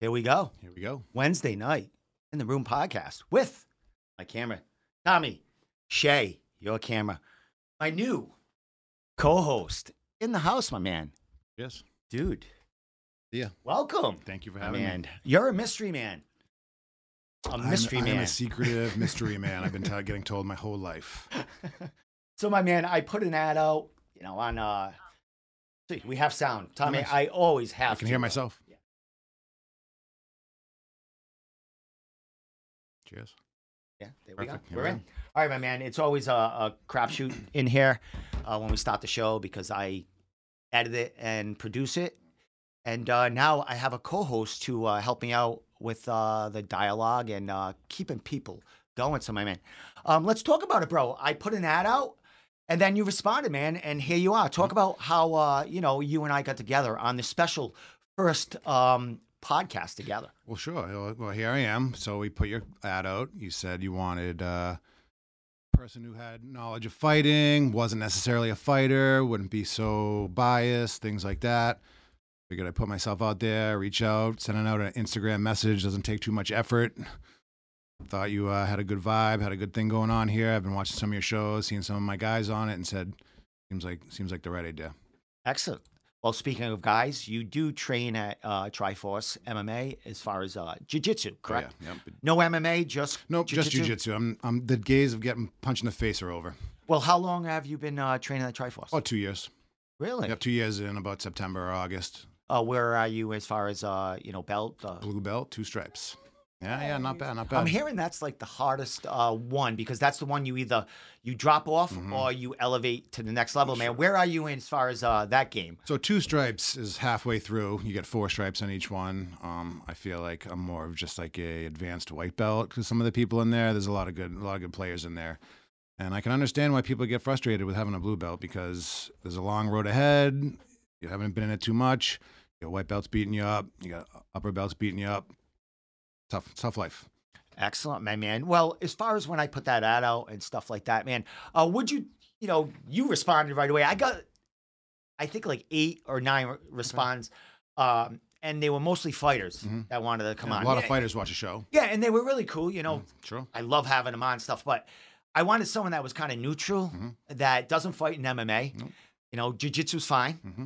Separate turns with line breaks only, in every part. Here we go.
Here we go.
Wednesday night in the room podcast with my camera, Tommy Shay, your camera, my new co-host in the house, my man,
Yes.
dude.
Yeah.
Welcome,
Thank you for
my
having me.
man. You're a mystery man. A
I'm-
mystery
I'm
man.
a secretive mystery man. I've been t- getting told my whole life.
so, my man, I put an ad out. You know, on uh, see, we have sound, Tommy.
Nice.
I always have.
I can hear
to.
myself. Cheers.
Yeah, there we go.
Perfect.
We're
Yeah.
in. All right, my man. It's always a, a crapshoot in here uh, when we start the show because I edit it and produce it, and uh, now I have a co-host to uh, help me out with uh, the dialogue and uh, keeping people going. So, my man, um, let's talk about it, bro. I put an ad out. And then you responded, man, and here you are. Talk about how uh, you know you and I got together on this special first um, podcast together.
Well, sure. Well, here I am. So we put your ad out. You said you wanted a person who had knowledge of fighting, wasn't necessarily a fighter, wouldn't be so biased, things like that. Figured I put myself out there, reach out, sending out an Instagram message doesn't take too much effort. Thought you uh, had a good vibe, had a good thing going on here. I've been watching some of your shows, seen some of my guys on it, and said, seems like seems like the right idea.
Excellent. Well, speaking of guys, you do train at uh, Triforce MMA as far as uh, jiu-jitsu,
Oh, yeah.
correct?
Yep.
No MMA, just
Nope, just
jiu-jitsu?
jujitsu. I'm, I'm the days of getting punched in the face are over.
Well, how long have you been uh, training at Triforce?
Oh, two years.
really?
Yep, two years in about September or August.
Uh, where are you as far as uh, you know belt? Uh,
Blue belt, two stripes. Yeah, yeah, not bad, not bad.
I'm hearing that's like the hardest uh, one because that's the one you either you drop off
Mm-hmm.
or you elevate to the next level, man. Where are you in as far as uh, that game?
So two stripes is halfway through. You get four stripes on each one. Um, I feel like I'm more of just like a advanced white belt because some of the people in there, there's a lot of good, a lot of good players in there, and I can understand why people get frustrated with having a blue belt because there's a long road ahead. You haven't been in it too much. Your white belts beating you up. You got upper belts beating you up. Tough, tough life.
Excellent, my man. Well, as far as when I put that ad out and stuff like that, man, uh, would you, you know, you responded right away. I got, I think like eight or nine re- responds, um, and they were mostly fighters
Mhm.
that wanted to come
Yeah,
on.
a lot
yeah,
of Mm-hmm. fighters watch the show. Mm,
yeah, and they were really cool. You know,
Sure.
I love having them on and stuff, but I wanted someone that was kind of neutral,
Mhm.
that doesn't fight in MMA.
Nope.
You know, jujitsu's fine,
Mm-hmm.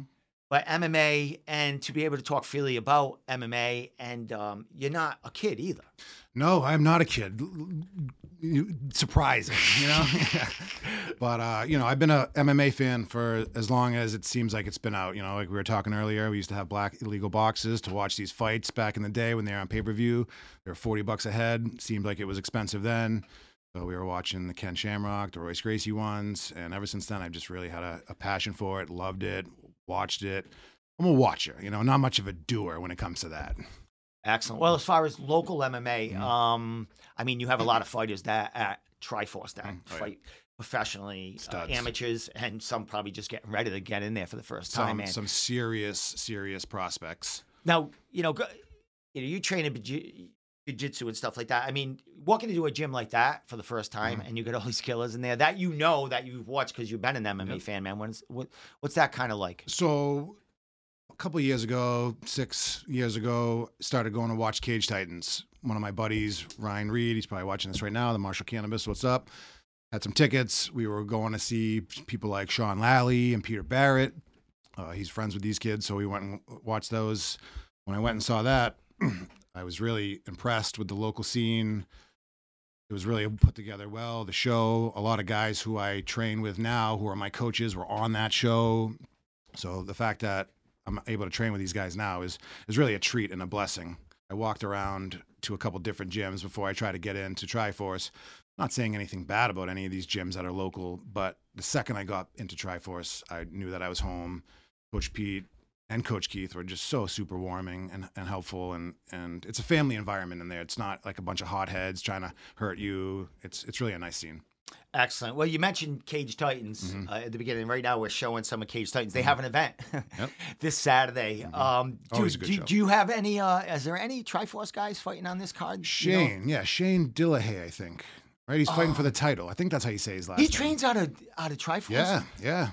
but MMA and to be able to talk freely about MMA, and um, you're not a kid either.
No, I'm not a kid. L- l- you- Surprising, you know. but uh, you know, I've been a MMA fan for as long as it seems like it's been out. You know, like we were talking earlier, we used to have black illegal boxes to watch these fights back in the day when they were on pay per view. They were forty bucks a head. Seemed like it was expensive then. So we were watching the Ken Shamrock, the Royce Gracie ones, and ever since then, I've just really had a, a passion for it. Loved it. Watched it. I'm a watcher, you know, not much of a doer when it comes to that.
Excellent. Well, as far as local MMA,
Mhm.
um, I mean, you have a lot of fighters that at Triforce that
Mm, oh, yeah.
fight professionally, uh,
Studs.
amateurs, and some probably just getting ready to get in there for the first time.
Some
man.
some serious serious prospects.
now, you know, go, you know, you train in jiu- jiu-jitsu and stuff like that. I mean, walking into a gym like that for the first time,
Mm-hmm.
and you get all these killers in there that you know that you've watched because you've been an MMA fan, man. When's, what, what's that kind of like?
So a couple of years ago, six years ago, started going to watch Cage Titans. One of my buddies, Ryan Reed, he's probably watching this right now, the Marshall Cannabis, what's up? Had some tickets. We were going to see people like Sean Lally and Peter Barrett. Uh, he's friends with these kids, so we went and watched those. When I went and saw that, I was really impressed with the local scene. It was really put together well. The show, a lot of guys who I train with now, who are my coaches, were on that show. So the fact that I'm able to train with these guys now is is really a treat and a blessing. I walked around to a couple different gyms before I tried to get into Triforce. Not saying anything bad about any of these gyms that are local, but the second I got into Triforce, I knew that I was home. Coach Pete and Coach Keith were just so super warming and, and helpful and, and it's a family environment in there. It's not like a bunch of hotheads trying to hurt you. It's it's really a nice scene.
Excellent. Well, you mentioned Cage Titans
Mm-hmm.
uh, at the beginning. Right now, we're showing some of Cage Titans. They have an event
Yep. Mm-hmm.
this Saturday. Um, do,
Always a good
do,
show.
do you have any? Uh, is there any Triforce guys fighting on this card? You know?
Shane, yeah, Shane Dillahay, I think. Right, he's fighting for the title. I think that's how you say his last
he
name.
trains out of out of Triforce.
Yeah, yeah.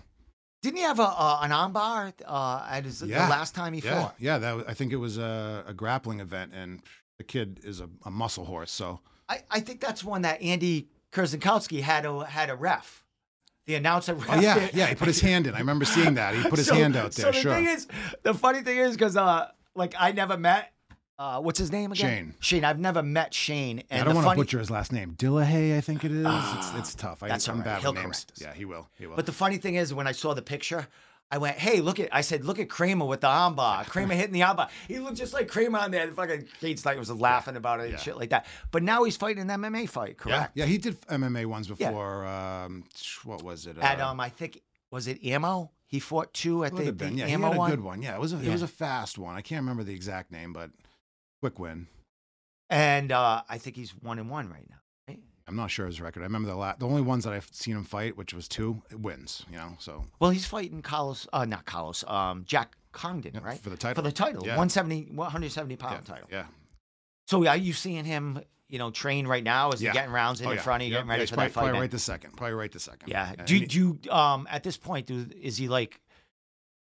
Didn't he have a, a an armbar uh, at his
Yeah.
the last time he
Yeah,
fought?
yeah. That was, I think it was a, a grappling event, and the kid is a, a muscle horse. So
I, I think that's one that Andy Kurzankowski had a had a ref. The announcer. Ref
oh yeah, yeah. He put his hand in. I remember seeing that. He put his hand out
So
there.
the
sure.
thing is, the funny thing is, because uh, like I never met. Uh, what's his name again?
Shane.
Shane. I've never met Shane. And
I don't
the
want
funny, Ah,
to butcher his last name. Dillahay, I think it is. it's, it's tough. I,
that's
I'm
all right.
bad
He'll
with names.
correct us.
Yeah, he will. He will.
But the funny thing is, when I saw the picture, I went, "Hey, look at!" I said, "Look at Kramer with the armbar. Kramer hitting the armbar. He looked just like Kramer on there. And fucking Cade Snyder was laughing about it and
Yeah.
shit like that. But now he's fighting an MMA fight,
yeah,
correct?
yeah. He did MMA ones before. Um, what was it? Uh,
At um, I think was it Ammo? He fought two at
Could
the,
have
the
been. Yeah, he
Ammo
had a
one,
good one. Yeah, it was a, it was
Yeah.
a fast one. I can't remember the exact name, but quick win.
and uh, I think he's one and one right now. right?
I'm not sure his record. I remember the la- the only ones that I've seen him fight, which was two, it wins. You know, so
Well, he's fighting Carlos, uh, not Carlos, um, Jack Congdon,
yeah,
right?
for the title.
For the title,
Yeah.
170, 170 pound
yeah,
title.
Yeah,
So are you seeing him, you know, train right now? Is
Yeah.
he getting rounds in
Oh,
in
yeah.
front of you,
Yep.
getting ready
Yeah, he's
for
probably,
that fight?
Probably
then?
right this second. Probably right this second.
Yeah.
And
Do,
he-
do you um at this point do is he like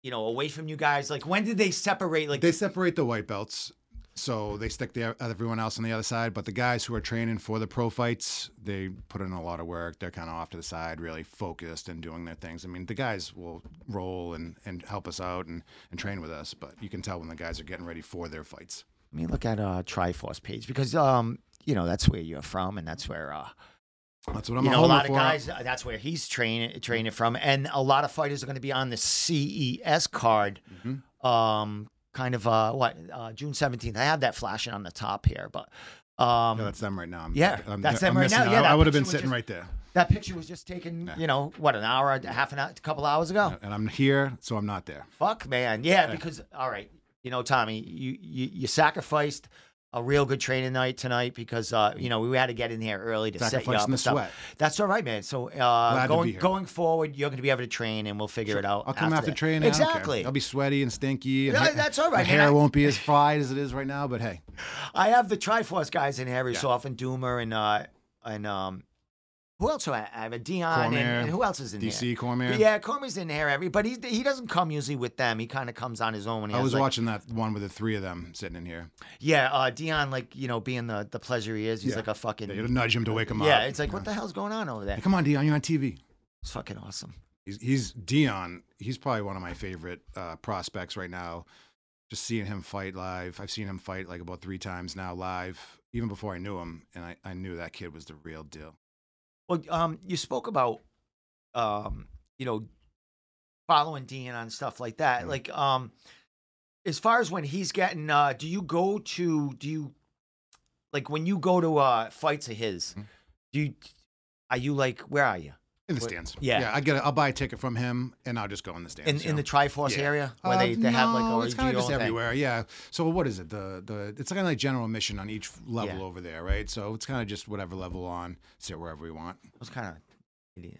you know away from you guys? Like when did they separate? Like
they separate the white belts, so they stick the, uh, everyone else on the other side. But the guys who are training for the pro fights, they put in a lot of work. They're kind of off to the side, really focused and doing their things. I mean, the guys will roll and, and help us out and, and train with us, but you can tell when the guys are getting ready for their fights.
let me look at uh Triforce page because um you know that's where you're from and that's where uh
That's what I'm
you know a
homer
lot of
for.
guys uh, that's where he's training training from and a lot of fighters are going to be on the CES card
Mhm.
um kind of uh what uh June 17th. I have that flashing on the top here, but um
No, that's them right now. I'm,
Yeah,
I'm-
that's
I'm
them right
missing
now.
out.
Yeah,
I
that
would have been
picture was
sitting
just-
right there,
that picture was just taken, you know, what an hour, a half an hour, a couple hours ago.
and I'm here, so I'm not there.
Fuck, man. Yeah, because all right, you know, Tommy, you you, you sacrificed a real good training night tonight because uh, you know we had to get in here early to set you up.
Sacrificing the
and stuff.
sweat.
That's all right, man. So
to
uh,
be
going
here.
going forward, you're going to be able to train, and we'll figure it out.
I'll come after
that.
training. I don't care.
Exactly.
I'll be sweaty and stinky. And
Yeah,
ha-
that's all
my
right, man.
hair
I-
won't be as fried as it is right now, but hey,
I have the Triforce guys in here every
Yeah.
so often, Doomer and uh and um, who else? Do I I have a Dion and,
Cormier,
and who else is in here?
DC Cormier.
Yeah, Cormier's in here every, but he he doesn't come usually with them. He kind of comes on his own. He
I
has,
was
like,
watching that one with the three of them sitting in here.
Yeah, uh, Dion, like you know, being the the pleasure he is, he's
Yeah.
like a fucking
They nudge him to wake him up.
yeah. It's like what the hell's going on over there?
Hey, come on, Dion, you're on TV.
It's fucking awesome.
He's, he's Dion. He's probably one of my favorite uh, prospects right now. Just seeing him fight live. I've seen him fight like about three times now live, even before I knew him, and I, I knew that kid was the real deal.
Well, um, you spoke about um, you know, following Dion on stuff like that.
Mhm.
Like um, as far as when he's getting, uh, do you go to do you like when you go to uh fights of his?
Mhm.
Do you are you like where are you
In the
What-
stands.
yeah.
Yeah. I get. A, I'll buy a ticket from him, and I'll just go in the stands.
in
you
in
know?
the Triforce
Yeah.
area where
Uh,
they, they have like
no,
or
it's
do
kind
your
of just
own thing?
everywhere. Yeah. So what is it? The the it's kind of like general mission on each level
Yeah.
over there, right? So it's kind of just whatever level on, sit wherever we want.
I was kind of.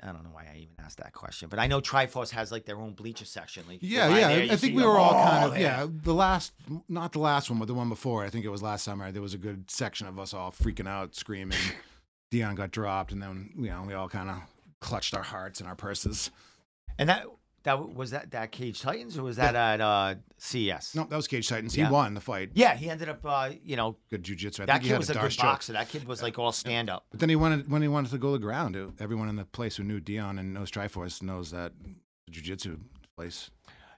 I don't know why I even asked that question, but I know Triforce has like their own bleacher section. Like, you
Yeah,
lie
yeah.
there,
I-
you
I
see
think we
them
were all kind of
there.
yeah. The last, not the last one, but the one before. I think it was last summer. There was a good section of us all freaking out, screaming. Dion got dropped, and then you know we all kind of clutched our hearts and our purses.
And that that was that that Cage Titans or was that at uh, CES?
No, that was Cage Titans.
Yeah.
He won the fight.
Yeah, he ended up. Uh, you know,
Good jujitsu. I
that
think he
kid
had
was a,
a dark
good
choke.
boxer. That kid was like all stand up.
But then he wanted when he wanted to go to the ground. it- Everyone in the place who knew Dion and knows Triforce knows that jujitsu place.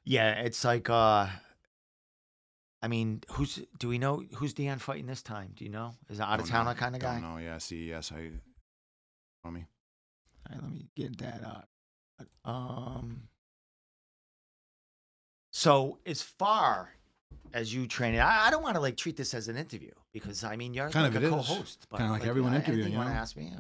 Yeah, it's like. uh I mean, who's do we know who's Dion fighting this time? Do you know? Is it out of
Don't know.
towner kind of guy?
Don't know. Yeah, CES. I. Tell me.
All right, let me get that up. Um, so as far as you training, I, I don't want to like treat this as an interview because I mean you're
Kind
like
of
a
it is.
co-host, but
Kinda like everyone
I- anything
interviewing,
You
you
want to
know?
ask me?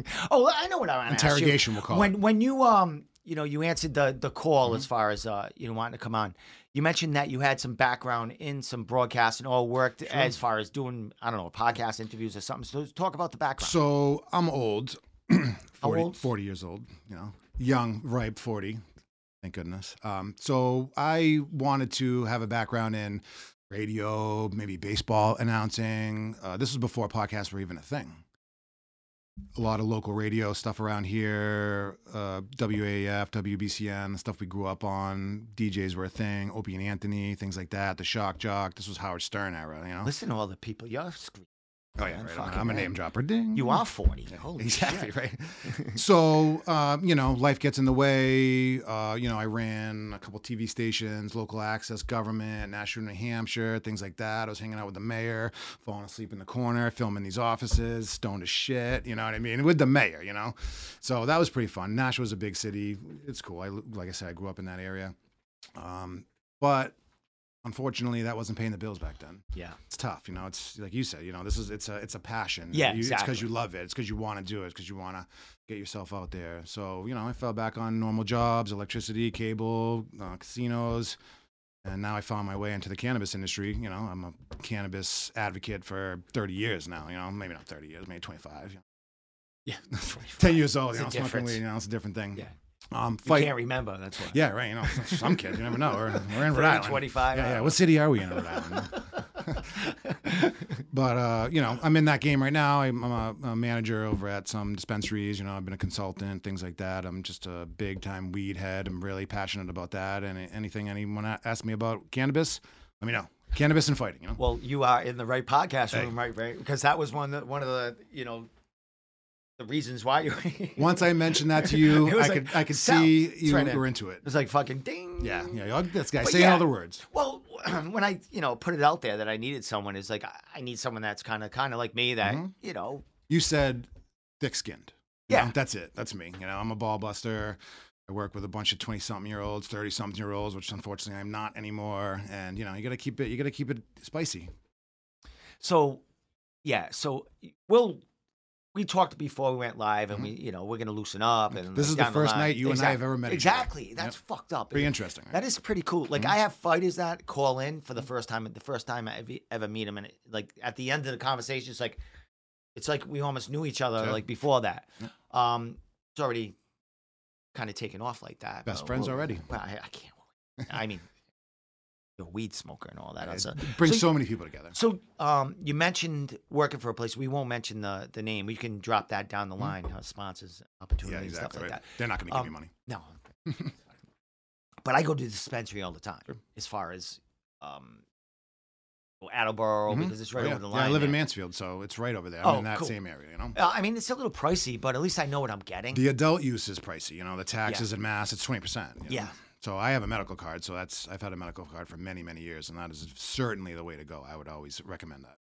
Uh, oh, I know what I want to ask you.
Interrogation. We'll call Mm-hmm. it.
When when you um you know you answered the the call as far as uh you know wanting to come on, you mentioned that you had some background in some broadcast and all worked as far as doing I don't know podcast interviews or something. So talk about the background.
So I'm old. 40,
old?
40 years old, you know, young, ripe 40. Thank goodness. Um, so I wanted to have a background in radio, maybe baseball announcing. Uh, this was before podcasts were even a thing. a lot of local radio stuff around here, uh, WAF, WBCN, the stuff we grew up on. DJs were a thing, Opie and Anthony, things like that. The Shock Jock. This was Howard Stern era, you know.
Listen to all the people you're screwing.
oh yeah,
man,
right.
fucking
I'm, I'm a
A.
name dropper. Ding.
You are 40. Holy
exactly
shit.
right. so um, you know, life gets in the way. Uh, you know, I ran a couple TV stations, local access, government, Nashua, New Hampshire, things like that. I was hanging out with the mayor, falling asleep in the corner, filming these offices, stoned as shit. You know what I mean? With the mayor, you know. So that was pretty fun. Nashua was a big city. It's cool. I like I said, I grew up in that area, um, but unfortunately, that wasn't paying the bills back then
Yeah.
it's tough you know it's like you said you know this is it's a it's a passion
Yeah,
you, it's because
exactly.
you love it it's because you want to do it it's because you want to get yourself out there so you know i fell back on normal jobs electricity cable uh, casinos and now i found my way into the cannabis industry you know i'm a cannabis advocate for 30 years now you know maybe not 30 years maybe 25 you know.
Yeah.
10 years old
It's
you know
a
smoking
difference.
weed you know it's a different thing
Yeah.
um
You
fight
can't remember. That's why.
yeah right you know some kid you never know we're, we're
30,
in Rhode Island
25.
yeah,
I
yeah.
don't
What city are we in Rhode Island? but uh, you know, I'm in that game right now. I'm, I'm a, a manager over at some dispensaries. You know, I've been a consultant, things like that. I'm just a big time weed head. I'm really passionate about that. And anything anyone a- asks me about cannabis, let me know. Cannabis and fighting. You know,
Well, you are in the right podcast
Hey.
room, right? Right, because that was one that one of the you know the reasons why you.
once I mentioned that to you,
It
I
was like,
could I could
"Sal,
see
it's
you
right in."
were into it.
It was like fucking ding.
Yeah, yeah. you're like, This guy
But
saying all
yeah.
the words.
Well, when I you know put it out there that I needed someone, is like I- I need someone that's kind of kind of like me that
Mhm.
you know.
You said thick skinned.
Yeah.
that's it. That's me. You know, I'm a ball buster. I work with a bunch of 20 something year olds, 30 something year olds, which unfortunately I'm not anymore. And you know, you got to keep it, you got to keep it spicy.
So yeah, so we'll we talked before we went live, and we you know we're gonna loosen up. And
Mm-hmm. This
like,
is the
down
first
line-
night you and I
Exact-
have ever met each other.
Exactly, that's
Yep.
fucked up.
Pretty interesting. Mm-hmm. Right?
That is pretty cool. Like I have fighters that call in for the first time. The first time I ever, ever meet them, and it, like at the end of the conversation, it's like it's like we almost knew each other
Yeah.
like before that.
Yeah.
Um, it's already kind of taken off like that.
Best
but
friends
we'll-
already.
Well, I, I can't. I mean, you're a weed smoker and all that.
It
That's a,
brings
so-
so, many people together.
so um, you mentioned working for a place. We won't mention the the name. We can drop that down the line. Uh, sponsors, opportunities,
Hmm? Yeah, exactly.
stuff like
right.
that.
They're not going to give
Um,
you money.
No. but I go to the dispensary all the time
Sure.
as far as um well, Attleboro
Mhm.
because it's
Oh,
right
yeah.
over the
Yeah,
line.
I live in
there.
Mansfield, so it's right over there. I'm
Oh,
in that
cool.
same area, you know.
Uh, I mean, it's a little pricey, but at least I know what I'm getting.
The adult use is pricey, you know, the taxes and mass, it's 20%. you know?
Yeah.
So I have a medical card, so that's I've had a medical card for many, many years, and that is certainly the way to go. I would always recommend that.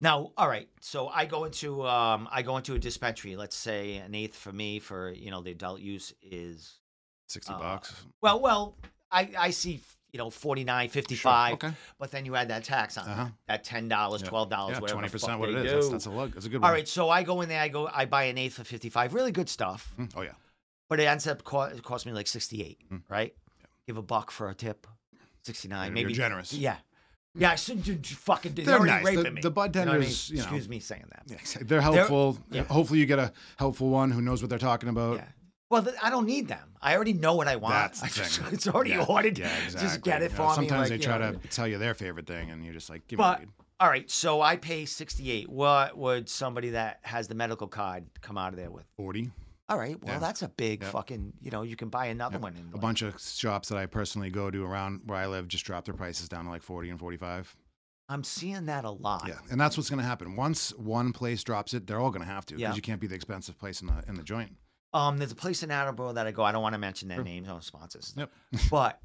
Now, all right. So I go into um I go into a dispensary. Let's say an eighth for me for you know the adult use is
60
Uh,
bucks.
well well I I see you know 49
Sure,
55
Okay.
but then you add that tax on
Uh-huh.
that, that ten dollars
Yeah.
twelve dollars
Yeah,
whatever
twenty
the fuck
percent. What it
they
is? That's,
do.
that's a look. That's a good
All
one.
right, so I go in there. I go. I buy an eighth for fifty-five. Really good stuff,
Mm, Oh yeah.
but it ends up co- it cost me like sixty-eight.
Mm.
Right? Give a buck for a tip, sixty-nine.
You're-
maybe
You're generous.
Yeah, yeah. I should do- do- fucking. They're,
They're
already
nice. The-
raping me.
the bud
You know what I mean?
tenders, you know.
Excuse me saying that.
Yeah, exactly. They're helpful.
yeah.
Hopefully, you get a helpful one who knows what they're talking about.
Yeah. Well, th- I don't need them. I already know what I want.
That's the
I just-
thing.
It's already ordered.
Yeah, exactly.
Just get it
You know,
for me.
Sometimes
like,
they
you
try
know.
to tell you their favorite thing, and you're just like, give
But
me. a
all right, so I pay sixty-eight. What would somebody that has the medical card come out of there with?
Forty.
All right, well,
Yeah.
that's a big
Yeah.
fucking. You know, you can buy another one. In
A
like-
bunch of shops that I personally go to around where I live just drop their prices down to like forty and forty-five.
I'm seeing that a lot.
Yeah, and that's what's going to happen. Once one place drops it, they're all going to have to because
Yeah.
you can't be the expensive place in the in the joint.
Um, there's a place in Attleboro that I go. I don't want to mention their
Sure.
names on sponsors.
Yep.
but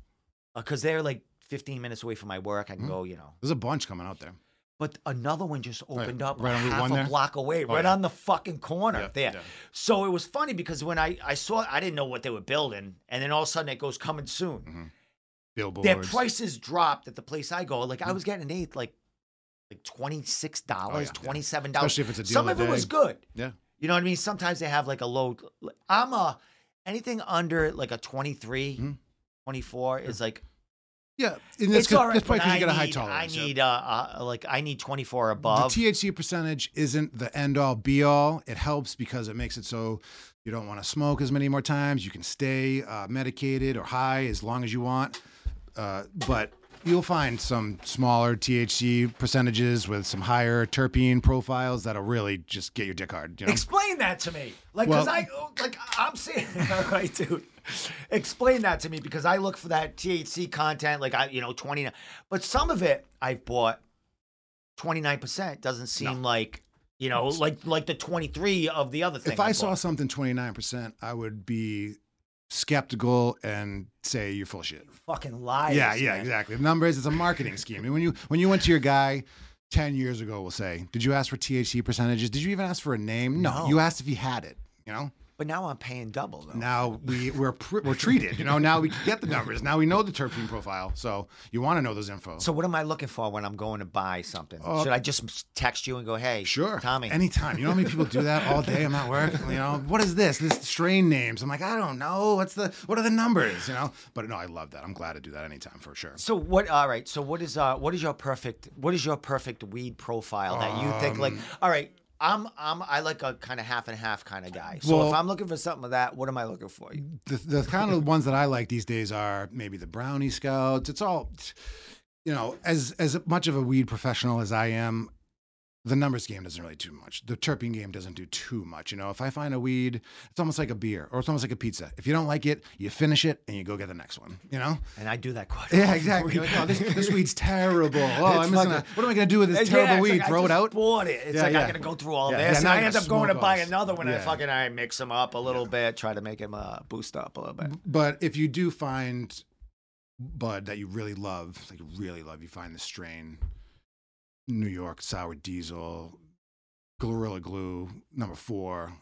because they're like 15 minutes away from my work, I can
Mhm.
go. You know.
There's a bunch coming out there.
But another one just
Right,
opened up
right on Route
half
one
a
there?
block away,
Oh,
right
yeah.
on the fucking corner
Yeah,
there.
yeah.
So it was funny because when I I saw, it, I didn't know what they were building, and then all of a sudden it goes coming soon.
Billboards.
Their prices dropped at the place I go. Like I was getting an eighth, like like twenty six dollars,
Mm. Oh, yeah.
twenty seven dollars.
especially if it's a deal
Some
a
of it was
day.
good.
Yeah.
You know what I mean? Sometimes they have like a low. I'm a anything under like a 23,
Mhm.
24 is like
Yeah, and
it's,
that's 'cause-
all right.
that's probably
but
because
I
you got a high
need-
tolerance.
I
yeah.
need uh, uh like I need 24 above.
The THC percentage isn't the end all be all. It helps because it makes it so you don't want to smoke as many more times. You can stay uh, medicated or high as long as you want. Uh, but you'll find some smaller THC percentages with some higher terpene profiles that'll really just get your dick hard. You know?
Explain that to me. Like, because
Well-
I, oh, like, I'm saying, all right, dude. Explain that to me because I look for that THC content, like, I, you know, 29. But some of it I've bought 29% doesn't seem like, you know, like like the 23 of the other thing.
if I saw
bought.
something 29%, I would be skeptical and say you're full of shit.
Fucking liars.
Yeah, yeah,
man.
exactly. The number is it's a marketing scheme. And when you when you went to your guy 10 years ago, we'll say, did you ask for THC percentages? Did you even ask for a name? No.
No.
You asked if he had it, you know?
But now I'm paying double though.
Now we we're pr- we're treated, you know. Now we can get the numbers. Now we know the terpene profile. So you want to know those info.
So what am I looking for when I'm going to buy something? Should I just text you and go, "Hey,
Oh, Sure.
Tommy,
Anytime. You know how many people do that all day? I'm at work. You know, what is this? This strain names. I'm like, I don't know. What's the what are the numbers? You know? But no, I love that. I'm glad to do that anytime for sure.
So what? All right. So what is uh what is your perfect what is your perfect weed profile that you think
Um,
like? All right, I'm I'm I like a kind of half and half kind of guy. So
Well-
if I'm looking for something of that, what am I looking for?
The the kind of ones that I like these days are maybe the brownie scouts. It's all you know, as as much of a weed professional as I am, the numbers game doesn't really do much. The terpene game doesn't do too much. You know, if I find a weed, it's almost like a beer or it's almost like a pizza. If you don't like it, you finish it and you go get the next one. You know?
And I do that quite.
Yeah,
often.
exactly. You're like, oh, this, this weed's terrible. Oh, I'm just gonna, what am I gonna do with
Yeah,
this
it's
terrible weed?
like I
Throw it
just
out?
Bought it. It's
Yeah,
like
yeah.
I gotta go through all
Yeah,
this,
yeah,
and
now
I
you're
end
gonna
up going to
smoke
buy
us.
another one. And I
Yeah.
fucking
Fucking I mix them up a little bit, try to make him uh, boost up a little bit.
But if you do find bud that you really love, like you really love, you find the strain, New York sour diesel, Gorilla Glue number four.
I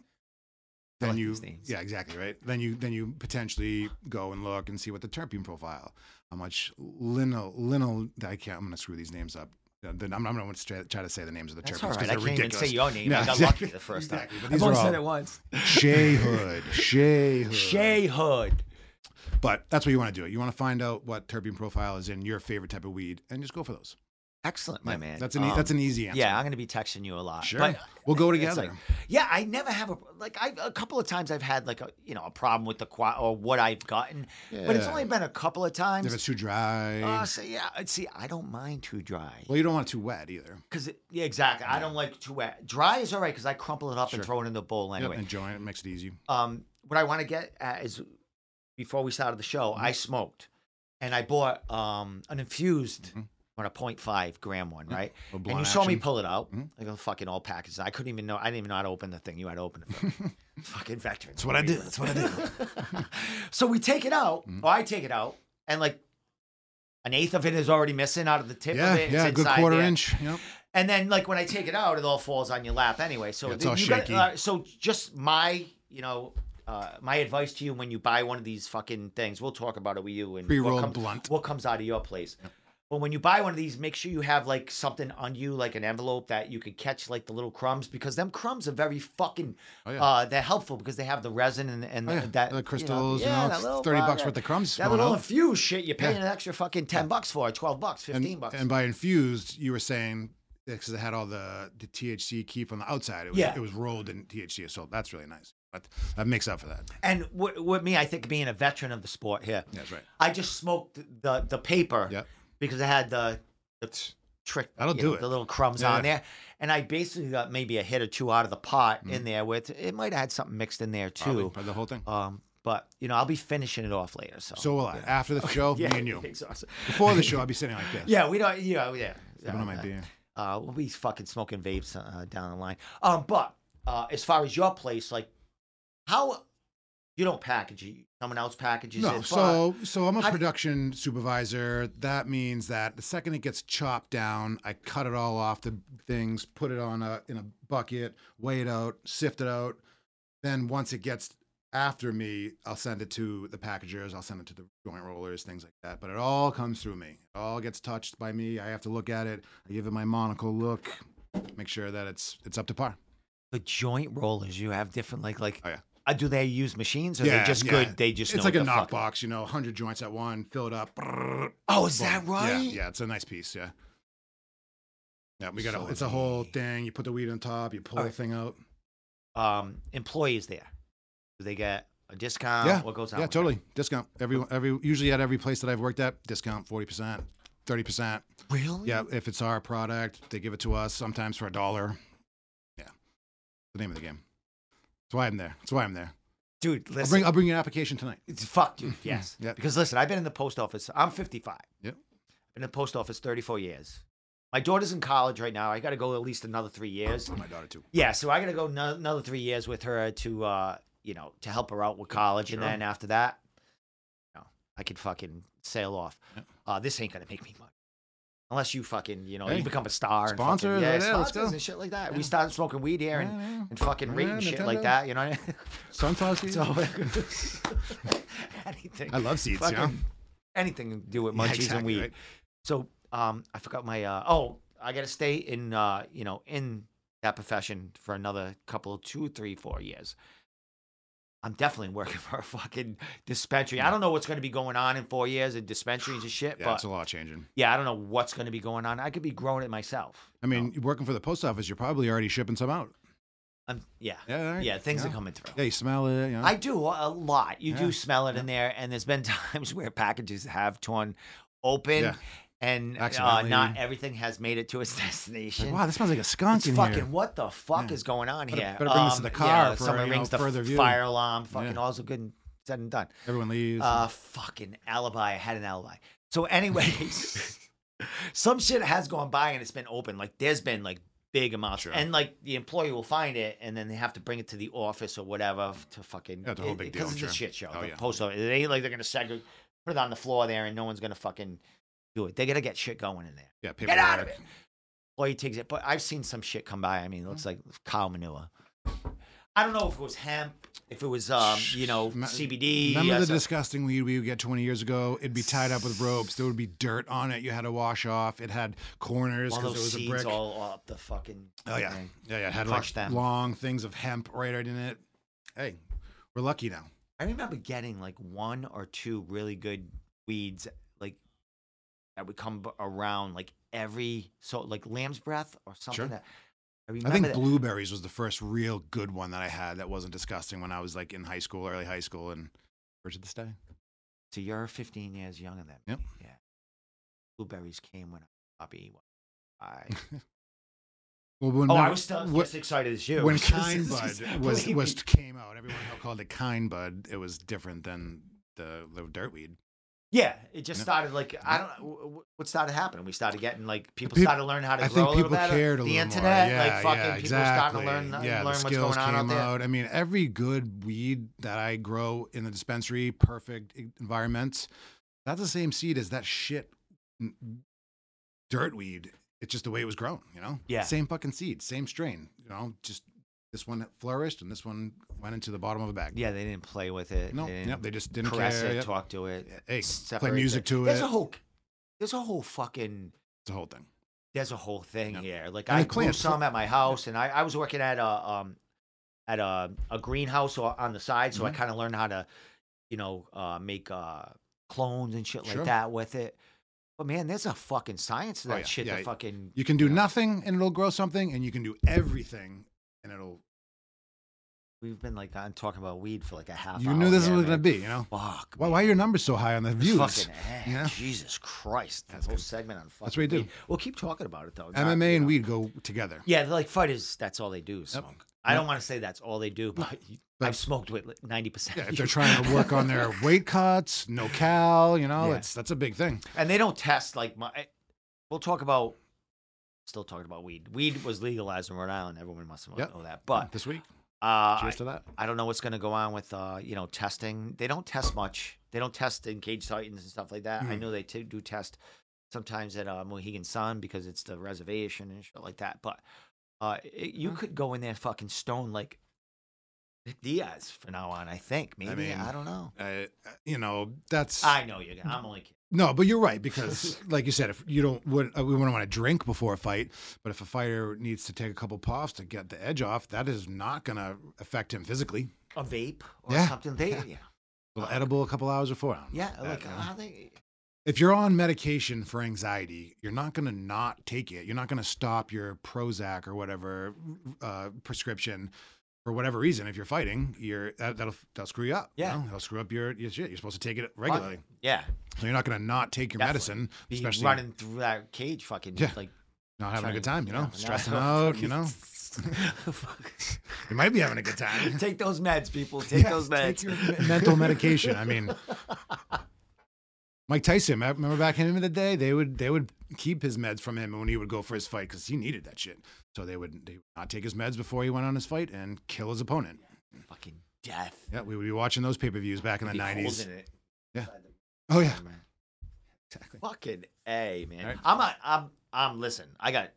Then
like
you,
these names.
yeah, exactly right. Then you, then you potentially go and look and see what the terpene profile, how much lino, lino. I can't. I'm gonna screw these names up. Uh, Then I'm, I'm gonna try, try to say the names of the
That's
terpenes
all
'cause
right. I
they're
can't even
ridiculous.
say your name.
No,
I got
exactly.
lucky the first time.
Exactly, but
I've
these
only
are
said
all-
it once.
Shea Hood. Shea Hood.
Shea Hood.
But that's what you want to do. You want to find out what terpene profile is in your favorite type of weed and just go for those.
Excellent, my man.
That's an, e
Um,
that's an easy answer.
Yeah, I'm gonna be texting you a lot.
Sure.
But
we'll go
It's
together.
like- yeah, I never have a like. I a couple of times I've had like a you know a problem with the quad or what I've gotten, but it's
Yeah.
only been a couple of
if
times.
it's too dry.
Uh, so yeah, I'd see, I don't mind too dry
well, you don't want it too wet either.
because yeah, exactly. I don't like too wet. Dry is all right because I crumple it up
Sure.
and throw it in the bowl
Yep,
anyway.
and join it makes it easy.
Um, what I want to get at is before we started the show,
Mm-hmm.
I smoked and I bought um an infused.
Mhm.
On a 0.5 gram one,
Yep.
right?
A
and
blunt
you saw me
action.
pull it out,
Mhm.
like a fucking all package. I couldn't even know. I didn't even know how to open the thing. You had to open it. For me. fucking veteran.
That's what I do. That's what I do.
so we take it out,
Mhm.
or I take it out, and like an eighth of it is already missing out of the tip
yeah,
of it. It's
yeah, a good
inside
quarter
there.
inch. Yep.
And then like when I take it out, it all falls on your lap anyway. So
Yeah, it's
th-
all
you
shaky.
Gotta, uh, so just my, you know, uh, my advice to you when you buy one of these fucking things, we'll talk about it with you and what
Pre-rolled
comes-
blunt.
What comes out of your place. But when you buy one of these, make sure you have like something on you, like an envelope that you could catch like the little crumbs, because them crumbs are very fucking
Oh, yeah.
uh, they're helpful because they have the resin and, and
Oh, yeah.
that
The crystals, you know,
that
it's
little
30
blah,
bucks
that-
worth of crumbs
That
going
little
out.
infused shit, you're paying an extra fucking ten bucks for, twelve bucks, fifteen
and,
bucks.
and by infused, you were saying because it had all the, the THC keep on the outside. It was,
Yeah.
it was rolled in THC, so that's really nice. But that makes up for that.
And with, with me, I think being a veteran of the sport here,
Yeah, that's right.
I just smoked the the paper
Yep.
because I had the the trick.
That'll
you
do
know,
it.
The little crumbs
Yeah,
on there, and I basically got maybe a hit or two out of the pot in there with. It might have had something mixed in there
Mm-hmm. Probably,
too.
but the whole thing.
Um, but you know, I'll be finishing it off later. So
So will I. After the show,
yeah,
me and you.
exhausted.
Before the show, I'll be sitting like this.
Yeah, we don't. You know, yeah.
Sipping on my
Uh,
beer.
uh, we'll be fucking smoking vapes uh, down the line. Um, but uh, as far as your place, like how you don't package it, someone else packages it.
No,
but-
so so I'm a
How do-
production supervisor. That means that the second it gets chopped down, I cut it all off the things, put it on a in a bucket, weigh it out, sift it out. Then once it gets after me, I'll send it to the packagers, I'll send it to the joint rollers, things like that. But it all comes through me. It all gets touched by me. I have to look at it. I give it my monocle look, make sure that it's it's up to par.
the joint rollers you have different like like
Oh, yeah.
uh, do they use machines or
Yeah,
they just
yeah.
good they just
it's
know
like a
what the
knock
fuck-
box, you know, 100 joints at one, fill it up. brrr,
oh is that
Boom.
right
Yeah, yeah, it's a nice piece. Yeah. Yeah, we got
So
a, it's a whole
neat.
thing. You put the weed on top, you pull
All
the
right.
thing out.
um employees there do they get a discount
Yeah.
what goes on
yeah,
with that?
totally. Discount. Every every usually at every place that I've worked at, discount 40%. thirty percent.
Really?
Yeah, if it's our product, they give it to us sometimes for a dollar. Yeah, the name of the game. That's why I'm there. That's why I'm there.
Dude,
I'll
listen.
bring I'll bring you an application tonight.
It's fuck, dude. Yes.
Yeah.
Because listen, I've been in the post office. I'm 55. I've
Yep.
been in the post office 34 years. My daughter's in college right now. I got to go at least another three years.
Oh, my daughter too.
Yeah, so I got to go no- another three years with her to, uh, you know, to help her out with college, and
Sure.
then after that, you know, I could fucking sail off.
Yep.
Uh, this ain't gonna make me money unless you fucking, you know,
Hey,
you become a star. and
sponsors,
fucking, yeah,
right there, let's
sponsors
go.
and shit like that. We
Yeah.
started smoking weed here and,
Yeah, yeah.
and fucking rating
Yeah,
shit like
Nintendo.
that. You know, what I mean?
Sunflower seeds.
so anything.
I love seeds. yeah.
fucking anything to do with
Yeah,
munchies and
exactly,
weed.
right.
So um, I forgot my uh, oh, I got to stay in uh, you know in that profession for another couple, two, three, four years. I'm definitely working for a fucking dispensary. I don't know what's going to be going on in four years in dispensaries and shit,
Yeah,
but
it's a lot changing.
yeah, I don't know what's going to be going on. I could be growing it myself.
I mean, you're working for the post office, you're probably already shipping some out.
I'm, yeah,
Yeah, right.
yeah, things
Yeah.
are coming through.
Yeah, you smell it. You know.
I do a lot. You
Yeah,
do smell it in there, and there's been times where packages have torn open,
Yeah.
and uh,
Accidentally.
not everything has made it to its destination.
Like, wow, this smells like a skunk
It's
in
fucking
here.
what the fuck
Yeah.
is going on
Better-
here? Um,
better bring this to the car for,
someone
you know,
rings the
further
f-
view.
fire alarm. Fucking
Yeah.
all's good and said and done.
Everyone leaves.
Uh, fucking alibi. I had an alibi. So, anyways, some shit has gone by and it's been open. Like, there's been like big amounts,
Sure.
and like the employee will find it, and then they have to bring it to the office or whatever f- to fucking.
Yeah, it's a whole
it-
big
it-
deal,
Because it's
I'm
a
sure.
shit show.
Oh,
the
yeah.
post office. It ain't like they're gonna segregate, put it on the floor there, and no one's gonna fucking do it. They gotta get shit going in there.
yeah,
Get out of
paperwork.
it. Employee takes it, but I've seen some shit come by. I mean, it
Mm.
looks like cow manure. I don't know if it was hemp, if it was um, you know,
Me-
CBD.
Remember
uh,
the
so-
disgusting weed we would get 20 years ago? It'd be tied up with ropes. There would be dirt on it. You had to wash off. It had corners
all
because
those
it was a
seeds
brick.
all all up the fucking.
oh yeah,
thing.
yeah, yeah. It had
Crush
like
them.
long things of hemp right in it. Hey, we're lucky now.
I remember getting like one or two really good weeds, like that would come b- around like every so like lamb's breath or something.
Sure.
That, I
I
remember
think
that-
blueberries was the first real good one that I had that wasn't disgusting when I was like in high school, early high school, and where did this day?
So you're 15 years younger than
Yep.
me. Yeah. Blueberries came when I was puppy. I
Well, when
Oh,
no,
I was still
what-
as excited as you.
when
It's just-
Kind
it's
Bud
just-
was
believe
was
me.
came out, everyone called it Kind Bud. It was different than the the dirt weed.
yeah, it just
Yeah.
started like I don't know wh- wh- what started happening. We started getting like people
peop-
started learning how to
I
grow
think
a little
people
better.
cared a
the
little more.
internet,
yeah,
like fucking
yeah,
people starting
exactly.
to learn
yeah,
learn
the
what's
skills
going on out
came
there.
out. I mean, every good weed that I grow in the dispensary, perfect e- environments, that's the same seed as that shit n- dirt weed. It's just the way it was grown, you know.
Yeah.
Same fucking seed, same strain. You know, just this one flourished and this one went into the bottom of a bag.
Yeah, they didn't play with it.
No,
they
they,
didn't
they just didn't
caress
care.
it,
yep.
talk to it.
Hey, play
separate
music
it.
to it.
There's a whole, there's a whole fucking,
It's the whole thing.
there's a whole thing
Yeah.
here. Like
And
I
they
grew
plant-
some at my house, and I, I was working at a um, at a a greenhouse o- on the side, so I
Mhm.
kind of learned how to, you know, uh, make uh clones and shit
Sure.
like that with it. But man, there's a fucking science to
Oh,
that
yeah,
shit.
yeah,
to
it-
fucking
You can do
Yeah.
nothing and it'll grow something, and you can do everything and it'll.
we've been like on talking about weed for like a half.
you
hour
knew this
here,
was going
man.
to be, you know?
Fuck.
Why, why are your numbers so high on the views?
Fucking ass.
Yeah.
Jesus Christ. That
That's
whole
good.
segment on fucking
That's what we do.
weed. We'll keep talking about it though. not,
MMA
you
and
know.
weed go together.
Yeah, they're like fighters, that's all they do is
Yep.
smoke. I don't want to say that's all they do, but
But-
I've smoked with ninety percent.
Yeah, if they're trying to work on their weight cuts, no cal, you know,
Yeah.
it's that's a big thing.
and they don't test like my. I- We'll talk about. Still talking about weed. Weed was legalized in Rhode Island. Everyone must know
Yep.
know that. But
this week,
uh, I,
cheers to that.
I don't know what's going to go on with uh, you know testing. They don't test much. They don't test in cage titans and stuff like that. I
Mhm.
know they t- do test sometimes at uh, Mohegan Sun because it's the reservation and shit like that. But uh, it,
Mm-hmm.
you could go in there fucking stone like Nick Diaz from now on. I think maybe I,
mean,
don't know.
Uh, you know, that's
I know you're. gonna I'm only kidding.
no, but you're right because, like you said, if you don't, would, uh, we wouldn't want to drink before a fight. But if a fighter needs to take a couple puffs to get the edge off, that is not going to affect him physically.
a vape or
Yeah.
something. They yeah
A little edible a couple hours before.
yeah
Uh,
like
you know.
how they
if you're on medication for anxiety, you're not going to not take it. You're not going to stop your Prozac or whatever uh, prescription for whatever reason, if you're fighting, you're that, that'll that'll screw you up. you
Yeah.
know? that'll screw up your, your shit. You're supposed to take it regularly,
Yeah,
so you're not going to not take your
Definitely.
medicine,
be
especially
running through that cage, fucking
Yeah.
like
not having a
trying-
good time. You know,
yeah, no,
stressing out. You know,
Fuck.
you might be having a good time.
Take those meds, people. Take
Yeah,
those
take
meds.
your me- mental medication. I mean, Mike Tyson. ma- Remember back in the day, they would they would keep his meds from him when he would go for his fight because he needed that shit. So they would they would not take his meds before he went on his fight and kill his opponent.
fucking death.
Yeah, we would be watching those pay per views back in the
Be
nineties.
holding it.
Yeah. Oh yeah,
Man.
exactly.
Fucking a man.
Alright.
I'm not. I'm. I'm. Listen, I got.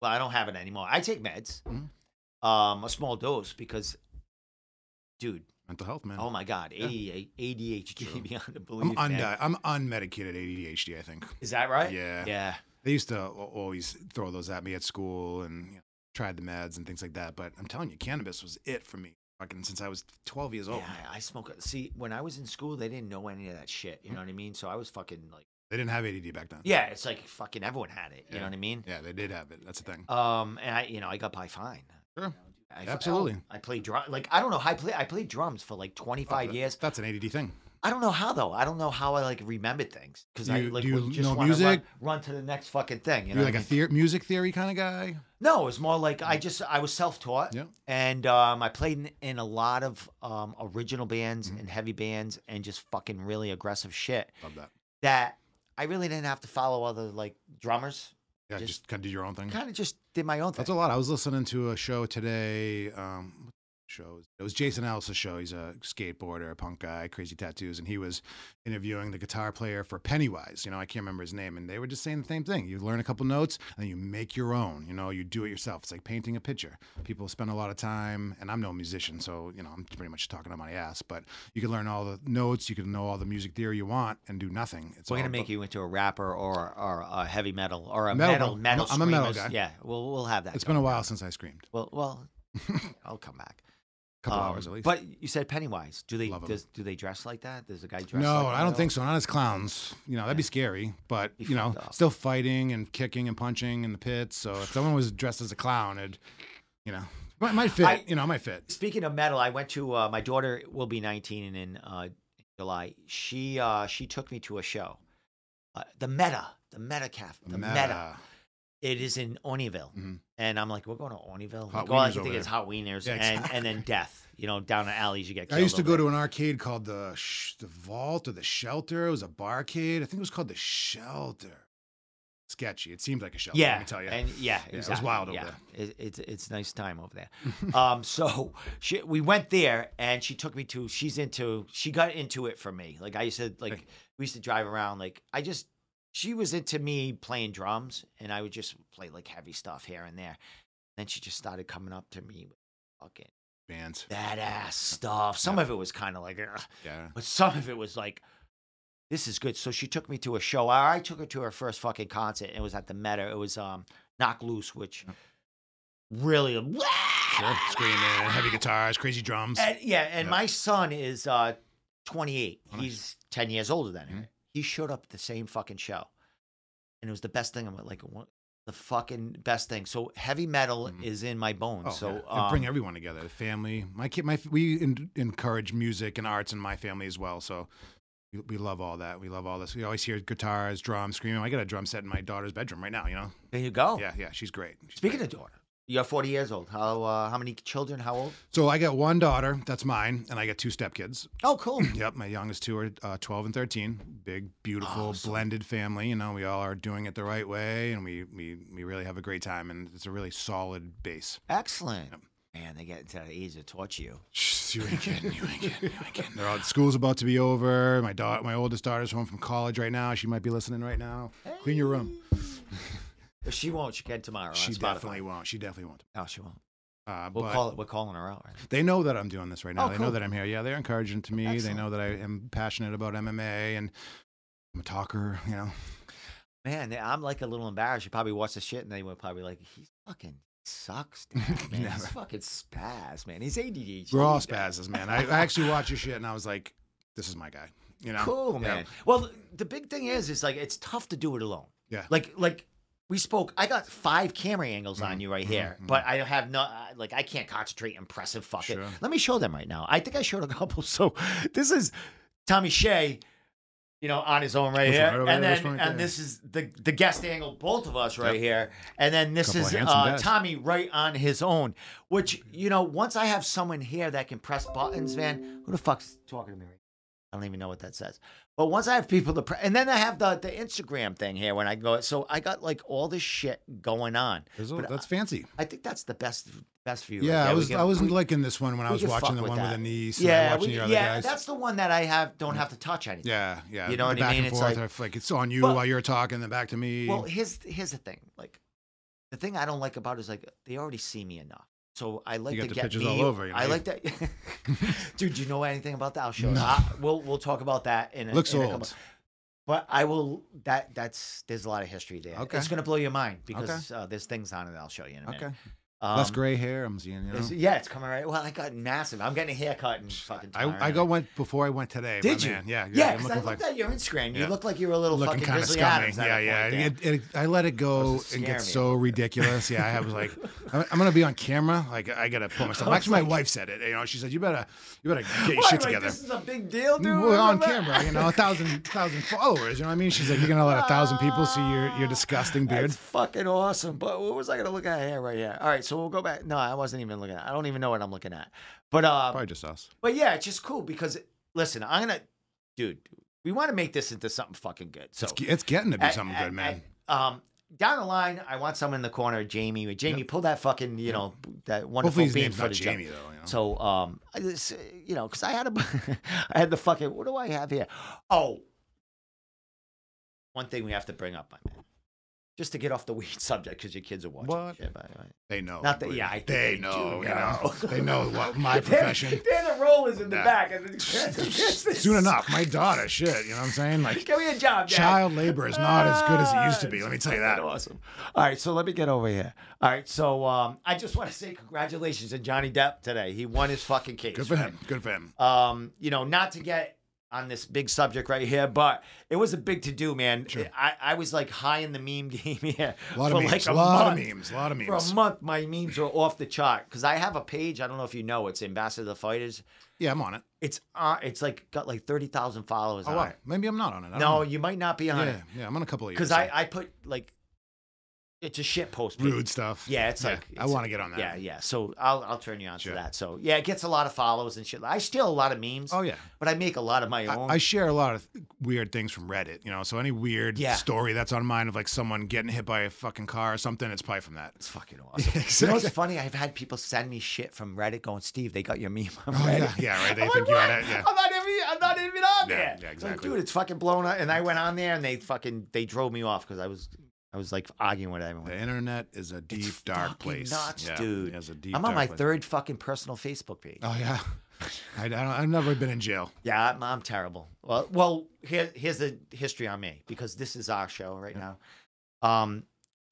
Well, I don't have it anymore. I take meds,
Mhm.
um, a small dose because, dude,
Mental health, man.
oh my god,
Yeah.
ADHD, ADHD
True.
beyond the
I'm
belief. man.
undi- I'm unmedicated ADHD. I think.
Is that right?
Yeah.
Yeah.
They used to al- always throw those at me at school and you know, tried the meds and things like that. But I'm telling you, cannabis was it for me. Fucking since I was 12 years old.
yeah I, I smoke. it. See, when I was in school, they didn't know any of that shit.
Mm-hmm.
You know what I mean? So I was fucking like,
They didn't have ADD back then.
yeah, it's like fucking everyone had it. You
Yeah.
know what I mean?
Yeah, they did have it. That's the thing.
Um, and I, you know, I got by fine.
Sure.
I,
Absolutely.
I played drum. Like I don't know. I play. I played drums for like twenty five
Oh,
years.
That's an ADD thing.
I don't know how though. I don't know how I like remembered things because I
Do you-
like
do you
would just
know
want to run,
music?
run to the next fucking thing. You
You
know,
are
what I
like a
mean?
theor music theory kind of guy.
no, it was more like I just I was self taught.
Yeah.
And um, I played in, in a lot of um, original bands
Mm-hmm.
and heavy bands and just fucking really aggressive shit
Love that.
that I really didn't have to follow other like drummers.
Yeah, just,
Just-
kind of do your own thing.
Kind of just did my own thing.
That's a lot. I was listening to a show today. Um, what show was- it was Jason Ellis' show. He's a skateboarder, a punk guy, crazy tattoos, and he was interviewing the guitar player for Pennywise. You know, I can't remember his name, and they were just saying the same thing. You learn a couple notes, and then you make your own. You know, you do it yourself. It's like painting a picture. People spend a lot of time, and I'm no musician, so you know, I'm pretty much talking on my ass. But you can learn all the notes, you can know all the music theory you want, and do nothing. It's
We're
all
gonna
about-
make you into a rapper or or a heavy metal or a
Oh, Metal.
metal metal.
I'm a- I'm a metal
screamers.
guy.
Yeah, we'll we'll have that.
It's
going.
been a while since I screamed.
Well, well, I'll come back.
A couple
Um,
hours at least.
But you said Pennywise. Do they
Love 'em.
does, do they dress like that? Does a guy dress?
No,
like
I don't think so. Not as clowns. You know, that'd be scary. But
Be
you know,
fucked up.
still fighting and kicking and punching in the pits. So if someone was dressed as a clown, it, you know, might, might fit.
I-
you know, might fit.
Speaking of metal, I went to uh, my daughter will be 19 and in uh, July. She uh, she took me to a show. Uh, the Meta, the Meta Cafe, the Meta.
Uh,
It is in Onionville,
Mhm.
and I'm like, we're going to Onionville.
Hot
Like, all I
wieners
can think
over
is hot wieners,
Yeah,
and and then death. You know, down the alleys you get.
I
Killed
used to
over
go
there.
to an arcade called the Sh- the Vault or the Shelter. It was a barcade. I think it was called the Shelter. Sketchy. It seemed like a shelter.
Yeah,
let me tell you.
and yeah,
it
exactly.
was wild over
yeah. It, it's it's nice time over there. um, so she, we went there, and she took me to. She's into. She got into it for me. Like I used to like. We used to drive around. Like I just. She was into me playing drums, and I would just play like heavy stuff here and there. Then she just started coming up to me with fucking
Bands.
badass stuff. Some of it was kind of like, "Ugh,"
Yeah.
but some of it was like, this is good. So she took me to a show. I I took her to her first fucking concert. It was at the Meta. It was um Knock Loose, which really
Sure. Screaming, heavy guitars, crazy drums.
and, yeah. And
Yeah.
my son is uh 28.
Oh, nice.
He's 10 years older than her.
Mhm.
He showed up at the same fucking show, and it was the best thing. I'm like, what? The fucking best thing. So heavy metal
Mhm.
is in my bones.
Oh,
so
yeah. And bring
um,
everyone together, the family. My kid, my we en- encourage music and arts in my family as well. So we, we love all that. We love all this. We always hear guitars, drums, screaming. I got a drum set in my daughter's bedroom right now. You know?
there you go.
Yeah, yeah. She's great.
Oh.
She's
Speaking of daughter, you're 40 years old. How uh, how many children? How old?
so I got one daughter. That's mine, and I got two stepkids.
Oh, cool.
Yep, my youngest two are uh, 12 and 13. Big, beautiful,
Awesome.
blended family. You know, we all are doing it the right way, and we we we really have a great time. And it's a really solid base.
Excellent. Man, they get to that age to torture you.
Shh, You ain't kidding. You ain't kidding. You ain't kidding. They're all, school's about to be over. My daughter, my oldest daughter's home from college right now. She might be listening right now. Clean your room.
If she won't, she can tomorrow. on
She
Spotify.
definitely won't. She definitely won't.
No, she won't.
Uh,
We'll
but
call it. We're calling her out. Right?
they know that I'm doing this right now.
Oh,
they know
cool.
that I'm here. Yeah, they're encouraging to me.
Excellent.
They know that I am passionate about MMA and I'm a talker. You know,
Man, I'm like a little embarrassed. You probably watched the shit, and they were probably like, "He fucking sucks, Dad, man.
Never.
He's fucking spaz, man. He's ADHD.
we're all
Dad."
spazzes, man. I, I actually watched your shit and I was like, this is my guy. You know,
Cool,
Yeah.
man. Well, the big thing is, is like it's tough to do it alone.
Yeah.
Like, like we spoke. I got five camera angles
Mm-hmm.
on you right here, but I have no I- like I can't concentrate. Impressive, fuck
Sure.
it. Let me show them right now. I think I showed a couple. So this is Tommy Shea, you know, on his own right
Which
here,
one? Right over
and
there,
then
this one right
and
there.
this is the the guest angle, both of us right
Yep.
here, and then this
Couple
is
of handsome
uh,
guys.
Tommy right on his own. Which you know, once I have someone here that can press buttons, man, who the fuck's talking to me right? I don't even know what that says. But once I have people to, pre- and then I have the the Instagram thing here when I go. So I got like all this shit going on.
There's a-
But
that's fancy.
I think that's the best best view. right
Yeah, I
there. We
was
can-
I wasn't
we-
liking this one when I
we
was
can fuck
watching the
with
one
that.
with the niece. and
yeah,
watching
we-
the other
yeah.
guys.
That's the one that I have. Don't have to touch anything.
yeah, yeah.
You know what
the
I
back
mean?
and
It's
forth.
like-
It's like it's on you
But-
while you're talking, then back to me.
Well, here's here's the thing. Like, the thing I don't like about it is like they already see me enough. So I like
got
to
the
get
pictures
me.
all over, you know,
I
you-
like that, dude. You know anything about that? I'll show. you.
No.
I- we'll we'll talk about that in a,
Looks
in a
old.
couple- But I will. That that's there's a lot of history there.
Okay.
It's gonna blow your mind because uh, there's things on it. that I'll show you in a minute.
okay.
Um,
Less gray hair. I'm seeing. You know?
it's- yeah, it's coming right. Well, I got massive. I'm getting a haircut and fucking. tomorrow
I, I go went before I went today. my
Did you?
man. Yeah.
Yeah,
I'm
because I
looking
looked at your Instagram. You
Yeah.
look like you were a little
looking
fucking
kind of
Grizzly
scummy.
Adams. at
Yeah,
a
yeah.
point there.
It- it- I let it go
Supposed to
and
scare
get
me a
so ridiculous. Yeah, I was like, I'm, I'm gonna be on camera. Like, I gotta put myself. Actually, my wife said it. You know, she said, "You better, you better get your
Why, like,
shit together."
This is a big deal, dude.
We're on
Remember?
camera, you know, a thousand, thousand followers. You know what I mean? She's like, "You're gonna let a thousand people see your your disgusting beard."
That's fucking awesome. But what was I gonna look at here right here? All right, so we'll go back. No, I wasn't even looking at. I don't even know what I'm looking at. But uh,
Probably just us.
but yeah, it's just cool because listen, I'm gonna, dude. We want to make this into something fucking good. So
It's, it's getting to be
at-
something
at-
good, man.
at- um, down the line, I want someone in the corner, Jamie. Jamie, pull that fucking, you know, that wonderful
Hopefully, his
bean
name's not
footage. up.
Jamie though. You know?
So, um, I just, you know, because I had a, I had the fucking. What do I have here? Oh, one thing we have to bring up, my man, just to get off the weed subject because your kids are watching.
What?
Shit, by the way.
They know.
Not that- yeah, I think
they,
they do
know. You
know.
know, they know what my
They're-
profession.
They're, the rollers in the
Yeah.
back, and the soon
Soon enough, my daughter. Shit, you know what I'm saying? Like,
Give me a job, Dad.
child labor is not as good as it used to
Ah,
be. Let me tell you that.
That's Awesome. All right, so let me get over here. All right, so um, I just want to say congratulations to Johnny Depp today. He won his fucking case.
Good for
right?
him. Good for him.
um, you know, not to get on this big subject right here, but it was a big to do, man. I, I was like high in the meme game here.
A lot
for
of memes.
like a
a lot
month.
of memes. A lot of
For a
memes.
month, my memes were off the chart because I have a page. I don't know if you know. It's Ambassador of the Fighters.
Yeah, I'm on it.
It's uh, it's like got like thirty thousand followers.
Oh
on
wow.
it.
Maybe I'm not on it. I don't
No,
know.
you might not be on
Yeah,
it
yeah. I'm on a couple of years.
because I I put like it's a shit post. page.
rude stuff.
Yeah, it's like
I
it's-
want to get on that.
Yeah, yeah. So I'll I'll turn you on
Sure.
to that. So yeah, it gets a lot of follows and shit. I steal a lot of memes.
Oh yeah.
But I make a lot of my
I,
own.
I share a lot of th- weird things from Reddit, you know. So any weird
Yeah.
story that's on mine of like someone getting hit by a fucking car or something, it's probably from that.
It's fucking awesome. You know what's funny? I've had people send me shit from Reddit going, Steve, they got your meme on
Oh,
Reddit.
yeah, yeah, right. They
I'm
think
like,
you're
what?
on it. Yeah.
I'm not even, I'm not even on
Yeah,
there.
yeah,
It's like,
exactly.
dude, it's fucking blown up. And I went on there and they fucking, they drove me off because I was, I was like arguing with everyone.
The internet is a deep, dark
fucking
place.
nuts,
yeah,
dude.
It is a deep,
I'm on
dark
my
place.
third fucking personal Facebook page.
Oh yeah, I, I don't, I've never been in jail.
Yeah, I'm, I'm terrible. Well, well, here, here's the history on me because this is our show right now. Um,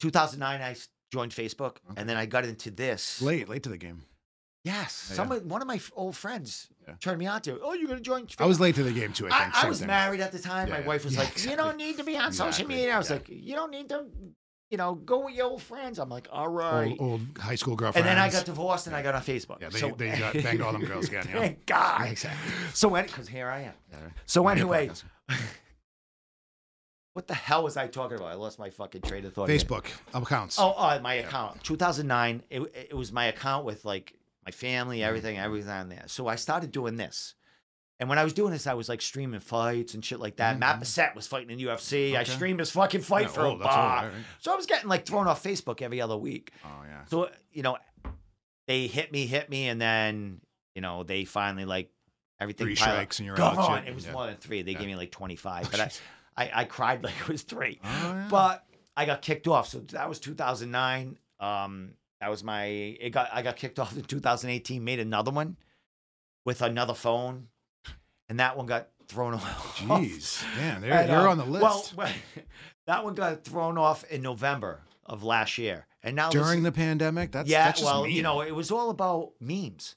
2009, I s- joined Facebook
Mm-hmm.
and then I got into this.
Late, late to the game.
Yes,
Oh, Yeah.
someone, one of my f- old friends
Yeah.
turned me on to. it. Oh, you're gonna join?
I was late to the game too. I
I,
think.
I
Same
was
thing.
married at the time.
Yeah,
my
yeah.
wife was
Yeah,
like,
exactly.
"You don't need to be on social
Exactly,
media." I was
yeah.
like, "You don't need to, you know, go with your old friends." I'm like, "All right."
Old, old high school
and
girlfriend.
then I got divorced and I got on Facebook.
Yeah, they,
So-
they got banged all them girls again. You know?
Thank God.
Exactly.
So, because here I am.
Yeah.
So
Yeah,
anyway,
podcast.
what the hell was I talking about? I lost my fucking train of thought. here.
Facebook accounts.
Oh, oh my account. 2009. It, it was my account with like my
Mm-hmm.
family, everything, everything on there. So I started doing this. And when I was doing this, I was like streaming fights and shit like that. Matt Bissett was fighting in UFC. I
Mm-hmm. Okay.
streamed his fucking fight
Yeah,
for
oh,
a
that's all
bar.
right, right.
So I was getting like thrown off Facebook every other week.
Oh yeah.
So, you know, they hit me, hit me. And then, you know, they finally like everything.
Three
piled up.
strikes and you're
Go
out.
on.
shit.
It was
yeah.
more than three. They
Yeah. Oh,
gave me like 25. But
jeez.
I, I, I cried like it was three
Oh, yeah.
but I got kicked off. So that was 2009. Um, that was my. It got I got kicked off in 2018. Made another one with another phone, and that one got thrown off.
Jeez, man, they're,
And,
they're
uh,
on the list
Well, well, that one got thrown off in November of last year, and now this-
during the pandemic. That's
yeah,
That's just
well, you
mean.
know, it was all about memes.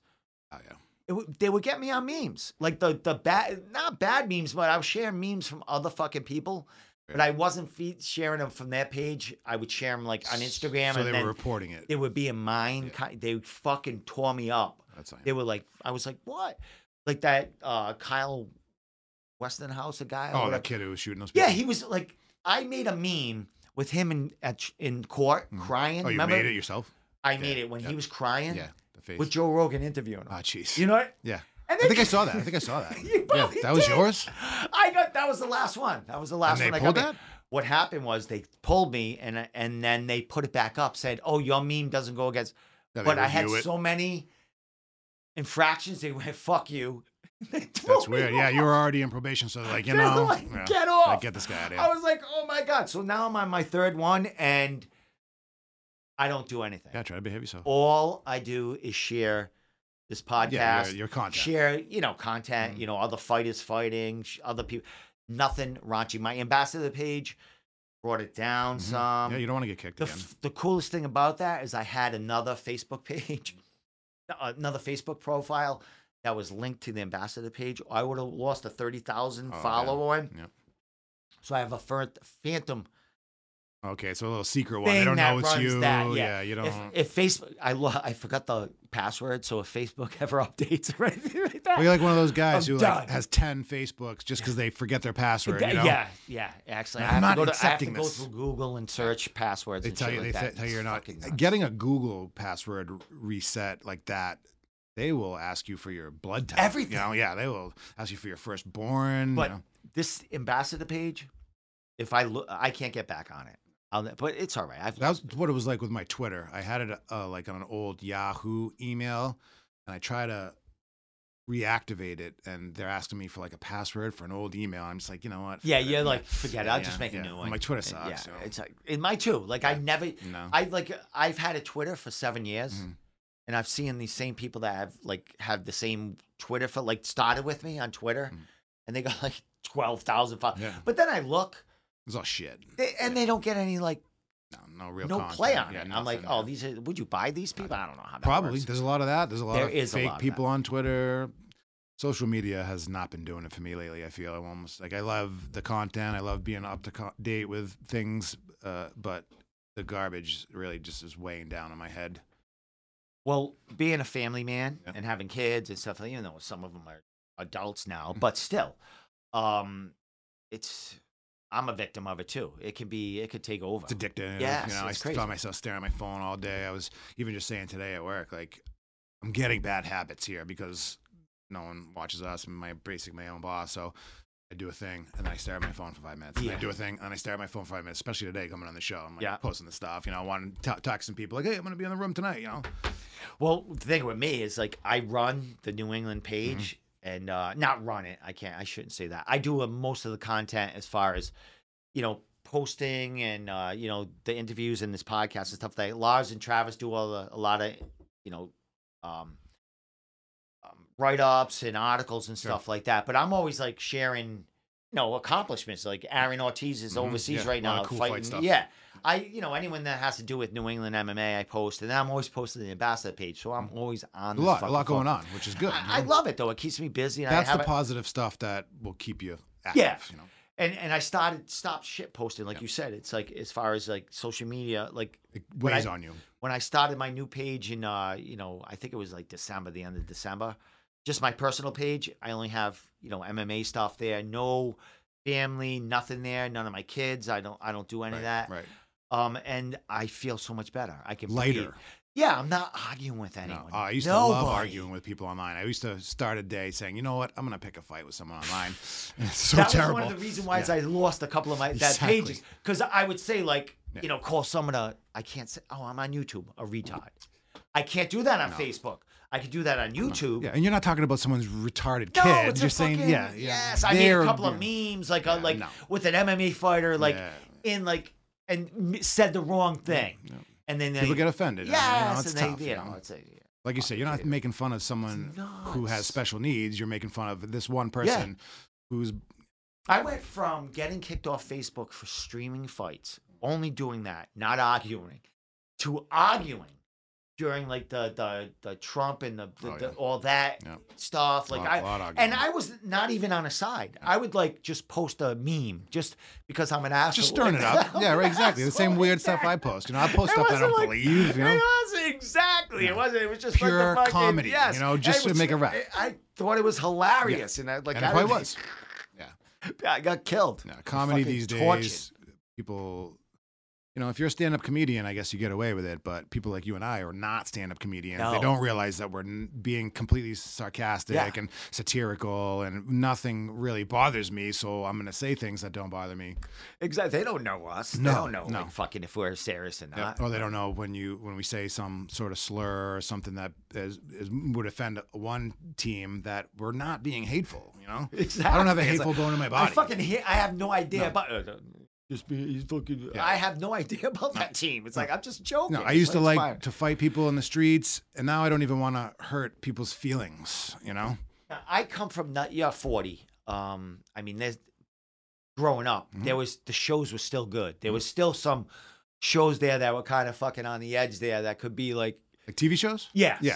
Oh, yeah.
It w- they would get me on memes, like the the bad, not bad memes, but I was sharing memes from other fucking people But I wasn't feed, sharing them from their page. I would share them like on Instagram,
So
and
they
then
were reporting it.
they would be in mine. ki- They fucking tore me up.
That's fine.
They were like, I was like, what? Like that uh, Kyle Westonhouse, a guy. or
oh,
whatever.
that kid who was shooting those.
Yeah,
people.
he was like, I made a meme with him in at, ch- in court
Mhm.
crying.
Oh, you
Remember,
made it yourself.
I
Yeah,
made it when
yeah.
he was crying
Yeah, the face.
with Joe Rogan interviewing
Ah,
him.
jeez.
You know what?
yeah.
And
I think I saw that. I think I saw that.
You
yeah,
probably
that was
did.
yours.
I got that was the last one. That was the last
And they
one. I
pulled
got
that?
made. What happened was they pulled me and and then they put it back up. Said, "Oh, your meme doesn't go against."
Yeah, they
but I had
review it.
so many infractions. They went, "Fuck you." They threw
That's
me
weird. Yeah,
off.
you were already in probation, so like you
They're
know,
like,
yeah,
"Get
like,
off."
get this guy out of
I
here.
was like, "Oh my god!" So now I'm on my third one, and I don't do anything.
Yeah, try to behave yourself.
all I do is share this podcast,
Yeah, your, your content.
share you know content,
Mhm.
you know other fighters fighting, sh- other people, nothing raunchy. My ambassador page brought it down
Mhm.
some.
yeah, you don't want to get kicked
the
again.
f- the coolest thing about that is I had another Facebook page, uh, another Facebook profile that was linked to the ambassador page. I would have lost a thirty thousand
Oh, yeah.
follower one.
Yep.
So I have a fir- phantom
Okay, so a little secret one. They
thing
don't
that
know it's
runs
you.
that, yeah.
yeah. you don't.
If, if Facebook, I lo- I forgot the password, so if Facebook ever updates or anything like that,
well, you're like one of those guys
I'm
who
done.
like has ten Facebooks just because they forget their password.
Th-
you know?
yeah, yeah. Actually,
I'm
I have,
not
to go, to, I have to
accepting
go
this.
through Google and search passwords.
They
and
tell
shit
you. They
like that.
th- tell
It's
you you're not
fucking nuts.
getting a Google password r- reset like that. They will ask you for your blood type.
Everything.
You know? Yeah, they will ask you for your firstborn.
But
you know?
this ambassador page, if I look, I can't get back on it. I'll, ne- but it's all right. I've
That was what it was like with my Twitter. I had it uh, like on an old Yahoo email, and I try to reactivate it, and they're asking me for like a password for an old email. I'm just like, you know what?
yeah,
Forget it.
you're like forget. it. I'll
Yeah,
just make
yeah.
a new one.
My Twitter
And
sucks.
uh, Yeah,
so,
it's like in my too. Like I
Yeah.
never.
no.
I like I've had a Twitter for seven years,
Mhm.
and I've seen these same people that have like have the same Twitter for like started with me on Twitter,
Mhm.
and they got like twelve thousand followers.
yeah,
But then I look,
it's all shit.
they, and they don't get any like
No, no real.
no
content.
play on
Yeah,
it. I'm like,
nothing,
oh,
yeah.
these are. Would you buy these people? I don't know how. That
probably
works.
there's a lot of that. There's a lot
There
of
is a
fake
lot of that.
people on Twitter. Social media has not been doing it for me lately. I feel I'm almost like I love the content. I love being up to co- date with things, uh, but the garbage really just is weighing down on my head.
Well, being a family man
Yeah.
and having kids and stuff, even though some of them are adults now, but still, um, it's I'm a victim of it too. It can be, it could take over.
It's addictive.
Yes,
you know,
it's
I
crazy.
found myself staring at my phone all day. I was even just saying today at work, like I'm getting bad habits here because no one watches us. and My basic my own boss, so I do a thing and then I stare at my phone for five minutes. And
Yeah.
I do a thing and I stare at my phone for five minutes, especially today coming on the show. I'm like
Yeah.
posting the stuff. You know, I want to talk to some people like, hey, I'm gonna be in the room tonight. You know,
Well, the thing with me is like I run the New England page
Mm-hmm.
and uh not run it. I can't I shouldn't say that. I do uh, most of the content as far as you know posting and uh you know the interviews and this podcast and stuff that Lars and Travis do all the, a lot of you know um, um write-ups and articles and
Sure.
stuff like that. But I'm always like sharing you know accomplishments like Aaron Ortiz is
Mhm.
overseas
Yeah,
right
a lot
now
of cool fight
fighting
stuff.
yeah. I, you know, anyone that has to do with New England MMA, I post, and then I'm always posting the ambassador page, so I'm always on.
a lot, a lot going on, which is good.
I, I
you know?
love it though; it keeps me busy. And
That's
I have
the
it-
positive stuff that will keep you active. You know,
and and I started stopped shit posting, like
Yeah.
you said. It's like as far as like social media, like
it
When
weighs
I-
on you.
when I started my new page in, uh, you know, I think it was like December, the end of December. Just my personal page. I only have you know MMA stuff there. No family, nothing there. None of my kids. I don't. I don't do any
right,
of that.
right,
Um, and I feel so much better. I can breathe.
lighter.
Yeah, I'm not arguing with anyone.
No, I used to love
Nobody.
arguing with people online. I used to start a day saying, you know what, I'm going to pick a fight with someone online. And it's so
that
terrible.
was one of the reasons why is
Yeah.
I lost a couple of my that
Exactly.
pages because I would say like
Yeah.
you know call someone a I can't say oh I'm on YouTube a retard. I can't do that on
No.
Facebook. I could do that on YouTube.
yeah, and you're not talking about someone's retarded
No,
kid.
it's
you're
a
saying,
fucking-
yeah, yeah.
yes. I made a
they're-
couple of memes like a,
Yeah,
like
no.
with an MMA fighter like
Yeah.
in like and m- said the wrong thing,
Yeah.
and then they,
People get offended.
yes,
Yeah, you know, it's
and
tough.
they
you
you
know.
know it's a,
Like you said, you're not
complicated.
making fun of someone who has
nuts.
special needs. You're making fun of this one person who's
I went from getting kicked off Facebook for streaming fights, only doing that, not arguing, to arguing during like the the the Trump and the, the,
Oh,
the-
yeah.
all that
Yep.
stuff. Like
Lot-
I
lot of
and
argument.
I was not even on a side. I would like just post a meme just because I'm an asshole.
Just stirring it up. Yeah, right. Exactly. The same weird stuff I post. You know, I post
It
stuff I
wasn't
don't
like-
believe. You know.
It was exactly. It wasn't. It was just like
Pure
the fucking,
comedy,
Yes,
you know,
And
just
it
to
was-
make a rap.
I, I thought it was hilarious, and I like
And it
I
probably
don't-
was. Yeah.
I got killed.
No, comedy
fucking
these days,
tortured.
people, you know, if you're a stand up comedian, I guess you get away with it. But people like you and I are not stand up comedians. They
No.
don't realize that we're n- being completely sarcastic
Yeah.
and satirical, and nothing really bothers me. So I'm going to say things that don't bother me.
Exactly. They don't know us.
No,
they don't know
no.
like, fucking if we're serious or
Yeah,
not.
or they don't know when you when we say some sort of slur or something that is, is would offend one team that we're not being hateful. You know,
Exactly.
I don't have a
It's like,
hateful bone in my
I
body.
fucking hate. I have no idea
No.
about. Uh, just be, he's fucking.
Yeah.
I have no idea about that team. It's like I'm just joking.
No, I
It's
used to
it's
like
fine.
to fight people in the streets, and now I don't even want to hurt people's feelings. You know,
Now, I come from not yeah, forty. Um, I mean, there's growing up,
Mm-hmm.
there was the shows were still good. There was still some shows there that were kind of fucking on the edge there that could be like,
like TV shows.
yes.
Yeah,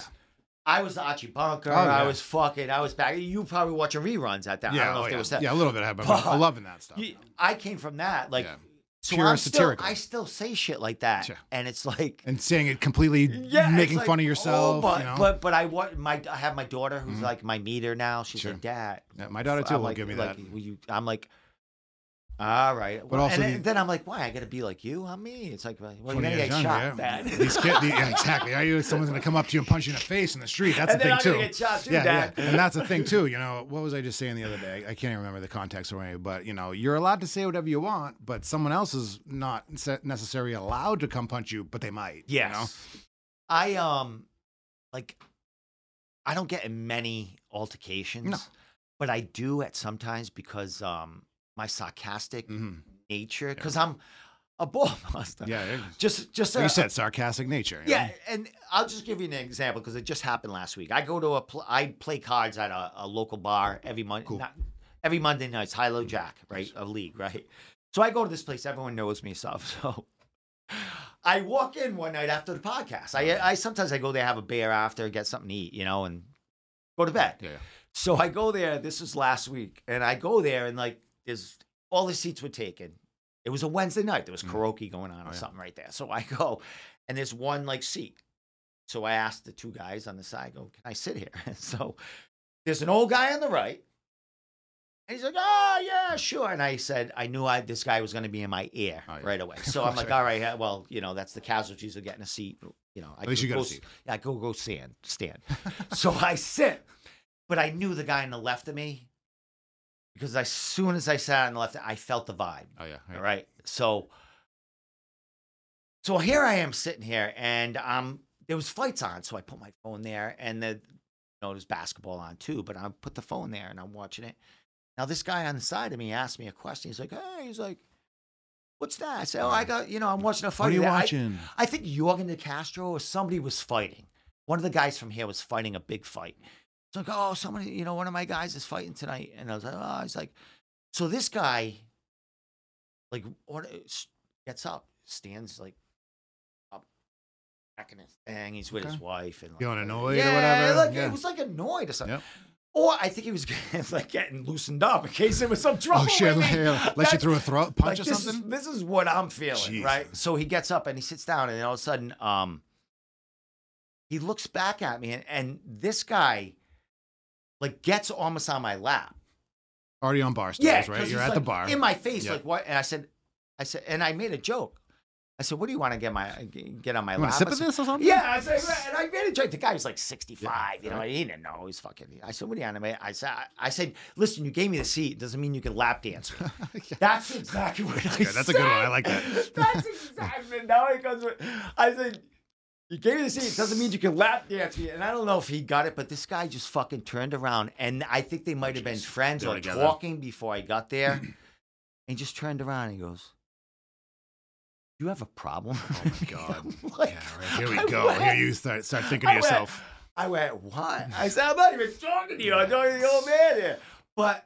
I was the Archie Bunker.
Oh, yeah.
I was fucking. I was back. You probably watching reruns at that. I
yeah,
don't know
oh,
if there
yeah.
was that.
yeah, a little bit. But I'm
But-
loving that stuff.
You- I came from that. Like,
Yeah.
so
Pure
I'm
satirical.
Still, I still say shit like that,
Sure.
and it's like.
and saying it completely,
yeah, it's
making
like,
fun of
oh,
yourself.
but,
you know, Mm-hmm.
but but I want my I have my daughter who's like my meter now. She's
Sure.
like, Dad,
Yeah, my daughter too
I'm
will
like,
give me
like,
that.
will you- I'm like, all right. Well,
also
and then,
you-
then I'm like, why? I gotta be like you? How me? It's like, well, you're
20
gonna
years
get
younger,
shot,
yeah.
Dad.
These kid- the- yeah, exactly. Are you? Someone's gonna come up to you and punch you in the face in the street. That's
And
the
then
thing
I'm
too.
gonna get shot too,
yeah,
Dad.
yeah. And that's the thing too. You know, what was I just saying the other day? I can't even remember the context or anything, but you know, you're allowed to say whatever you want, but someone else is not se- necessarily allowed to come punch you, but they might.
Yes.
You know?
I um like I don't get in many altercations, but I do at sometimes because um my sarcastic
Mhm.
nature, because I'm a ball monster.
Yeah. it is.
Just just
Like
a-
you said, sarcastic nature. you
uh, Yeah,
know?
and I'll just give you an example because it just happened last week. I go to a pl- I play cards at a, a local bar every Monday.
Cool.
Not, every Monday nights, high low jack, right? A league, right? So I go to this place. Everyone knows me, stuff. So I walk in one night after the podcast. I I sometimes I go there, have a beer after, get something to eat, you know, and go to bed.
Yeah, yeah.
So I go there. This is last week, and I go there, and like there's all the seats were taken. It was a Wednesday night. There was
Mm.
karaoke going on
Oh,
or
yeah.
something right there. So I go, and there's one like seat. So I asked the two guys on the side, I go, can I sit here? so there's an old guy on the right. And he's like, oh, yeah, sure. And I said, I knew I, this guy was going to be in my ear
Oh, yeah.
right away. So I'm like, all right, yeah, well, you know, that's the casualties of getting a seat. You know, I
At least
could
you got a
go s-
seat.
Yeah, I go, go stand, stand. so I sit, but I knew the guy on the left of me because as soon as I sat on the left, I felt the vibe.
Oh yeah.
All right. So so here I am sitting here and um there was fights on, so I put my phone there and the you know, there's basketball on too, but I put the phone there and I'm watching it. Now this guy on the side of me asked me a question. He's like, Hey, he's like, What's that? I said, Oh, I got you know, I'm watching a fight.
What are you
today." I-
watching?
I think Jorgen De Castro or somebody was fighting. One of the guys from here was fighting a big fight. It's like, oh, somebody, you know, one of my guys is fighting tonight. And I was like, oh, it's like, so this guy, like, what, uh, gets up, stands like up, backing his thing. He's with his
Okay.
wife and like,
Feeling
whatever.
annoyed or
yeah,
whatever?
Like,
Yeah.
It was like annoyed or something.
Yep.
Or I think he was like getting loosened up in case there was some trouble.
Oh shit!
with
Like,
me.
yeah, like you
That's-
threw a throat punch
like,
or
this
something.
Is, this is what I'm feeling, right?
Jesus.
So he gets up and he sits down, and all of a sudden, um, he looks back at me, and, and this guy, like, gets almost on my lap.
Already on bar stools,
Yeah, 'cause
right?
he's,
You're at the
like,
bar.
in my face,
Yeah.
like what? And I said, I said, and I made a joke. I said, "What do you want to get my get on my
you
lap?"
want a sip
I
of
said,
this or something?
yeah, I said, and I made a joke. The guy was like 65, you know,
right.
he didn't know. He's fucking. I said, what do you want to make? I said, I- I said, listen, you gave me the seat. Doesn't mean you can lap dance. me." That's exactly what I
good.
said.
That's a good one. I like that.
That's exactly. Now it comes. with- I said, you gave me the seat. Doesn't mean you can lap dance me. And I don't know if he got it, but this guy just fucking turned around, and I think they might have been
Jeez.
friends
They were
or
together.
talking before I got there. and just turned around and goes, "You have a problem." Oh
my God.
like,
Yeah, right. Here we
I
go.
went-
Here you start start thinking to
I went-
yourself.
I went, what? I said, I'm not even talking to you. I'm talking to the old man here. But,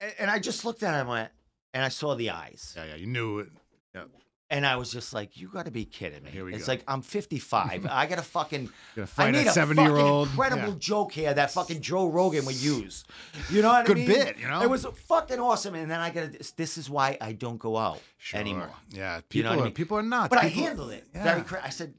and, and I just looked at him and went, and I saw the eyes.
Yeah, yeah. You knew it.
And I was just like, you got to be kidding me.
Here we
it's
go.
like, I'm 55. I got to fucking.
Gonna
I
fight
need
a
a
70 year
fucking
old.
Incredible joke here that fucking Joe Rogan would use. You know what
Good
I mean?
bit, you know?
It was fucking awesome. And then I got to. This is why I don't go out anymore.
Yeah, people
You know what I
are
mean?
people are nuts.
But I
People-
handled it
yeah.
very. Cra- I said,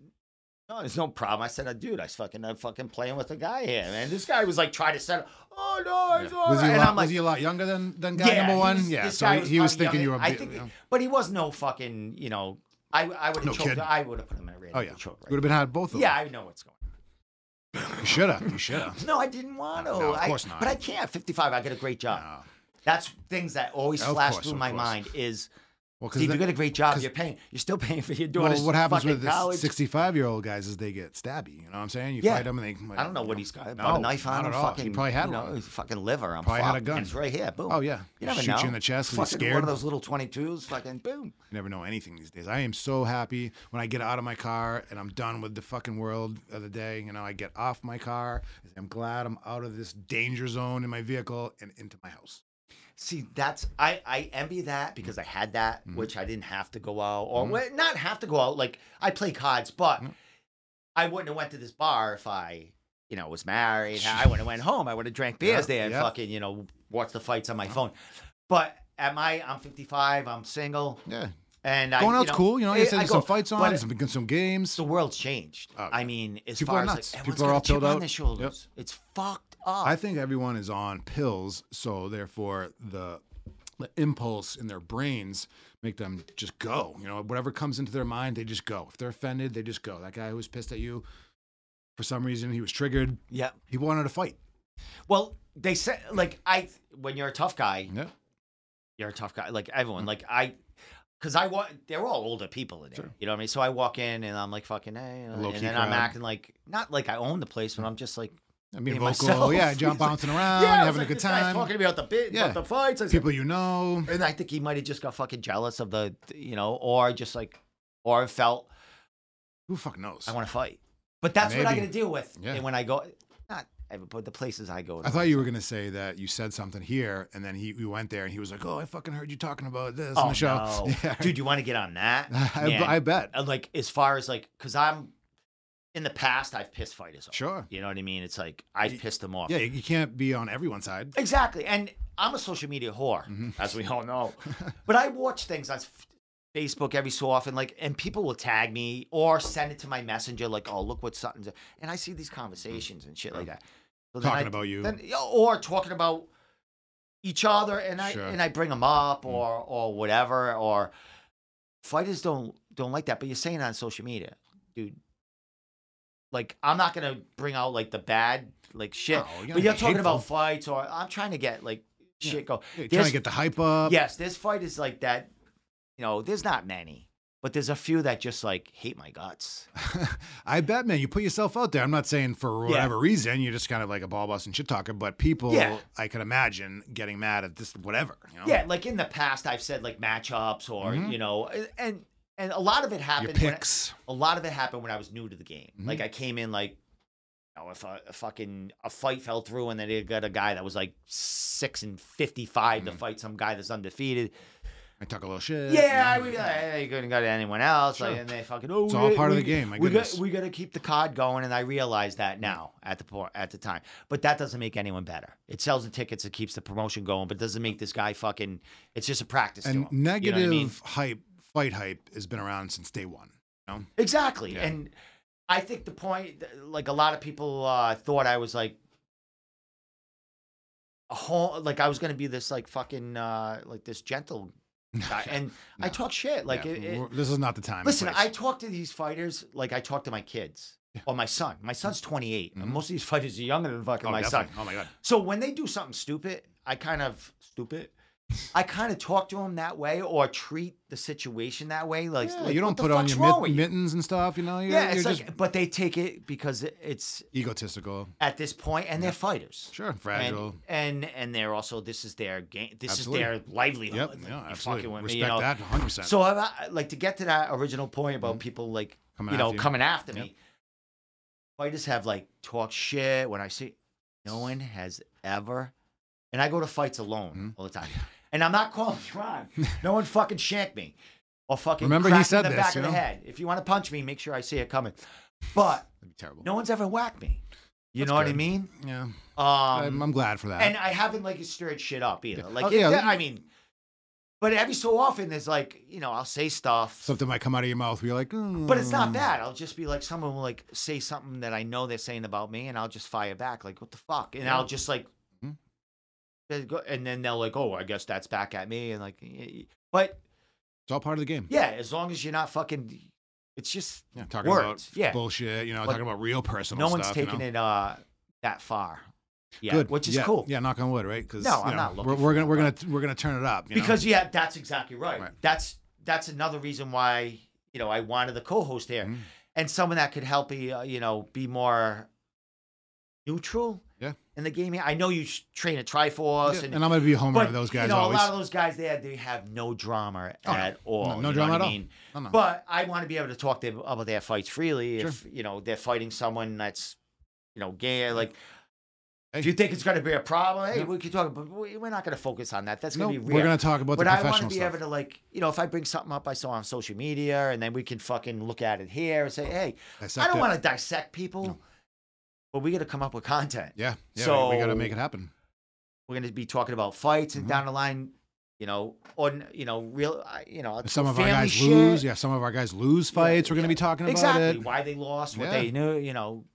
"No, there's no problem." I said, "Uh, "Dude, I fucking, I'm fucking playing with a guy here, man." This guy was like trying to set. up, Oh no, he's all
Was he,
right."
a
and
lot,
I'm like,
was he a lot younger than, than guy number
he
one?
was-
yeah,
this
so
guy
he, he was
probably
thinking you were.
young.
a
I
bit-
think,
you know.
but he was no fucking. You know, I I would have
No
choked.
kidding.
I would have put him in a radio.
Oh yeah,
and
you
choked,
would have been had both of
Yeah, I know what's going. on.
them. You should have. You should have.
No, I didn't want to.
No, of
I-
course not.
But I can't. 55. I get a great job.
No.
That's things that always
Of
flash
course,
through
of
my
course.
mind is,
Well, because
Steve, you got a great job.
'cause-
You're paying. You're still paying for your daughter's
well, what happens
fucking
with the
college.
sixty-five-year-old guys is they get stabby. You know what I'm saying? You
Yeah.
fight them and they.
I don't know what he's got.
No,
a knife on
not
him.
at all.
Fucking,
He probably had
you know,
one.
his Fucking liver. I'm
Probably had a
fucked,
gun.
and It's right here. Boom.
Oh yeah.
You never
Shoot
know.
you in the chest. 'cause
Fucking
He's scared.
One of those little 22s. Fucking boom.
You never know anything these days. I am so happy when I get out of my car and I'm done with the fucking world of the day. You know, I get off my car. I say, I'm glad I'm out of this danger zone in my vehicle and into my house.
See, that's I I envy that because I had that,
Mm-hmm.
which I didn't have to go out or well, not have to go out. Like I play cards, but
Mm-hmm.
I wouldn't have went to this bar if I, you know, was married. I wouldn't have went home. I would have drank beers
Yeah,
there and
yeah.
fucking you know watched the fights
Uh-huh.
on my phone. But at my, I'm 55. I'm single,
Yeah.
and I,
Going
you
out's
know,
cool. You know,
I-
you said
I
there's
go-
some fights
but
on, some, some games.
the world's changed.
Oh,
I
yeah.
mean, as
People are
far as
nuts.
like, everyone's
People are
got
all
a chip
filled
on
out.
their
Yep.
shoulders. It's fucked up.
I think everyone is on pills, so therefore the, the impulse in their brains make them just go. You know, whatever comes into their mind, they just go. If they're offended, they just go. That guy who was pissed at you, for some reason, he was triggered.
yeah.
He wanted to fight.
Well, they said like I when you're a tough guy,
Yeah.
you're a tough guy. Like
Mm-hmm.
everyone, like I, because I wa they're all older people in there. You know what I mean? So I walk in and I'm like fucking, hey, you know,
Low-key
and then I'm
crowd. Mm.
acting like not like I own the place, but I'm just like,
I mean,
Me
vocal.
myself.
Yeah, John
He's like,
bouncing around,
yeah, I was
Oh, having
like,
a good
this guy's
time.
talking about the bit,
Yeah.
about the fights. I said-
People you know.
and I think he might have just got fucking jealous of the, you know, or just like, or felt
Who fuck knows?
I want to fight. But that's what I
Maybe.
gotta deal with.
Yeah.
And when I go, not ever, but the places I go. To,
I thought you were gonna say that you said something here, and then he you went there, and he was like, "Oh, I fucking heard you talking about this on
oh
the show."
no,
Yeah.
dude, you want to get on that?
I,
Man.
I bet.
Uh, like as far as like because I'm in the past I've pissed fighters off.
Sure.
You know what I mean? It's like I've pissed them off.
Yeah, you you can't be on everyone's side.
Exactly. And I'm a social media whore,
Mm-hmm.
as we all know. but I watch things on f- Facebook every so often, like, and people will tag me or send it to my messenger, like, oh, look what Sutton's. And I see these conversations and shit like that. So then
Talking
I-
about you.
Then, or talking about each other, and I
Sure. Mm.
and I bring them up or or whatever. Or fighters don't don't like that. But you're saying it on social media, dude. Like I'm not gonna bring out like the bad like shit.
No, you're not
but you're
gonna Oh, be
talking about
hateful.
fights, or I'm trying to get like
Yeah.
shit go.
Yeah, trying
There's-
to get the hype up.
Yes, this fight is like that. You know, there's not many, but there's a few that just like hate my guts.
I bet, man. You put yourself out there. I'm not saying for
Yeah.
whatever reason. You're just kind of like a ball bust and shit talker. But people,
Yeah.
I can imagine getting mad at this whatever. You know?
Yeah, like in the past, I've said like matchups or you know, and and a lot of it
Mm-hmm. Your
happened. when I-
picks.
a lot of it happened when I was new to the game.
Mm-hmm.
Like I came in like, you know, if a, a fucking a fight fell through and then they got a guy that was like six and fifty
Mm.
to fight some guy that's undefeted.
I talk a little shit.
Yeah, I
you know?
would be like, hey, you couldn't go to anyone else. Like,
Uh, Sure.
and they fucking oh,
It's
we
all
got-
part of
we-
the game, my
we got
goodness. Mm.
we got to keep the cod going, and I realize that now at the por- at the time. But that doesn't make anyone better. It sells the tickets, it keeps the promotion going, but doesn't make this guy fucking. It's just a practice. to
and
him. You know what I
negative
mean?
hype, fight hype has been around since day one. You know?
Exactly.
Yeah.
And I think the point, like a lot of people uh, thought I was like a whole, like I was going to be this like fucking, uh, like this gentle guy. Uh, And I
No.
talk shit. Like,
Yeah,
it, it-
we're- this is not the time. and
listen,
place.
I talk to these fighters like I talk to my kids or my son. My son's 28. and Most of these fighters are younger than fucking
Mm-hmm. oh,
my son.
definitely. Oh my god.
So when they do something stupid, I kind of stupid. I kind of talk to them that way or treat the situation that way. Like,
Yeah,
like,
you don't
what the
put on
fuck's
your
wrong
mit-
with you?
mittens and stuff. You know, you're,
Yeah,
you're
it's
just
like, but they take it because it- it's
egotistical.
at this point, and they're fighters.
Sure, fragile.
And, and and they're also this is their game. This
Absolutely.
is their livelihood.
Yep,
Like,
yeah,
you
absolutely.
fucking with
Respect
me, you know?
that 100. percent
So I, I- like to get to that original point about people like
Coming
you know
after you.
coming after
Yep.
me. Fighters have like talk shit when I see. No one has ever,
Mm-hmm.
and I go to fights alone all the time, and I'm not calling you on. No one fucking shanked me. or fucking
Remember he
crack me in
said
the
this,
back
you
of the
know?
head. If you want to punch me, make sure I see it coming. But
That'd be terrible.
no one's ever whacked me. You
That's
know what I
good.
mean?
Yeah,
Um,
I'm, I'm glad for that.
and I haven't like stirred shit up either. Like,
Oh,
it-
yeah.
I mean, but every so often there's like, you know, I'll say stuff,
Something might come out of your mouth. Where you're like,
but it's not
"Mm."
bad. I'll just be like, someone will like say something that I know they're saying about me, and I'll just fire back, like, what the fuck? And I'll just like,
Mhm.
they go- and then they'll like, oh, I guess that's back at me, and like, y- y- but
It's all part of the game.
yeah, as long as you're not fucking, it's just
Yeah, talking
Words,
about
yeah.
bullshit. You know,
Like,
talking about real personal.
no one's
stuff, you
taking
know?
it uh that far. Yeah,
Good,
which is
yeah,
cool.
Yeah, knock on wood, right? Because
No, I'm not looking
We're,
for
we're gonna
it,
we're gonna we're gonna turn it up you know?
because yeah, that's exactly right.
Right.
That's that's another reason why you know I wanted the co-host here
Mhm.
and someone that could help me uh, you know be more neutral.
Yeah.
In the game, I know you sh- train at Triforce,
Yeah,
and,
and I'm gonna be a homer
but
of those guys
you know
always.
a lot of those guys there they have no drama
Oh, no.
at all.
No- no
you know
drama
what
at
I
all.
mean?
No, no.
But I want to be able to talk to them about their fights freely.
Sure. Mm.
If you know they're fighting someone that's you know gay, like
Hey.
if you think it's going to be a problem, hey,
Yeah.
we can talk, but we- we're not going to focus on that. That's
no,
going to be real
we're gonna talk about
but
the
I want to
professional
be
stuff.
able to like, you know, if I bring something up I saw on social media, and then we can fucking look at it here and say, hey, I
Dissect
don't
it.
want to dissect people,
No.
but we got to come up with content.
Yeah, yeah. So, we, gotta
So-
make it happen.
We're going to be talking about fights and
Mhm.
down the line, you know, or you know, real, I- you know,
If some of our
family
guys
shit.
lose, yeah. Some of our guys lose
Yeah,
fights. we're
yeah.
gonna be talking about
exactly
it.
why they lost, what
Yeah.
they knew, you know,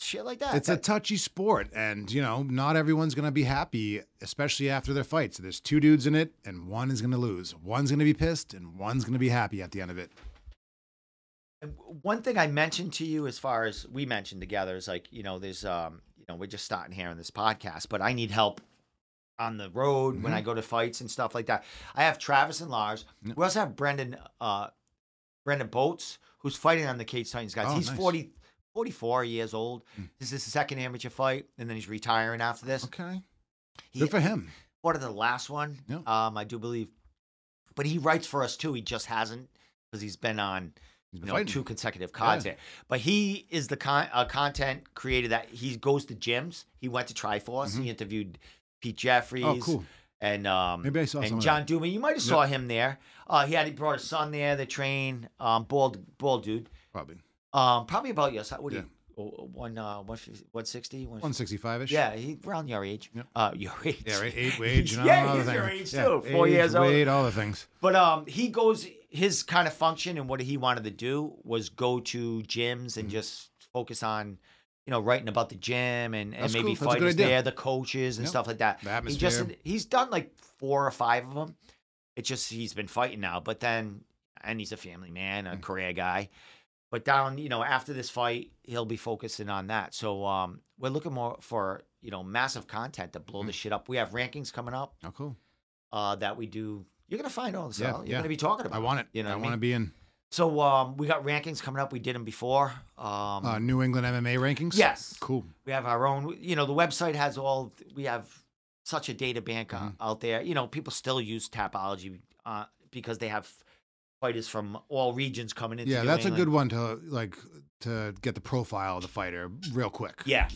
shit like that.
It's a
That-
touchy sport, and you know, not everyone's gonna be happy, especially after their fights. There's two dudes in it, and one is gonna lose. One's gonna be pissed, and one's gonna be happy at the end of it.
And w- one thing I mentioned to you as far as we mentioned together is like, you know, there's um, you know, we're just starting here on this podcast, but I need help on the road when
Mm-hmm.
I go to fights and stuff like that. I have Travis and Lars.
Yeah.
We also have Brendan uh Brendan Boats, who's fighting on the Cage Titans guys.
Oh,
he's
nice.
forty, forty-four 44 years old.
Mm.
This is his second amateur fight, and then he's retiring after this.
Okay,
He-
good for him.
part of the last one.
Yeah.
Um, I do believe, but he writes for us too. He just hasn't because he's been on
He's
you
been
know,
fighting.
two consecutive cards there. But he is the con- uh, content creator that he goes to gyms. He went to Triforce. He interviewed Pete Jeffries.
Mm-hmm. Oh, cool.
And um,
Maybe I saw some
and
of
John Duman. You might have saw him there. Uh, he had he brought his son there. The train, um, bald bald dude.
Probably
Um, probably about your size. What do
Yeah.
you? oh, One uh, one fifty, one sixty, one.
165 ish.
Yeah, he around your age.
Yep.
Uh, your age.
Yeah, right. Eight wage. And
Yeah,
all the
he's your
things.
age, too. Four years old.
weight, all the things.
But um, he goes his kind of function and what he wanted to do was go to gyms
Mm-hmm.
and just focus on, you know, writing about the gym and, and
That's
maybe
cool. That's a good
fighters
idea.
there, the coaches and
Yep.
stuff like that.
The
He just
atmosphere.
he's done like four or five of them. It's just he's been fighting now, but then and he's a family man, a
Mm.
career guy. But down, you know, after this fight, he'll be focusing on that. So um, we're looking more for you know massive content to
Mm.
blow this shit up. We have rankings coming up
Oh, cool.
uh, that we do. You're gonna find all this
Yeah,
out. You're
yeah.
gonna be talking about.
I want it.
You know,
I
what I
want to
mean?
be in
So um, we got rankings coming up. We did them before. Um,
uh, New England MMA rankings.
yes,
Cool.
we have our own. You know, the website has all. We have such a data bank o-
Mhm.
out there. You know, people still use Tapology uh, because they have fighters from all regions coming into.
Yeah,
New
that's a
England.
good one to like to get the profile of the fighter real quick.
Yeah.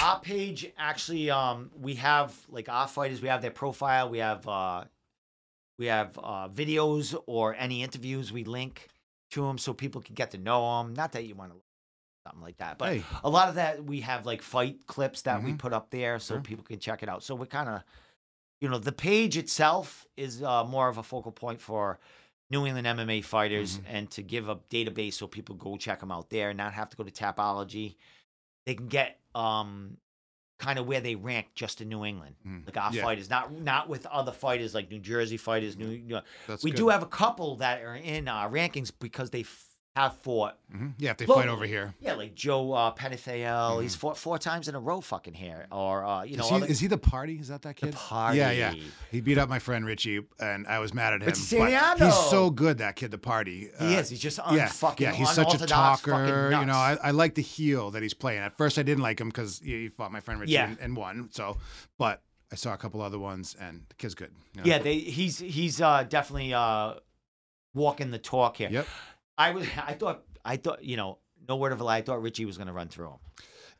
Our page actually um we have like our fighters, we have their profile, we have uh we have uh videos or any interviews we link to them so people can get to know them. Not that you want to something like that, but
Hey.
a lot of that we have like fight clips that we
Mhm.
put up there so
Sure.
people can check it out. So we're kind of you know, the page itself is uh, more of a focal point for New England MMA fighters
Mhm.
and to give a database so people go check them out there and not have to go to Tapology. They can get um, kind of where they rank just in New England.
Mm.
Like our
Yeah.
fighters, not not with other fighters like New Jersey fighters. New, New
That's
we
good.
do have a couple that are in our rankings because they f- have fought.
Mhm. Yeah, if they fight
Local.
over here.
Yeah, like Joe uh, Penifel, he's fought four times in a row, fucking here, or uh, you know,
Mm-hmm. is, he,
other-
is he the party? Is that that
the
kid?
party.
Yeah, yeah. He beat up my friend Richie, and I was mad at him.
It's
but
Siriano.
he's so good, that kid. The party.
He
Uh,
is. He's just
yeah,
unfucking.
yeah, he's such a
unorthodox, fucking
talker. You know,
nuts.
I, I like the heel that he's playing. At first, I didn't like him because he, he fought my friend Richie
Yeah.
and, and won. So, but I saw a couple other ones, and the kid's good. you know?
yeah, they he's he's uh, definitely uh, walking the talk here.
Yep.
I was I thought I thought you know no word of a lie I thought Richie was gonna run through him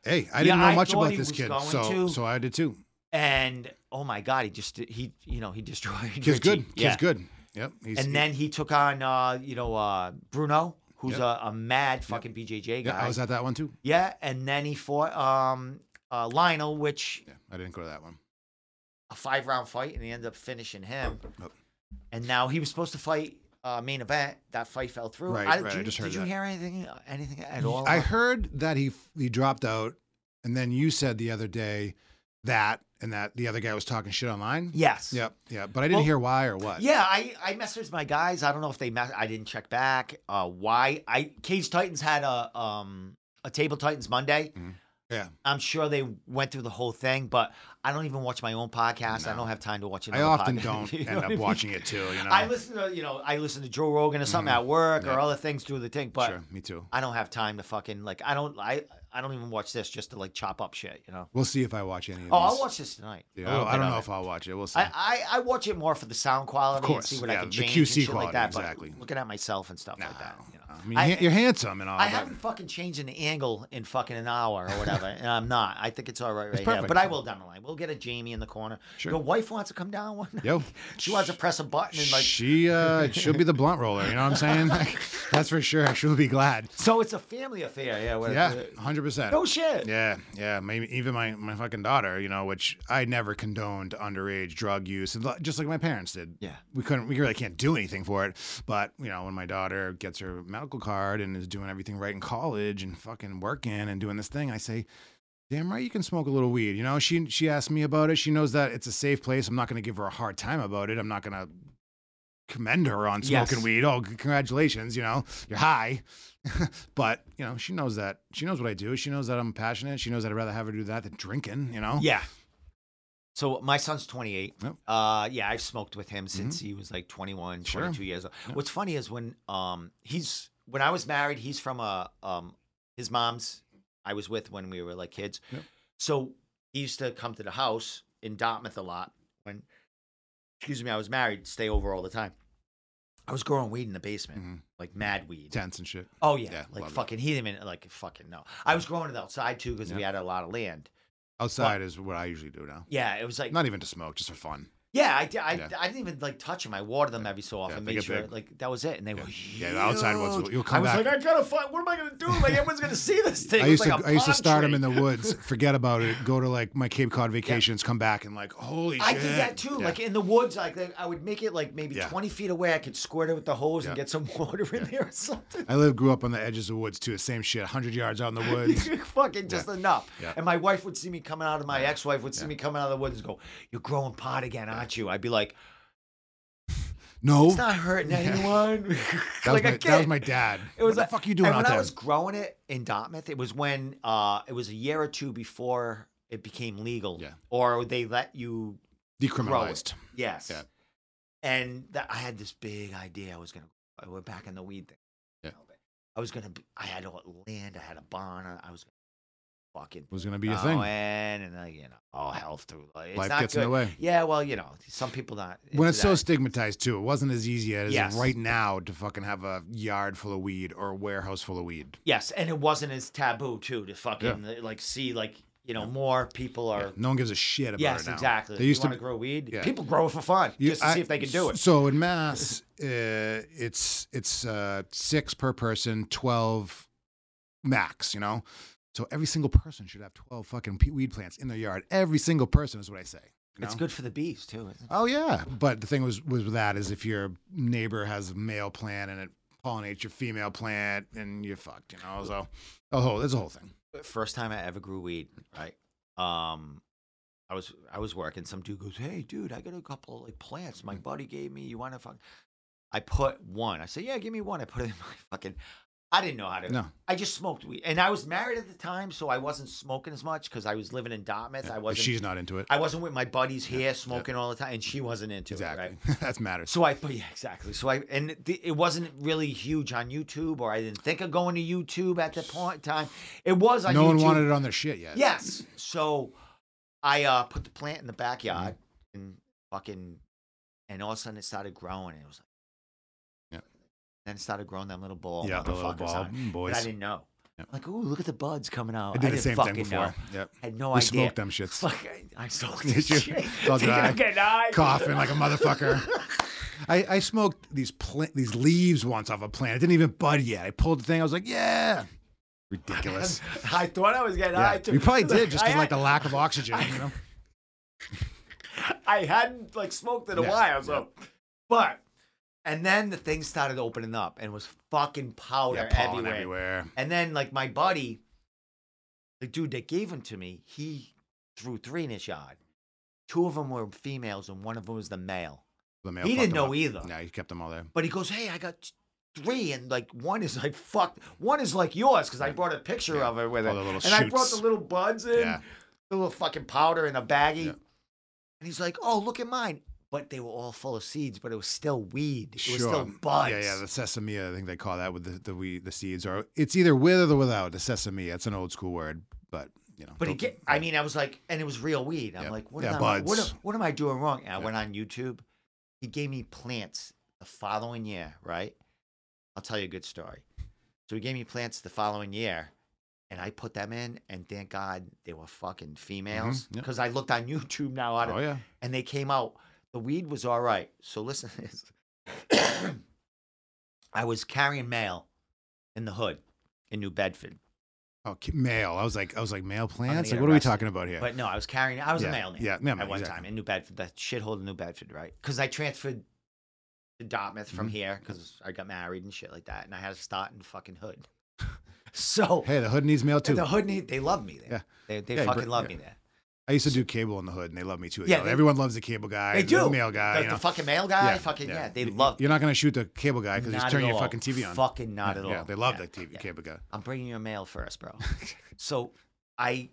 Hey, I
Yeah,
didn't know
I
much
thought
about
he
this
was
kid,
going
so
to.
so I did too.
and oh my god he just he you know he destroyed
Kid's
Richie.
good. Kid's
yeah.
good. Yep. He's,
and
he-
then he took on uh, you know uh, Bruno, who's
Yep.
a, a mad fucking BJJ
yeah,
guy.
I was at that one too.
yeah, and then he fought um, uh, Lionel, which
Yeah, I didn't go to that one.
a five round fight, and he ended up finishing him.
Yep.
And now he was supposed to fight uh, main event. That fight fell through.
Right,
did
right, I
You,
just heard
did you
that.
hear anything? uh, Anything at all?
I
about-
heard that he he dropped out, and then you said the other day that and that the other guy was talking shit online.
Yes.
Yep, yeah, but I didn't
Well,
hear why or what.
Yeah, I, I messaged my guys. I don't know if they mess. I didn't check back. Uh, why? I Cage Titans had a um a Table Titans Monday.
Mhm. Yeah.
I'm sure they went through the whole thing, but I don't even watch my own podcast. I
No.
don't have time to watch it.
I often don't end up watching it too. You know,
I listen to you know I listen to Joe Rogan or something
Mhm.
at work
Yeah.
or other things through the thing, but
sure, me too.
I don't have time to fucking like I don't I I don't even watch this just to like chop up shit, you know.
We'll see if I watch any of
Oh,
these.
I'll watch this tonight. a
Yeah,
little
I, I
bit
don't
of
know
it.
if I'll watch it. We'll see.
I, I, I watch it more for the sound quality
course,
and see what
yeah,
I can
the
change
QC
and shit
quality,
like that.
exactly.
But looking at myself and stuff
No, Uh,
like that. You know?
I mean,
I-
you're- you're handsome and all.
I
but-
haven't fucking changed an angle in fucking an hour or whatever, and I'm not. I think it's all right right here,
perfect.
but I will down the line. We'll get a Jamie in the corner.
Sure.
Your wife wants to come down one. night.
Yo,
She wants to press a button and like.
she uh, she'll be the blunt roller. You know what I'm saying? That's for sure. She'll be glad.
So it's a family affair, yeah. What,
Yeah, hundred percent.
No Oh, shit.
Yeah, yeah. Maybe even my, my fucking daughter, you know, which I never condoned underage drug use, and li- just like my parents did.
Yeah.
we couldn't, we really can't do anything for it. But you know, when my daughter gets her medical card and is doing everything right in college and fucking working and doing this thing, I say, damn right, you can smoke a little weed. You know, she she asked me about it. She knows that it's a safe place. I'm not going to give her a hard time about it. I'm not going to commend her on
Yes.
smoking weed. Oh, c- congratulations, you know, you're high. but, you know, she knows that. She knows what I do. She knows that I'm passionate. She knows that I'd rather have her do that than drinking, you know?
Yeah. So my son's 28.
Yep. Mm-hmm.
Uh, yeah, I've smoked with him since he was like 21,
Sure.
22 years old.
Yep.
What's funny is when um he's when I was married, he's from a um his mom's I was with when we were like kids.
Yep.
So he used to come to the house in Dartmouth a lot when excuse me, I was married, stay over all the time. I was growing weed in the basement,
Mhm.
like mad weed.
Tense and shit.
Oh yeah,
Yeah,
like
love it.
fucking. He didn't even like fucking no. I was growing it outside too because we
Yeah.
had a lot of land.
Outside is what I usually do now.
Yeah, it was like
Not even to smoke, just for fun.
Yeah, I, di- I,
Yeah.
I didn't even like touch them. I watered them every so often,
they
made
get
sure
big.
like that was it, and they were huge.
Yeah, the outside ones, you'll come
I was
back.
like, I gotta find. What am I gonna do? Like everyone's gonna see this thing.
I
It was
used
like
to
a
I used to
palm
start them
tree.
in the woods, forget about it, go to like my Cape Cod vacations, come back and like, holy
I
shit.
did that too,
Yeah.
like in the woods. Like they- I would make it like maybe
Yeah.
twenty feet away. I could squirt it with the hose
Yeah.
and get some water in there or something.
I live, grew up on the edges of woods too. Same shit, hundred yards out in the woods.
Fucking just enough.
Yeah.
And my wife would see me coming out of my ex-wife would see me coming out of the woods and go, "You're growing pot again, aren't you?" I'd be like,
No,
"It's not hurting anyone."
that,
like a
was my,
kid.
that was my dad.
It was
what
like-
the fuck you doing
and
out
when
there?
I was growing it in Dartmouth, it was when uh, it was a year or two before it became legal,
Yeah.
or they let you.
Decriminalized.
Yes.
Yeah.
And that, I had this big idea. I was gonna. I went back in the weed thing.
Yeah.
I was gonna. be- I had all land. I had a barn. I- I was gonna fucking
was gonna be a thing.
in and uh, you know all health through like, Oh, it's
Life
not
gets
good.
in the way.
Yeah, well, you know, some people not.
When
into
it's so
that.
stigmatized too, it wasn't as easy as
Yes.
right now to fucking have a yard full of weed or a warehouse full of weed.
Yes, and it wasn't as taboo too to fucking like see like you know more people are.
No one gives a shit about
Yes,
it now.
exactly.
They
you
used
want
to
to grow weed?
yeah.
People grow it for fun,
You-
just to
I-
see if they can do it.
So in Mass, uh, it's it's uh, six per person, twelve max. You know, so every single person should have twelve fucking pe- weed plants in their yard. Every single person is what I say. you
It's
know?
good for the bees too. Isn't it?
Oh yeah, but the thing was was with that is if your neighbor has a male plant and it pollinates your female plant, and you're fucked. You know, so oh, whole that's a whole thing.
First time I ever grew weed, right? Um, I was I was working. Some dude goes, "Hey, dude, I got a couple of like plants.
Mm.
My buddy gave me. You want to fuck?" I put one. I said, "Yeah, give me one." I put it in my fucking. I didn't know how to.
No,
I just smoked weed, and I was married at the time, so I wasn't smoking as much because I was living in Dartmouth. I
if
wasn't.
she's not into it.
I wasn't with my buddies here smoking all the time, and she wasn't into it. Right?
exactly, that matters.
So I, but yeah, exactly. So I, and it, it wasn't really huge on YouTube, or I didn't think of going to YouTube at that point in time. It was on
no one
YouTube.
wanted it on their shit yet.
Yes. So I uh, put the plant in the backyard
Mm-hmm.
and fucking, and all of a sudden it started growing. And it was like,
Yep.
then it started growing that little ball.
yeah, the little
motherfuckers
ball,
on it,
Mm,
But I
boys.
didn't know.
Yep.
Like, ooh, look at the buds coming out.
I did the
didn't
same
fucking
thing before.
Know. Oh,
Yep.
I had no
We
idea.
smoked them shits.
Fuck, I, I smoked
Did
this
you?
shit.
All
Taking
dry.
a good night.
Coughing like a motherfucker. I, I smoked these pla- these leaves once off a plant. It didn't even bud yet. I pulled the thing. I was like, yeah, ridiculous.
I thought I was getting
Yeah.
high too.
You probably did just
I
because like the
had-
lack of oxygen. You know,
I hadn't like smoked in a
Yeah,
while, so but and then the thing started opening up and it was fucking powder
yeah, pollen
everywhere.
everywhere.
And then like my buddy, the dude that gave him to me, he threw three in his yard. Two of them were females and one of them was the male.
The mail
he
fucked
didn't
them
know
up.
either.
No, he kept them all there.
But he goes, "Hey, I got three, and like one is like fucked. One is like yours because I brought a picture
Yeah.
of it with
All
it,
the
and
little
I brought
shoots.
the little buds in,
Yeah.
the little fucking powder in a baggie."
Yeah.
And he's like, "Oh, look at mine." But they were all full of seeds, but it was still weed. It
Sure.
was still buds.
Yeah, yeah, the sesame. I think they call that with the the, we, the seeds, or it's either with or the without. The sesame. That's an old school word, but you know.
But
don't-
again, I mean, I was like, and it was real weed. I'm
Yeah.
like, what,
Yeah,
am I, what,
buds.
am- what am I doing wrong? And I
Yeah.
went on YouTube. He gave me plants the following year, right? I'll tell you a good story. So he gave me plants the following year, and I put them in, and thank God they were fucking females.
Mm-hmm. yeah.
Because I looked on YouTube now, how to-
Oh yeah.
and they came out. The weed was all right. So listen to this. I was carrying mail in the hood in New Bedford.
Oh, ki- male. I was like, I was like, male plants.
get
Like, what are we
arrested.
talking about here?
But no, I was carrying. I was
Yeah,
a mailman.
yeah, yeah,
at one
exactly.
time in New Bedford, that shithole in New Bedford, right? Because I transferred to Dartmouth from
Mm-hmm.
here because I got married and shit like that, and I had to start in fucking hood. so
hey, the hood needs mail too.
and the hood, need, they love me there.
Yeah.
They, they
Yeah, you
fucking
bring-
love
yeah.
me there.
I used to do cable in the hood, and they love me too.
Yeah,
Yeah,
they-
everyone loves the cable guy.
They
the
do.
mail guy.
the,
Uh, you
the
know.
fucking mail guy. fucking yeah. they love.
You're not gonna shoot the cable guy because he's
Not
turning
at
your
all.
fucking TV on.
Fucking not at all.
yeah, they love
Yeah.
the TV,
Yeah.
cable guy.
I'm bringing your mail first, bro. so I,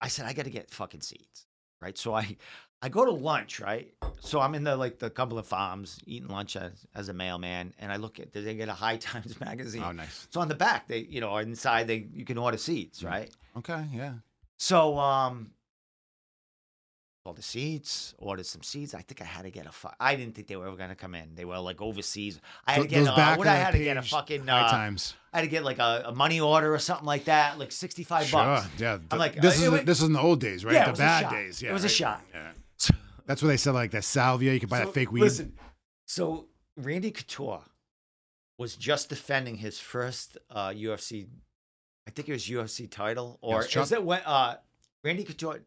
I said I got to get fucking seeds, right? So I, I go to lunch, right? So I'm in the like the couple of farms eating lunch as, as a mailman, and I look at did they get a High Times magazine?
Oh, nice.
So on the back, they you know inside they you can order seeds,
Mm-hmm.
right?
Okay, yeah.
So um, all the seeds, ordered some seeds. I think I had to get a. Fu- I didn't think they were ever gonna come in. They were like overseas. I had
Th-
to get
those
a,
back
what I
of the
had to get a
page,
fucking
High
uh,
times.
I had to get like a, a money order or something like that, like sixty five bucks.
Yeah. th-
I'm like, uh,
this is
it was-
this is in the old days, right?
Yeah, it
the
was a
bad
shot.
days. Yeah,
It was a
right.
shot.
Yeah.
So-
That's where they said like that salvia. You could buy
so,
that fake weed.
Listen, so Randy Couture was just defending his first uh, UFC, I think it was UFC title, or
was Chuck.
is it when uh, Randy Couture?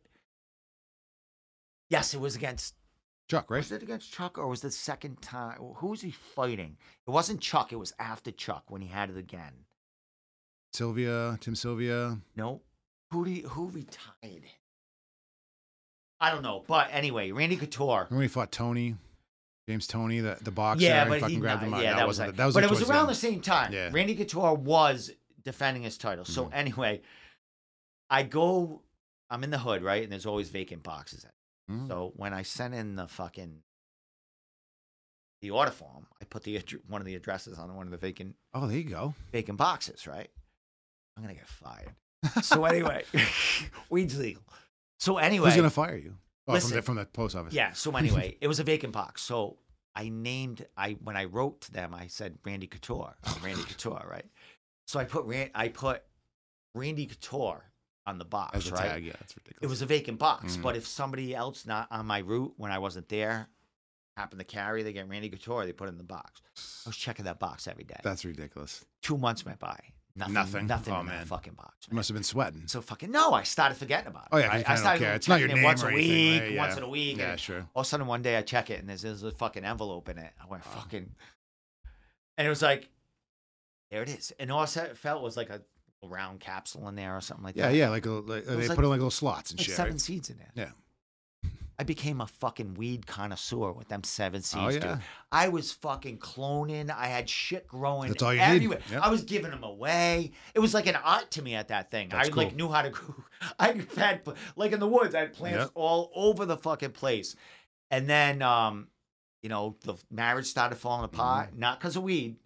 Yes, it was against.
Chuck, right?
Was it against Chuck or was it the second time? Who was he fighting? It wasn't Chuck. It was after Chuck when he had it again.
Sylvia, Tim Sylvia.
No. Who re- who retired? I don't know, but anyway, Randy Couture.
Remember when he fought Tony, James Tony, the the boxer.
Yeah,
and
but
fucking
he
grabbed him
not-
out.
yeah,
that,
that was
wasn't.
like,
that was.
but it
like
was
towards the
around
end.
the same time.
Yeah.
Randy Couture was defending his title. So
Mhm.
anyway, I go. I'm in the hood, right? And there's always vacant boxes.
Mm.
So when I sent in the fucking the order form, I put the addr- one of the addresses on one of the vacant
Oh, there you go.
vacant boxes, right? I'm gonna get fired. So anyway, weed's legal. So anyway,
Who's gonna fire you? Oh, from the
Listen.
from the post office.
yeah. So anyway, it was a vacant box. So I named I when I wrote to them, I said Randy Couture, I'm Randy Couture, right? So I put Ran, I put Randy Couture on the box,
As a
right?
tag. Yeah, that's ridiculous.
It was a vacant box,
Mhm.
but if somebody else not on my route when I wasn't there happened to carry, they get Randy Couture, they put it in the box. I was checking that box every day.
That's ridiculous.
Two months went by, nothing,
Nothing?
nothing,
Oh,
in
man.
that fucking box.
You
man.
must have been sweating.
So fucking no, I started forgetting about it.
Oh yeah, 'cause
right?
you
I
kinda don't
started
care. It's not your
checking
name
it once
or
a
anything,
week,
right?
once
Yeah.
in a week.
Yeah,
and
sure.
All of a sudden, one day I check it and there's, there's a fucking envelope in it. I went
Oh.
fucking, and it was like, there it is. And all I said- felt was like a round capsule in there or something like
Yeah,
that.
yeah. Like, a, like they
was like-
put in like little slots and
Like
shit.
seven
right?
seeds in there.
Yeah.
I became a fucking weed connoisseur with them seven seeds.
Oh
dude.
yeah.
I was fucking cloning. I had shit growing.
That's all you need.
everywhere.
Yep.
I was giving them away. It was like an art to me at that thing.
That's
I
cool.
like knew how to grow. I had pl- like in the woods. I had plants
Yep.
all over the fucking place. And then, um, you know, the marriage started falling apart,
Mm-hmm.
not because of weed,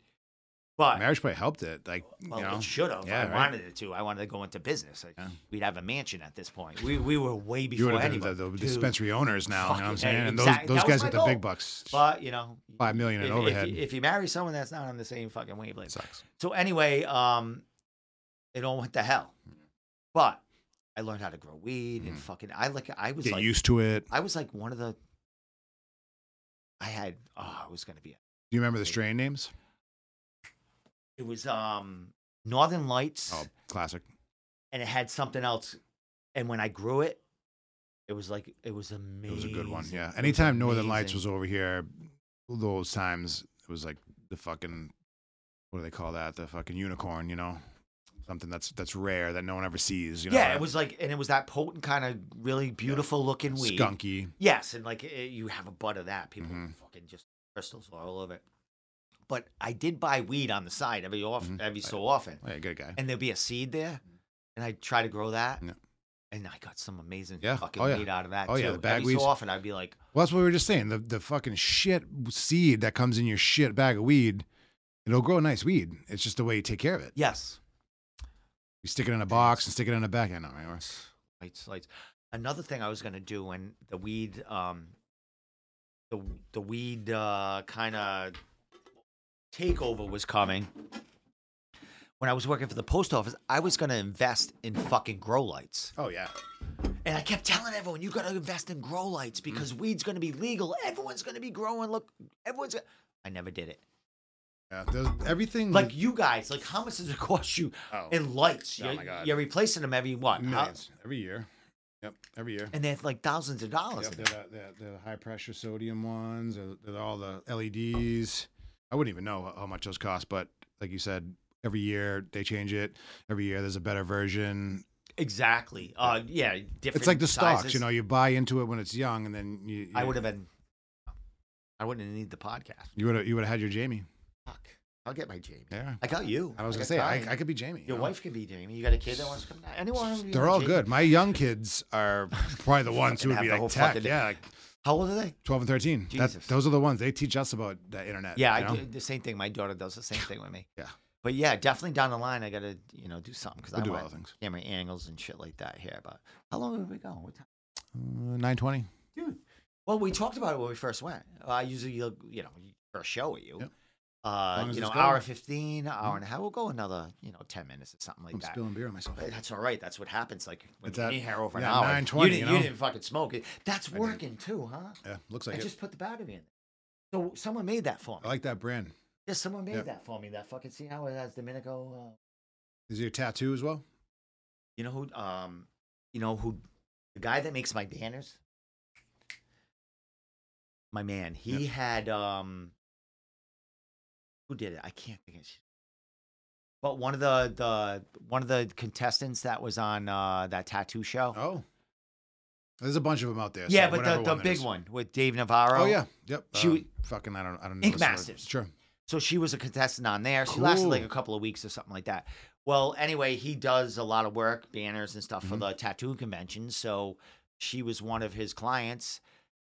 but
Marriage probably helped it. Like
well,
you know.
it should have.
Yeah,
I
right.
wanted it to. I wanted to go into business. Like,
Yeah.
We'd have a mansion at this point. We we were way
You
before
would have been
anybody.
the, the
Dude.
dispensary owners now. You know what I'm
fucking
saying?
A,
And
exact-
those
that
those
was
guys
my
get the big
goal.
bucks.
But you know,
Five million
if,
in
if-
overhead.
if you marry someone that's not on the same fucking wavelength,
Sucks.
So anyway, um, it all went to hell. But I learned how to grow weed and
Mhm.
fucking. I like. I was
Get
like.
used to it.
I was like one of the. I had oh, it was gonna be
Do you remember the strain names?
it was um Northern Lights
Oh, classic.
and it had something else. And when I grew it, it was like it was
It
amazing.
was a good one.
It
Yeah.
was
Anytime Northern Lights
amazing.
was over here, those times it was like the fucking what do they call that? The fucking unicorn, you know? Something that's that's rare that no one ever sees, you know.
yeah,
that
it was like, and it was that potent kind of really beautiful looking weed.
skunky.
Yes, and like it, you have a bud of that, people
Mhm.
fucking just crystals all over it. But I did buy weed on the side every off
Mhm.
every so often,
Yeah, good guy.
and there'd be a seed there, and I'd try to grow that.
Mm-hmm. Yeah.
And I got some amazing
Yeah.
fucking
Oh, yeah.
weed out of that
Oh,
too.
yeah, the bag
Every
weeds.
so often, I'd be like,
Well, that's what we were just saying. The the fucking shit seed that comes in your shit bag of weed, it'll grow a nice weed. It's just the way you take care of it.
"Yes,
You stick it in a box and stick it in a bag. I know, right? Or-
lights, lights." Another thing I was gonna do when the weed, um, the the weed uh, kind of takeover was coming. When I was working for the post office, I was gonna invest in fucking grow lights.
Oh yeah.
And I kept telling everyone, you got to invest in grow
Mm.
lights because weed's going to be legal. Everyone's going to be growing. Look, everyone's. Gonna... I never did it.
Yeah. There's everything
Like you guys, like how much does it cost you
Mm. oh,
in lights?
Oh,
you're,
my God.
you're replacing them every what? How-
millions every year. Yep, every year.
uh, And they're like thousands of dollars.
Yep, they're, the, they're, they're the high pressure sodium ones. They're, they're all the LEDs. I wouldn't even know how much those cost, but like you said, every year they change it. Every year there's a better version.
Exactly. Uh, yeah, different.
it's like the stocks,
sizes.
you know. You buy into it when it's young, and then you. you
I would have been. I wouldn't need the podcast.
You would have. You would have had your Jamie.
Fuck. I'll get my Jamie.
Yeah.
I got you.
I was gonna
got
say I,
Ryan.
I could be Jamie. you
Your
know?
wife could be Jamie. You got a kid that wants to come down. Anyone? you
They're
know,
all
Jamie.
good. My young kids are probably the ones
Fucking
who would
have
be
the whole
like tech.
fucking day.
Yeah, like
How old are they?
twelve and thirteen. That,
Jesus.
those are the ones they teach us about the internet.
Yeah,
you
I
know?
do the same thing. My daughter does the same thing with me.
Yeah.
But yeah, definitely down the line, I gotta you know do something because
We'll
I
do
want
other things.
camera angles and shit like that here. But how long have we gone? What time?
Uh, Nine twenty.
Well, we talked about it when we first went. I usually you'll, you know first show with you.
Yep.
Uh,
long as
you know,
it's
hour
going.
fifteen, hour
Mhm.
and a half. We'll go another, you know, ten minutes or something like
I'm
that.
spilling beer on myself.
But that's all right. That's what happens. Like when
It's
you're
at-
in here over an
yeah,
hour,
9:20,
you,
you
didn't,
know?
didn't fucking smoke it. That's
did.
working too, huh?
Yeah, looks
I
like it.
just put the battery in. So someone made that for me.
I like that brand.
Yeah, someone made
Yeah.
that for me. That fucking see how it has Domenico. Uh,
Is your tattoo as well?
you know who? Um, you know who? The guy that makes my banners. My man. He had um. Who did it? I can't think of. It. But one of the the one of the contestants that was on uh that tattoo show.
Oh, there's a bunch of them out there.
yeah,
so
but the,
whatever
the
that
big
is.
one with Dave Navarro.
Oh yeah, yep.
She
uh,
w-
fucking I don't I don't know.
Ink
the story.
Massive.
Sure.
So she was a contestant on there. She lasted like
Cool.
a couple of weeks or something like that. Well, anyway, he does a lot of work, banners and stuff for
Mhm.
the tattoo convention. So she was one of his clients,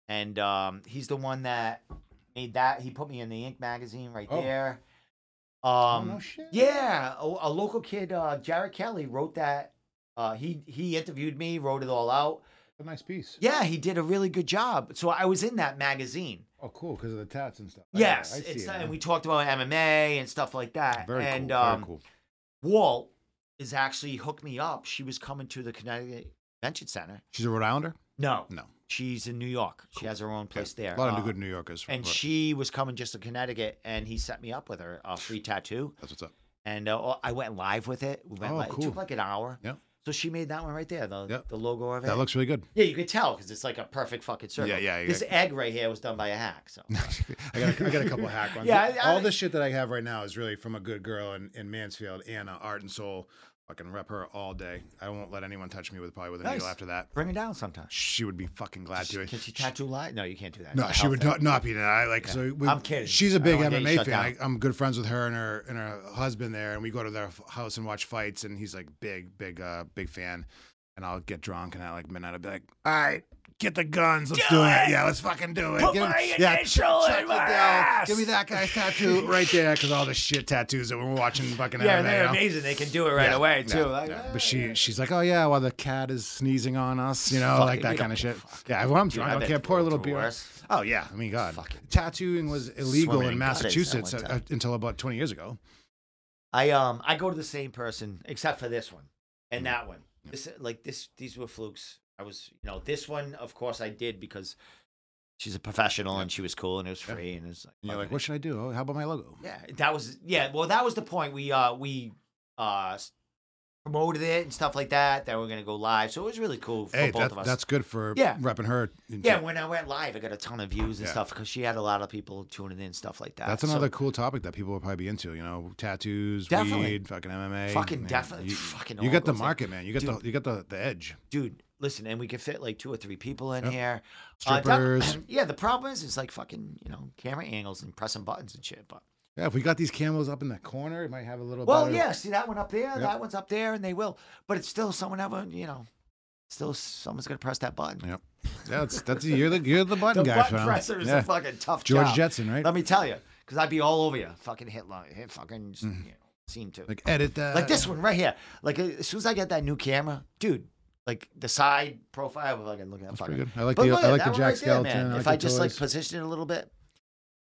and um, he's the one that made that. He put me in the Ink magazine right
Oh.
there.
Oh,
Um,
no shit.
yeah, a, a local kid, uh, Jared Kelly, wrote that. Uh, he he interviewed me, wrote it all out.
A nice piece.
Yeah, he did a really good job. So I was in that magazine.
Oh, cool. Because of the tats and stuff. I-
Yes,
I see
it's uh,
it
and
now.
we talked about MMA and stuff like that.
very
and
cool.
um,
very cool.
Walt is actually hooked me up. She was coming to the Connecticut Convention Center.
She's a Rhode Islander.
No,
No.
she's in New York. She has her own place there.
A lot of
uh,
good New Yorkers.
and
but
she was coming just to Connecticut, and he set me up with her a free tattoo,
that's what's up.
and uh, I went live with it. We went
Oh,
live. It
cool.
took like an hour.
Yeah.
So she made that one right there, the,
Yep.
the logo of it.
That looks really good.
yeah, you could tell because it's like a perfect fucking circle.
yeah, yeah.
This egg right here was done by a hack. So
I got, a, I got a couple of hack ones.
Yeah, I- I-
all the shit that I have right now is really from a good girl in, in Mansfield, Anna Art and Soul. Fucking rep her all day. I won't let anyone touch me with probably with a
Nice.
needle after that.
bring it down sometime.
She would be fucking glad to.
Can she tattoo live? No, you can't do that.
No,
It's a
she
health
would
thing.
not, not be that. I like. So we-
I'm kidding.
She's a
I
big
don't wanna get you
MMA
shut
fan.
down.
I, I'm good friends with her and her and her husband there, and we go to their f- house and watch fights. And he's like big, big, uh, big fan. And I'll get drunk, and at like midnight, I'll be like, "All right, get the guns. Let's do, it. Yeah, let's fucking do it.
Put
Give me-
my
yeah,
initial
Chuck
in my
Liddell,
ass."
Give me that guy's tattoo right there, because all the shit tattoos that we're watching fucking
Yeah,
MMA.
they're
you know?
amazing. They can do it right
Yeah,
away
yeah,
too. Like,
yeah.
ah,
But she she's like, oh yeah, while the cat is sneezing on us, you know,
Fuck
like
it,
that
we
kind
don't
of
give a
shit. Yeah, well, I'm
Dude, I
drunk. I
bet
don't care.
it
Pour a
goes
little
through
beer.
worse.
Oh yeah, I mean, God,
Fucking
tattooing was illegal
swimming
in
in gutters at
Massachusetts
one
uh,
time.
until about 20 years ago.
I um I go to the same person except for this one and
Mhm.
that one.
Yeah.
This like this these were flukes. I was you know this one of course I did because
she's a professional and she was cool and it was free and it's like,
And you're
loving it.
like, what should I do? Oh, how about my logo?
yeah
That was yeah. Well, that was the point. We uh we uh s- promoted it and stuff like that. That we are gonna go live. So it was really cool for
Hey,
both
that,
of us.
that's good for
Yeah.
repping her. and
yeah,
shit.
when I went live, I got a ton of views and
Yeah.
stuff because she had a lot of people tuning in and stuff like that.
That's
So
another cool topic that people will probably be into. You know, tattoos,
Definitely.
weed, fucking MMA.
Fucking
man,
definitely-
You,
fucking
you
all
got the
those things.
market, man. You got
Dude.
the you got the, the edge.
dude. Listen, and we could fit like two or three people in
Yep.
here. Uh, that-
Strippers.
yeah, the problem is, it's like fucking you know camera angles and pressing buttons and shit. But
Yeah, if we got these camos up in that corner, it might have a little.
well,
better-
yeah, see that one up there,
Yep.
that one's up there, and they will. But it's still someone ever you know, still someone's gonna press that button.
Yep. That's that's you're the you're the button
The
guy.
button
fam.
presser is
Yeah.
a fucking tough
George
job.
Jetson, right?
Let me tell you, because I'd be all over you. Fucking hit, lo- hit fucking s-
Mm-hmm.
you know, scene two. Like,
Like edit that.
this one right here. Like uh, as soon as I get that new camera, dude. Like the side profile, I can look at that fucking.
Pretty good. I like
But
the
look
I
at
like the
that one
Jack
right there, man.
Skeleton. I like
if
the
I just like
toys.
position it a little bit,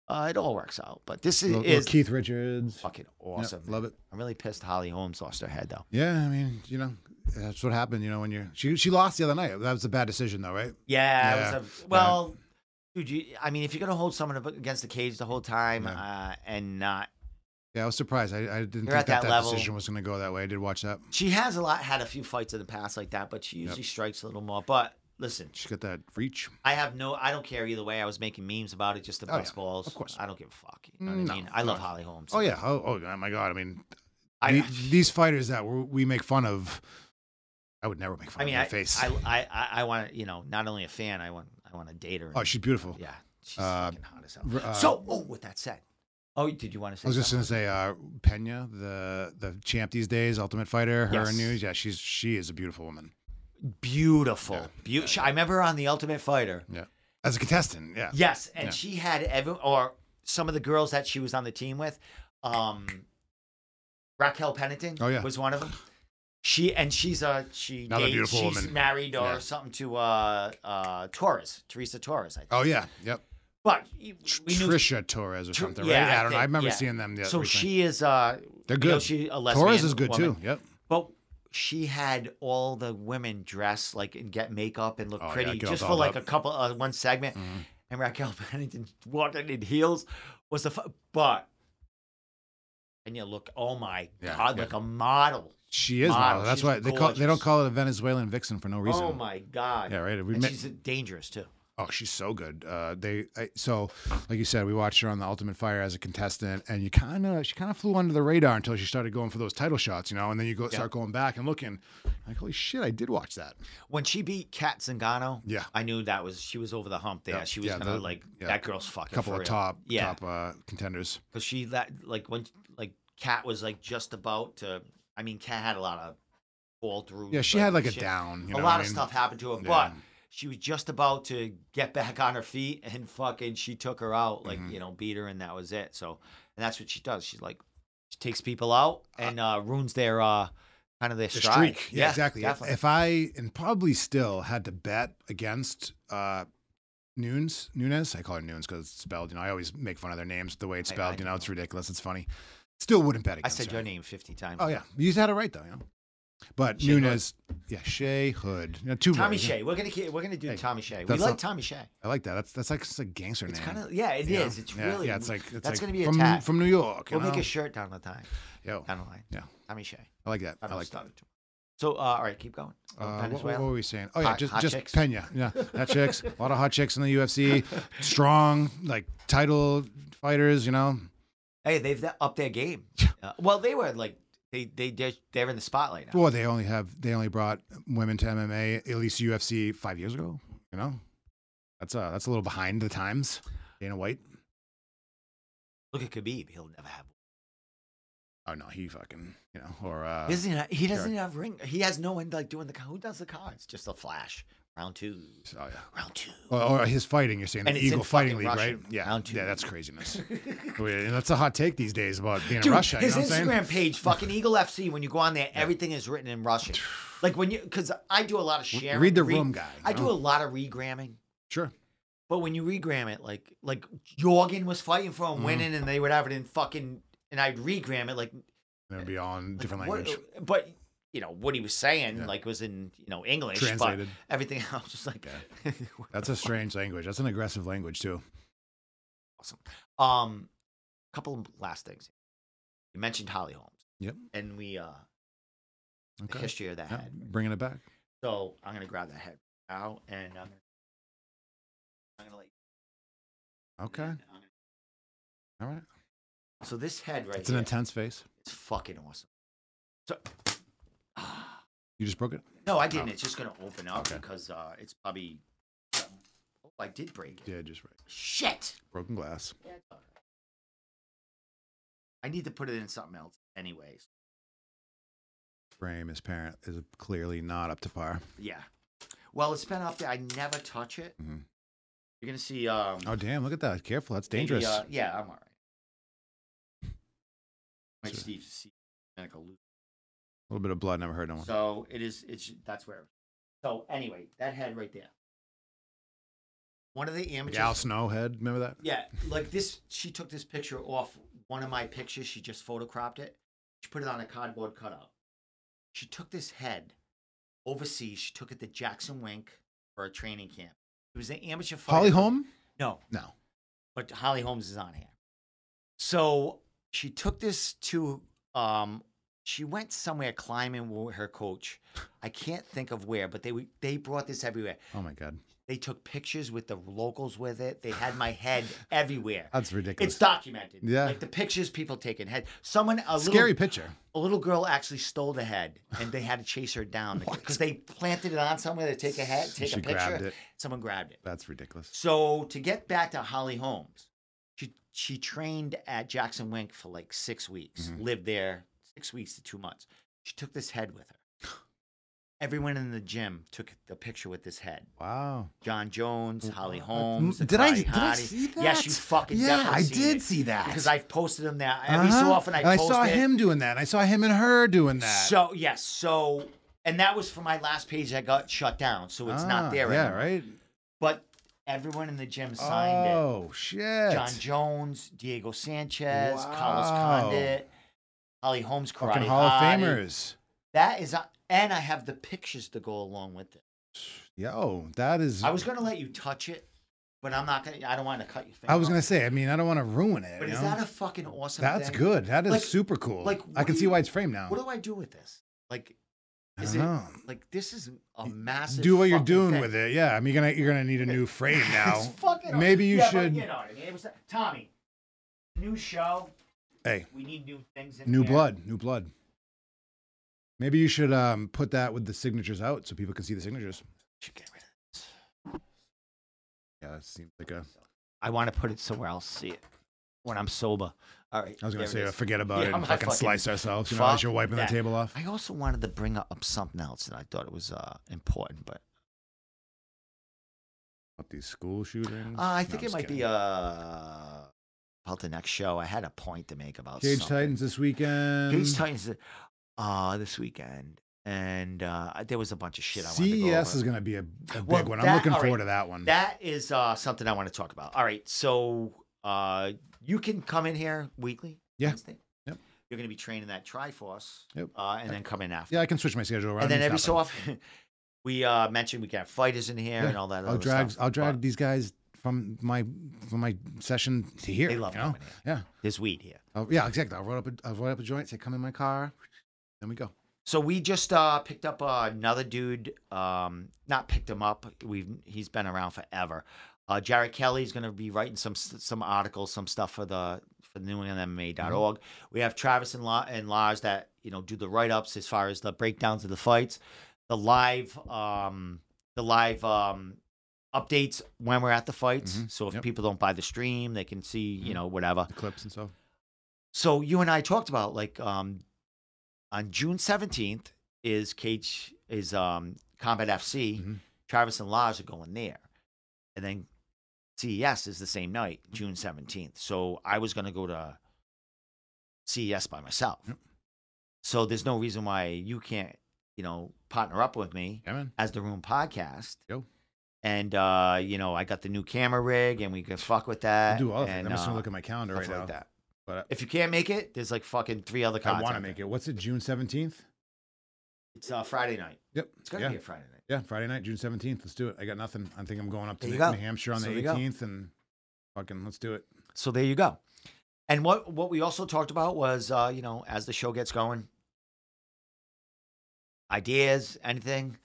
uh, it all works out. But this is,
Little- little
is
Keith Richards.
fucking
Yeah,
awesome.
love it.
I'm really pissed Holly Holmes lost her head though.
Yeah, I mean, you know, that's what happened. You know, when you're she she lost the other night. That was a bad decision, though, right?
Yeah,
Yeah,
It was a, well, dude, you, I mean, if you're gonna hold someone ab- against the cage the whole time
Yeah.
uh, and not,
Yeah, I was surprised. I, I didn't
You're
think
at
that,
that
that,
level.
decision was going to go that way. I did watch that.
she has a lot had a few fights in the past like that, but she usually strikes a little more. But listen,
She got that reach.
I have no, I don't care either way. I was making memes about it just to
Oh,
bust
yeah,
balls.
of course.
I don't give a fuck. You know what
No,
I mean? I love
no.
Holly Holmes.
Oh yeah. Oh, oh yeah, my God. I mean,
I-
the- these fighters that we we make fun of, I would never make fun
I mean,
of
I,
their face.
I, I, I, I want you know, not only a fan, I want, I want to date her.
oh,
and-
she's beautiful.
yeah, she's
uh,
fucking hot as hell.
R- uh,
so, oh, with that said, oh, did you want to say?
I was just
something?
gonna say, uh, Pena, the the champ these days, Ultimate Fighter, her
Yes.
news. Yeah, she's she is a beautiful woman
beautiful, beautiful. I remember her on the Ultimate Fighter.
as a contestant. Yeah,
Yes, and
Yeah.
she had every or some of the girls that she was on the team with. Um, Raquel Pennington
Oh, yeah.
was one of them. She and she's a she
Another
date-
beautiful
she's
woman.
married or
Yeah.
something to uh uh Torres, Teresa Torres, I think.
Oh yeah, yep.
But you- we knew
Trisha Torres or
Tr-
something,
yeah,
right?
I
I don't know. I
think-
remember
yeah.
seeing them the other
so
recently.
she is uh
They're
you know,
good.
she a lesbian
Torres is good
woman.
too. Yep.
But she had all the women dress like and get makeup and look
Oh, yeah,
pretty
get all
just for
dolled
like
up.
a couple uh, one segment.
Mhm.
And Raquel Pennington walking in heels was the fu- but and you look oh my
Yeah,
god
yeah.
like a model.
She is
Model.
model. That's
She's
why they call they don't
gorgeous.
call it a Venezuelan vixen for no reason.
Oh my god.
Yeah, right. We
and
met-
she's dangerous too.
oh, she's so good. Uh, they I, so like you said, we watched her on the Ultimate Fire as a contestant, and you kind of she kind of flew under the radar until she started going for those title shots, you know. And then you go start going back and looking, like holy shit, I did watch that.
When she beat Kat Zingano,
Yeah.
I knew that was she was over the hump there.
Yeah,
She was
yeah,
gonna
the-
like
yeah.
that girl's fucking
A couple
for
of
real.
top
yeah.
top uh, contenders.
because she that like when like Kat was like just about to. I mean, Kat had a lot of fall through.
Yeah, she had like a down. You know
a
what
lot
I
of
mean?
stuff happened to her,
Yeah.
but she was just about to get back on her feet, and fucking she took her out, like
Mm-hmm.
you know, beat her, and that was it. So, and that's what she does. She's like, she takes people out and uh, ruins their uh, kind of their
The
stride.
streak. Yeah, exactly. If,
definitely.
if I and probably still had to bet against uh Nunes, Nunes, I call her Nunes because it's spelled, you know, I always make fun of their names the way it's
I- I
spelled, you
don't
know, it's ridiculous, it's funny. Still wouldn't bet
I
against
said
her.
your name fifty times.
Oh yeah. You had it right though, you know. But
Shea Hood.
Nunes, yeah, Shea Hood. You know, two
Tommy
words, yeah.
Shea. We're gonna keep- we're gonna do
Hey,
Tommy Shea. We
that's
like
not-
Tommy Shea.
I like that. That's that's like it's a gangster
It's
name.
kind of yeah, it is.
you know?
It's
Yeah,
really
Yeah, it's like it's
that's
like
gonna be a
from,
tag.
from New York. You
We'll make
know?
a shirt down the time.
Yo,
Down the line.
Yeah.
Tommy Shea.
I like that. I like that.
that. So, uh, all right, keep going. Oh,
Uh, what, what
Venezuela.
were we saying? Oh yeah,
Hot-
just
hot
just
chicks.
Pena. Yeah, hot chicks. A lot of hot chicks in the UFC. Strong, like title fighters. You know.
hey, they've th- upped their game. Uh, well, they were like they they did- they're in the spotlight now.
Well, they only have they only brought women to MMA at least UFC five years ago. You know, that's uh that's a little behind the times. Dana White.
Look at Khabib; he'll never have.
Oh no, he fucking you know or uh
Doesn't he, he doesn't
sure.
even have ring. He has no one like doing the who does the cards. Just a flash round two,
oh yeah.
round two.
Or, or his fighting, you're saying
And
the
it's in
Eagle Fighting League,
fucking Russian.
right? Yeah,
Round two.
yeah, that's craziness. Oh, yeah, and that's a hot take these days about being
Dude,
in Russia.
his
you know what I'm saying?
Instagram page, fucking Eagle FC. When you go on there, everything is written in Russian. Like when you, because I do a lot of sharing.
read the room guy,
I
you
do
know?
a lot of regramming.
Sure.
But when you regram it, like like Jorgen was fighting for
Mm-hmm.
him, winning, and they would have it in fucking, and I'd regram it like
It would be all in different
what-
language.
But you know what he was saying
Yeah.
like was in you know English,
Translated.
but everything else was like what
That's
the
a strange language. That's an aggressive language too.
Awesome. Um, couple of last things. You mentioned Holly Holmes.
Yep.
And we uh the
Okay.
history of that
Yeah,
head.
bringing it back.
So I'm gonna grab that head out and I'm gonna I'm gonna let you
Okay.
I'm gonna-
All right.
So this head right
It's an
here,
intense face.
it's fucking awesome. So Ah,
You just broke it.
no, I didn't. It's just gonna open up
Oh. Okay.
because uh it's probably oh, I did break it.
Yeah, just right.
Shit.
Broken glass.
I need to put it in something else anyways.
Frame. His parent is clearly not up to par.
Yeah. Well, it's been up there. I never touch it.
Mhm.
You're gonna see. Um,
Oh damn! Look at that. Careful. That's
maybe,
dangerous.
uh, yeah, I'm all right. Like
Sure.
Steve, see, like a loop.
A little bit of blood never hurt no one.
So it is. It's that's where. So anyway, that head right there. One of the
Like
amateurs.
Al Snowhead, remember that?
Yeah, like this. She took this picture off one of my pictures. She just photocropped it. She put it on a cardboard cutout. She took this head overseas. She took it to Jackson Wink for a training camp. It was an amateur fighter.
Holly Holm?
No,
No.
but Holly Holmes is on here. So she took this to um she went somewhere climbing with her coach. I can't think of where, but they were- they brought this everywhere.
Oh my god.
They took pictures with the locals with it. They had my head everywhere.
That's ridiculous.
It's documented.
Yeah.
Like the pictures people taking head. Someone a
Scary
little
picture.
a little girl actually stole the head and they had to chase her down because they planted it on somewhere to take a head, take
she
a picture.
grabbed it.
Someone grabbed it.
That's ridiculous.
So to get back to Holly Holmes, she she trained at Jackson Wink for like six weeks,
Mhm.
lived there six weeks to two months. She took this head with her. Everyone in the gym took the picture with this head.
Wow.
John Jones, Holly
What?
Holmes.
uh, Did I-
Atari
did I
Hadi.
see
Yes, you
that?
fucking
Yeah,
definitely
I
seen
did
it.
see that.
because I've posted them there every so
Uh-huh.
often. I,
And I
post
saw
it.
him doing that. I saw him and her doing that.
So yes, so and that was for my last page that got shut down, so it's
Ah,
not there
Yeah,
anymore.
right?
But everyone in the gym signed it.
oh, shit.
John Jones, Diego Sanchez, Carlos
Wow.
Condit, Holly Holmes, Karate
Fucking Hall of
Hottie.
Famers.
That is, and I have the pictures to go along with it.
Yo, that is.
I was gonna let you touch it, but I'm not gonna. I don't want to cut your finger.
I was gonna
off.
say, I mean, I don't want to ruin it.
But
you
is
know?
that a fucking awesome?
That's
thing?
good. That is
Like-
super cool.
like,
Like, I
what
can
do
see
you-
why it's framed now.
What do I do with this? Like,
I
is
don't
it
know.
like this is a massive?
do what you're
fucking
doing
thing.
with it. Yeah, I mean, you're gonna you're gonna need a new frame now.
It's fucking.
Maybe you
yeah,
should-
But you know what I mean. It was Tommy. New show.
Hey.
We need new things. In
new
there.
blood, new blood. Maybe you should um, put that with the signatures out so people can see the signatures.
Should get rid of. This.
Yeah, that seems like a.
I want to put it somewhere I'll see it when I'm sober. All right.
I was gonna
there it
say,
is.
forget about
Yeah,
it
I'm
and
not
fucking
fucking-
slice ourselves. You know, as
Fuck
you're wiping
that.
the table off.
I also wanted to bring up something else that I thought was uh, important, but
Up these school shootings.
uh, I think it might be uh, about the next show. I had a point to make about
Cage
something.
Titans this weekend.
Cage Titans uh, this weekend, and uh, I- there was a bunch of shit I wanted to go over.
CES E is going to be a, a big
Well,
one.
that-
I'm looking
all
forward
right.
to that one.
That is uh, something I want to talk about. All right, so uh, you can come in here weekly.
Yeah.
Wednesday.
Yep.
You're going to be training that Triforce.
Yep.
Uh, and then come in after.
yeah, I can switch my schedule around.
and then every
stop
so
it.
often, we uh, mention we can have fighters in here
Yeah.
and all that.
I'll
other
drag
stuff,
I'll drag
but
these guys from my from my session to here.
They love
you know?
coming here.
Yeah.
There's weed here.
I'll, yeah, exactly. I'll roll up a, I'll roll up a joint. Say, come in my car. Then we go.
So we just uh, picked up uh, another dude. Um, not picked him up. We've he's been around forever. Uh, Jared Kelly's going to be writing some some articles, some stuff for the for newenglandmma.org. We have Travis and, La- and Lars that you know do the write ups as far as the breakdowns of the fights, the live um, the live um, updates when we're at the fights.
Mhm.
So if
Yep.
people don't buy the stream, they can see you
Mhm.
know whatever.
The clips and stuff.
So you and I talked about like um, on June seventeenth is Cage is um, Combat FC.
Mhm.
Travis and Lars are going there, and then CES is the same night, June seventeenth. So I was going to go to CES by myself.
Yep.
So there's no reason why you can't, you know, partner up with me
Yeah, man.
as the Room Podcast.
Yo.
And uh, you know, I got the new camera rig, and we can fuck with
I'll
that.
do all of it.
and,
I'm just going
uh,
to look at my calendar right
stuff
now.
like that.
But
If you can't make it, there's like fucking three other
I,
cons.
want to
out
make
there.
it. What's it, June 17th?
It's uh, Friday night.
Yep.
It's got to
yeah.
be a Friday night.
Yeah, Friday night, June seventeenth. Let's do it. I got nothing. I think I'm going up to
There
New
you go.
New Hampshire on
So
the
there you go.
eighteenth, and fucking let's do it.
So there you go. And what what we also talked about was uh, you know as the show gets going,
Ideas, anything,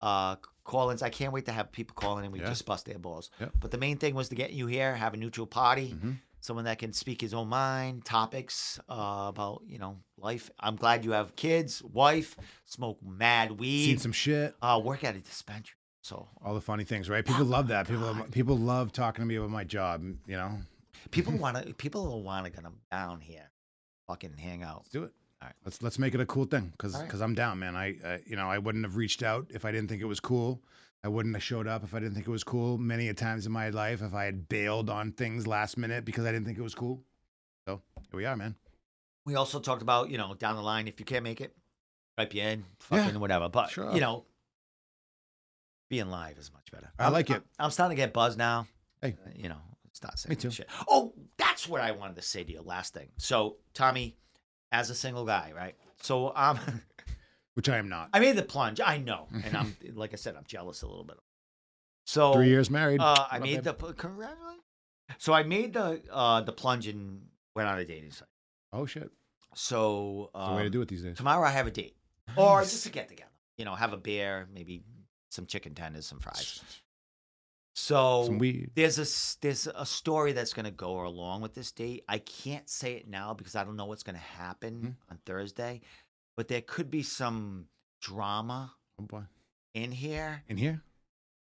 uh, call ins. I can't wait to have people call in and we
Yeah.
just bust their balls.
Yep.
But the main thing was to get you here, have a neutral party,
Mhm.
someone that can speak his own mind, topics uh, about, you know, life. I'm glad you have kids, wife, smoke mad
Seen
weed,
some shit.
uh, work at a dispensary. So
All the funny things, right? People love that. People, people love talking to me about my job. You know, Mm.
people want to, people want to come down here, fucking hang out.
let's do it.
All right.
Let's let's make it a cool thing, because
All right.
I'm down, man. I, I you know I wouldn't have reached out if I didn't think it was cool. I wouldn't have showed up if I didn't think it was cool. Many a times in my life, if I had bailed on things last minute because I didn't think it was cool. So here we are, man.
We also talked about, you know, down the line, if you can't make it, right you in,
Yeah,
fucking whatever. But,
sure.
you know, being live is much better.
I
I'm-
like it.
I'm starting to get buzzed now.
Hey.
Uh, You know, it's not saying
Me too.
shit. Oh, that's what I wanted to say to you. Last thing. So, Tommy, as a single guy, right? So, um,
Which I am not.
I made the plunge. I know. And I'm, like I said, I'm jealous a little bit. So,
Three years married.
uh, I
Love
made
that.
the, congratulations. So, I made the, uh, the plunge and went on a dating site.
Oh shit!
So,
It's
um,
the way to do it these days.
tomorrow I have a date. Or
Nice.
just to get together. You know, have a beer, maybe some chicken tenders, some fries. So
Some weed.
there's a s- there's a story that's going to go along with this date. I can't say it now because I don't know what's going to happen
Mm-hmm.
on Thursday, but there could be some drama
Oh boy.
in here.
In here?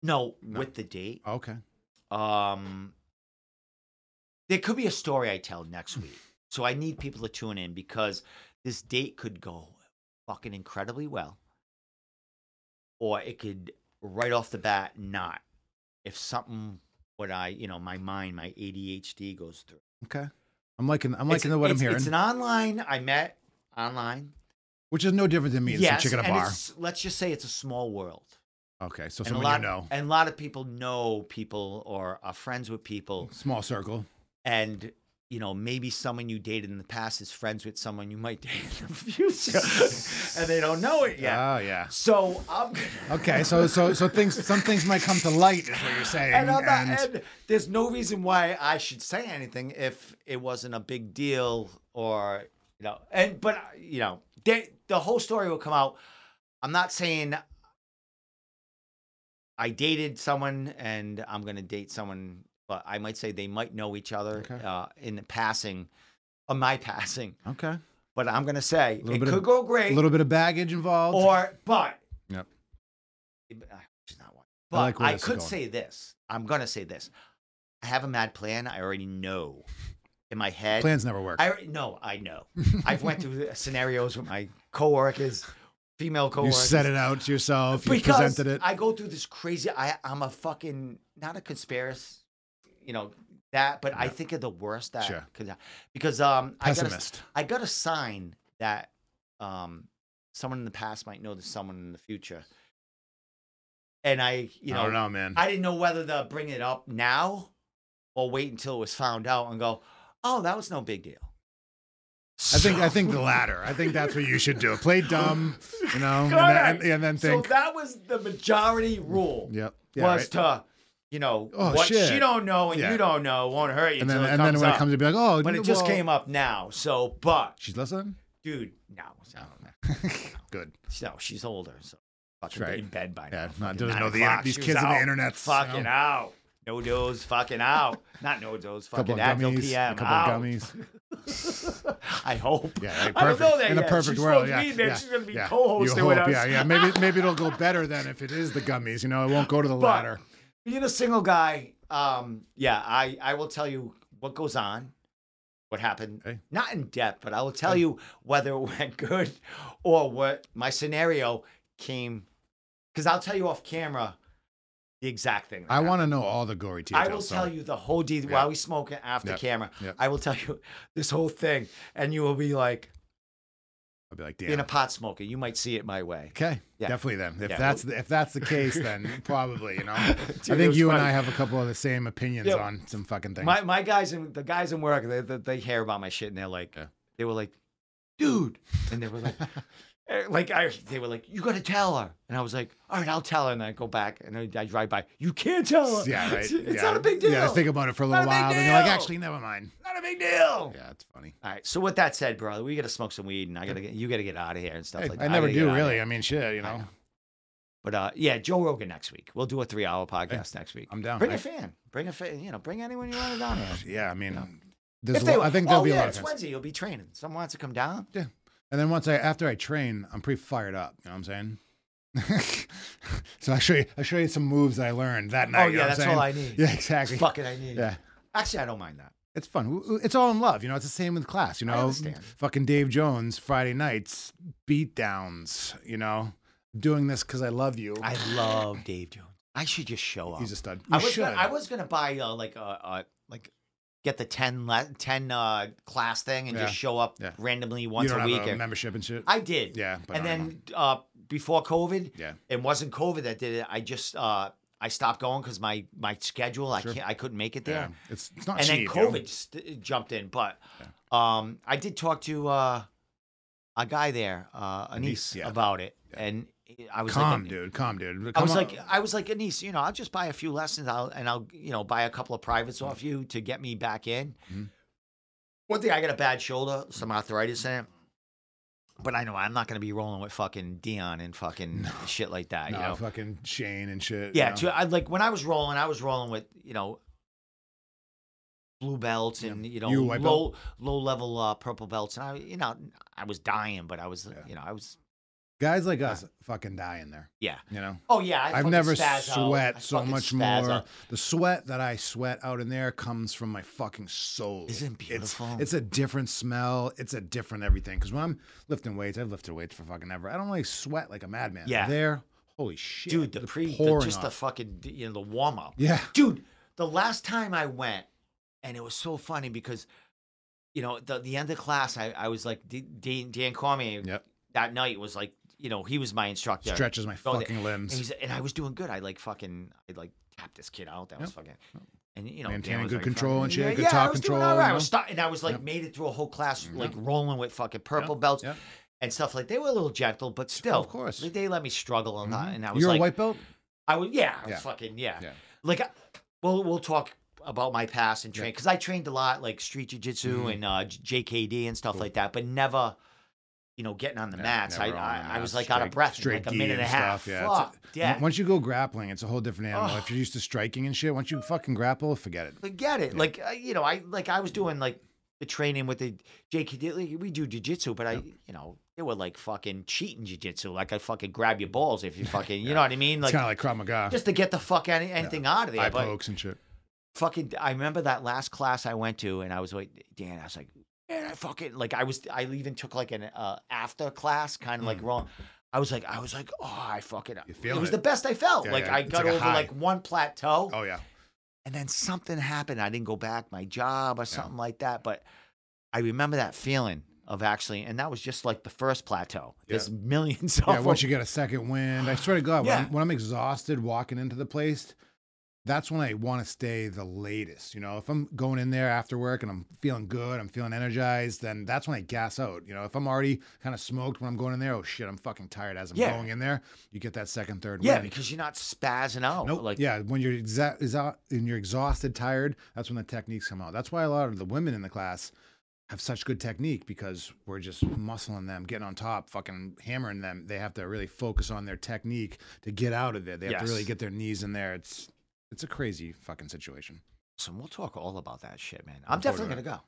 No,
No.
with the date.
Oh, okay.
Um there could be a story I tell next
Mm.
week. So I need people to tune in because this date could go fucking incredibly well. Or it could right off the bat not. If something what I, you know, my mind, my ADHD goes through.
Okay. I'm liking. I'm liking
It's-
what I'm
it's-
hearing,
It's an online I met online.
which is no different than me. It's
yes,
a chick at a
and
bar.
it's- let's just say it's a small world.
Okay, so
And a
someone
lot
you know,
and a lot of people know people or are friends with people
small circle.
and you know maybe someone you dated in the past is friends with someone you might date in the future and they don't know it yet
Oh yeah.
so i'm gonna
Okay, so so so things. Some things might come to light, is what you're saying.
and, I'm not,
and-
and there's no reason why i should say anything if it wasn't a big deal or you know and but you know they, the whole story will come out i'm not saying i dated someone and i'm going to date someone but i might say they might know each other
Okay.
uh, in the passing or my passing
okay,
But I'm gonna say
Little
it
bit
could
of-
go
a
great,
little bit of baggage involved.
or but.
Yep.
I- she's not one.
I
But I,
like where this is
could
going.
say this. I'm gonna say this. I have a mad plan. I already know in my head.
plans never work.
I alre- no, I know. I've went through the scenarios with my coworkers, female
you
coworkers.
said it out to yourself. You
because
presented it.
I go through this crazy. I I'm a fucking not a conspiracy, you know that. But I
Yeah.
think of the worst that
Sure.
could hap- because um I gotta s-
Pessimist.
I got a sign that um, someone in the past might know that someone in the future. And I, you know,
I don't know, man.
I didn't know whether to bring it up now or wait until it was found out and go, oh, that was no big deal.
I think I think the latter. I think that's what you should do. Play dumb, you know, and then,
Correct.
and, then
So
think.
that was the majority rule
yep. Yeah,
was
right.
to, you know,
Oh,
what
shit.
she don't know and
Yeah.
you don't know won't hurt you
and then
until it
and
comes
then when
up.
it comes to be like, oh,
but it just
well,
came up now. So, but,
She's listening.
dude, no, no,
Good.
no she's older. So fucking
right.
in bed by now.
Yeah,
fucking
not, doesn't
nine
know the inter-
o'clock.
these
She was
kids on
out.
the internet.
fucking out. No dos, fucking out. Not no dos, fucking
couple of
Advil
gummies,
PM.
a couple
out.
of gummies.
I hope.
Yeah, right, perfect.
I don't know that
in
yet.
a perfect
She
world,
smokes
yeah,
weed, man.
yeah,
She's gonna be
yeah.
co-hosting
You
with
hope,
us.
Yeah, yeah. Maybe maybe it'll go better than if it is the gummies. You know, it won't go to the
But-
ladder.
Being a single guy, um, yeah, I I will tell you what goes on, what happened.
Hey.
Not in depth, but I will tell you whether it went good or what my scenario came. Because I'll tell you off camera the exact thing. that
I
happened.
want to know all the
I
gory details.
will
so-
tell you the whole deed
Yeah.
while we smoke it after
Yeah.
camera.
Yeah.
I will tell you this whole thing, and you will be like,
I'll be like,
being
damn.
a pot smoker, you might see it my way.
Okay.
Yeah.
Definitely then. If
Yeah.
that's the, if that's the case, then probably you know. I
it
think
was
you and
funny.
I have a couple of the same opinions
Yeah.
on some fucking things.
My my guys and the guys in work, they, they, they hear about my shit, and they're like,
Yeah.
they were like, dude, and they were like, Eh, Like I, they were like, "You got to tell her," and I was like, "All right, I'll tell her." And I go back and I, I drive by. You can't tell her.
Yeah, right.
It's, it's
yeah.
not a big deal.
Yeah, think about it for a little
Not a big
while, and you're like,
deal.
actually, never mind.
not a big deal.
Yeah, it's funny.
All right. So with that said, brother, we gotta smoke some weed, and I gotta get you gotta get out of here and stuff
Hey,
like that.
I never
gotta get
do
outta
really.
here.
I mean, shit, you know.
But uh, yeah, Joe Rogan next week. We'll do a three-hour podcast next week.
I'm down.
Bring
I-
a fan. Bring a fan. You know, bring anyone you want down here.
yeah, I mean,
Yeah.
there's.
If
A
they
lot, I
want-
think there'll
oh,
be a
yeah,
lot of
it's
times.
Wednesday. You'll be training. Someone wants to come down.
And then once I after I train, I'm pretty fired up. You know what I'm saying? so I show you, I show you some moves that I learned that night.
oh
you
yeah,
know what I'm
that's
saying?
all I need.
Yeah,
That's
exactly.
fucking I need.
Yeah,
Actually, I don't mind that.
it's fun. W- w- It's all in love. You know, it's the same with class. You
I
know,
understand.
fucking Dave Jones, Friday nights, beat downs. You know, doing this because I love you.
I love Dave Jones. I should just show up.
He's a stud.
I
You
was
should.
Gonna, I was gonna buy uh, like a uh, like get the 10, le- 10 uh, class thing and
Yeah.
just show up
Yeah.
randomly
you
once
don't
a
have
week.
a
and-
membership and shit.
I did.
yeah, but
and
I don't know.
then uh, before COVID,
Yeah.
it wasn't COVID that did it. I just uh, I stopped going because my my schedule I
Sure.
can't I couldn't make it
yeah,
there.
it's it's not
and
cheap. you
then
know?
COVID st- jumped in. But um, I did talk to uh, a guy there, uh, Anise,
Anise, yeah.
about it, and I was
Calm,
like,
dude. Calm, dude.
I
Come
was
on.
like, I was like, Anise, you know, I'll just buy a few lessons, I'll and I'll you know buy a couple of privates
Mm-hmm.
off you to get me back in.
Mhm.
One thing, I got a bad shoulder, some arthritis in it. But I know I'm not going to be rolling with fucking Dion and fucking shit like that.
no,
you know,
fucking Shane and shit. you
yeah,
know?
too. I like when I was rolling, I was rolling with you know blue belts
Yeah.
and you know
You,
low
white belt?
low level uh, purple belts, and I you know I was dying, but I was
Yeah.
you know I was
guys like us fucking die in there.
Uh, Yeah.
you know.
oh yeah. I
I've
fucking
never
spaz out. I
sweat so
fucking
much
spaz
more.
out.
The sweat that I sweat out in there comes from my fucking soul.
Isn't it
It's-
beautiful?
It's, a different smell. It's a different everything. Because when I'm lifting weights, I've lifted weights for fucking ever. I don't really sweat like a madman.
Yeah.
There, holy shit,
dude. The pre, the,
pouring
just the
off.
fucking you know the warm up.
yeah.
dude the last time i went and it was so funny because you know the, the end of class i, I was like D- dan, dan cormier
Yep.
that night was like you know he was my instructor
Stretches my
Go there.
fucking
and,
limbs.
he's, and i was doing good i like fucking i like tapped this kid out that was
Yep.
fucking and you know
Maintaining
Dan was
good
like,
control
fucking-
and shit,
yeah,
good
yeah, I
top
was
control,
doing all right.
you
I was
know?
stuck and i was like
Yep.
made it through a whole class
Yep.
like rolling with fucking
Yeah,
purple belts
yeah.
and stuff like they were a little gentle but still
of course.
they, they let me struggle and,
Mhm.
I, and i was
You're
like
a white belt.
I was yeah, I was
Yeah.
fucking yeah.
Yeah.
Like, I, we'll we'll talk about my past and
Yeah.
train because I trained a lot like street jujitsu
Mhm.
and uh, J- JKD and stuff like that, but never, you know, getting on the
Yeah,
mats. I,
never on
I,
the
I was like
mats,
out of
straight-
breath in
straight
like a
gi
minute and a
and
half.
stuff, yeah, it's-
Fuck yeah,
Once- Once you go grappling, it's a whole different animal.
Oh.
If you're used to striking and shit, once you fucking grapple, forget it.
forget it. Like uh, you know, I like I was doing like the training with the JKD. Like, we do jujitsu, but I you know. They were like fucking cheating jujitsu. Like I fucking grab your balls if you fucking, you know what I mean?
It's
Like
kind of like Krav Maga,
just to get the fuck any, anything out of there.
eye
but
pokes and shit.
fucking I remember that last class I went to and I was like Dan I was like man I fucking like I was I even took like an uh, after class kind of like wrong I was like I was like oh I fucking
You're
it
feeling
was
Mm. it.
the best I felt
Yeah,
like
yeah,
I
it's
got
like a
over
high.
like one plateau
Oh yeah,
and then something happened I didn't go back my job or something like that but I remember that feeling of actually and that was just like the first plateau
Yeah.
there's millions
yeah.
of
Once you
them.
get a second wind, I swear to God, when,
Yeah.
I'm, when I'm exhausted walking into the place, that's when I want to stay the latest. You know, if I'm going in there after work and I'm feeling good, I'm feeling energized, then that's when I gas out. You know, if I'm already kind of smoked when I'm going in there, oh shit, I'm fucking tired as I'm
Yeah.
going in there. You get that second, third
yeah
wind.
because you're not spazzing out
Nope.
like
yeah, when you're exa- exa- and you're exhausted, tired, that's when the techniques come out. That's why a lot of the women in the class have such good technique because we're just muscling them, getting on top, fucking hammering them. They have to really focus on their technique to get out of there. They have to really
Yes.
get their knees in there. It's it's a crazy fucking situation.
So we'll talk all about that shit, man. I'm,
I'm totally
definitely gonna go.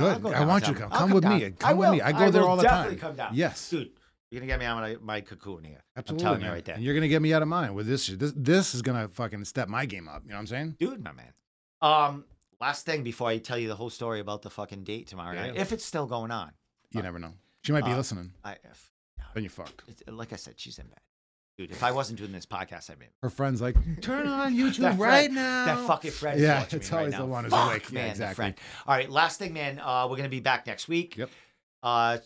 Yeah, I'll
Good.
go
I
down,
want you to
down.
come.
I'll
Come with me.
down.
Come with me. I go there
will
all the
definitely
time.
Come down.
Yes.
dude, you're gonna get me out of my, my cocoon here.
Absolutely,
I'm telling
man.
you right there,
And you're gonna get me out of mine with this. shit. This this is gonna fucking step my game up. You know what I'm saying?
dude, my man. Um, last thing before I tell you the whole story about the fucking date tomorrow
Yeah.
night, if it's still going on,
You never know. She might be
Uh,
listening.
I if,
Then you fucked.
it's, like I said, she's in bed, dude. If I wasn't doing this podcast, I'd be. in
Her friend's like, turn on YouTube
That friend-
right now.
That fucking friend.
Oh. Yeah,
Yeah, is
it's
it's me
always
right
the
now.
one who's
Fuck,
awake. Yeah,
Man, the
exactly.
friend. All right, last thing, man. Uh, we're gonna be back next week.
Yep.
Uh,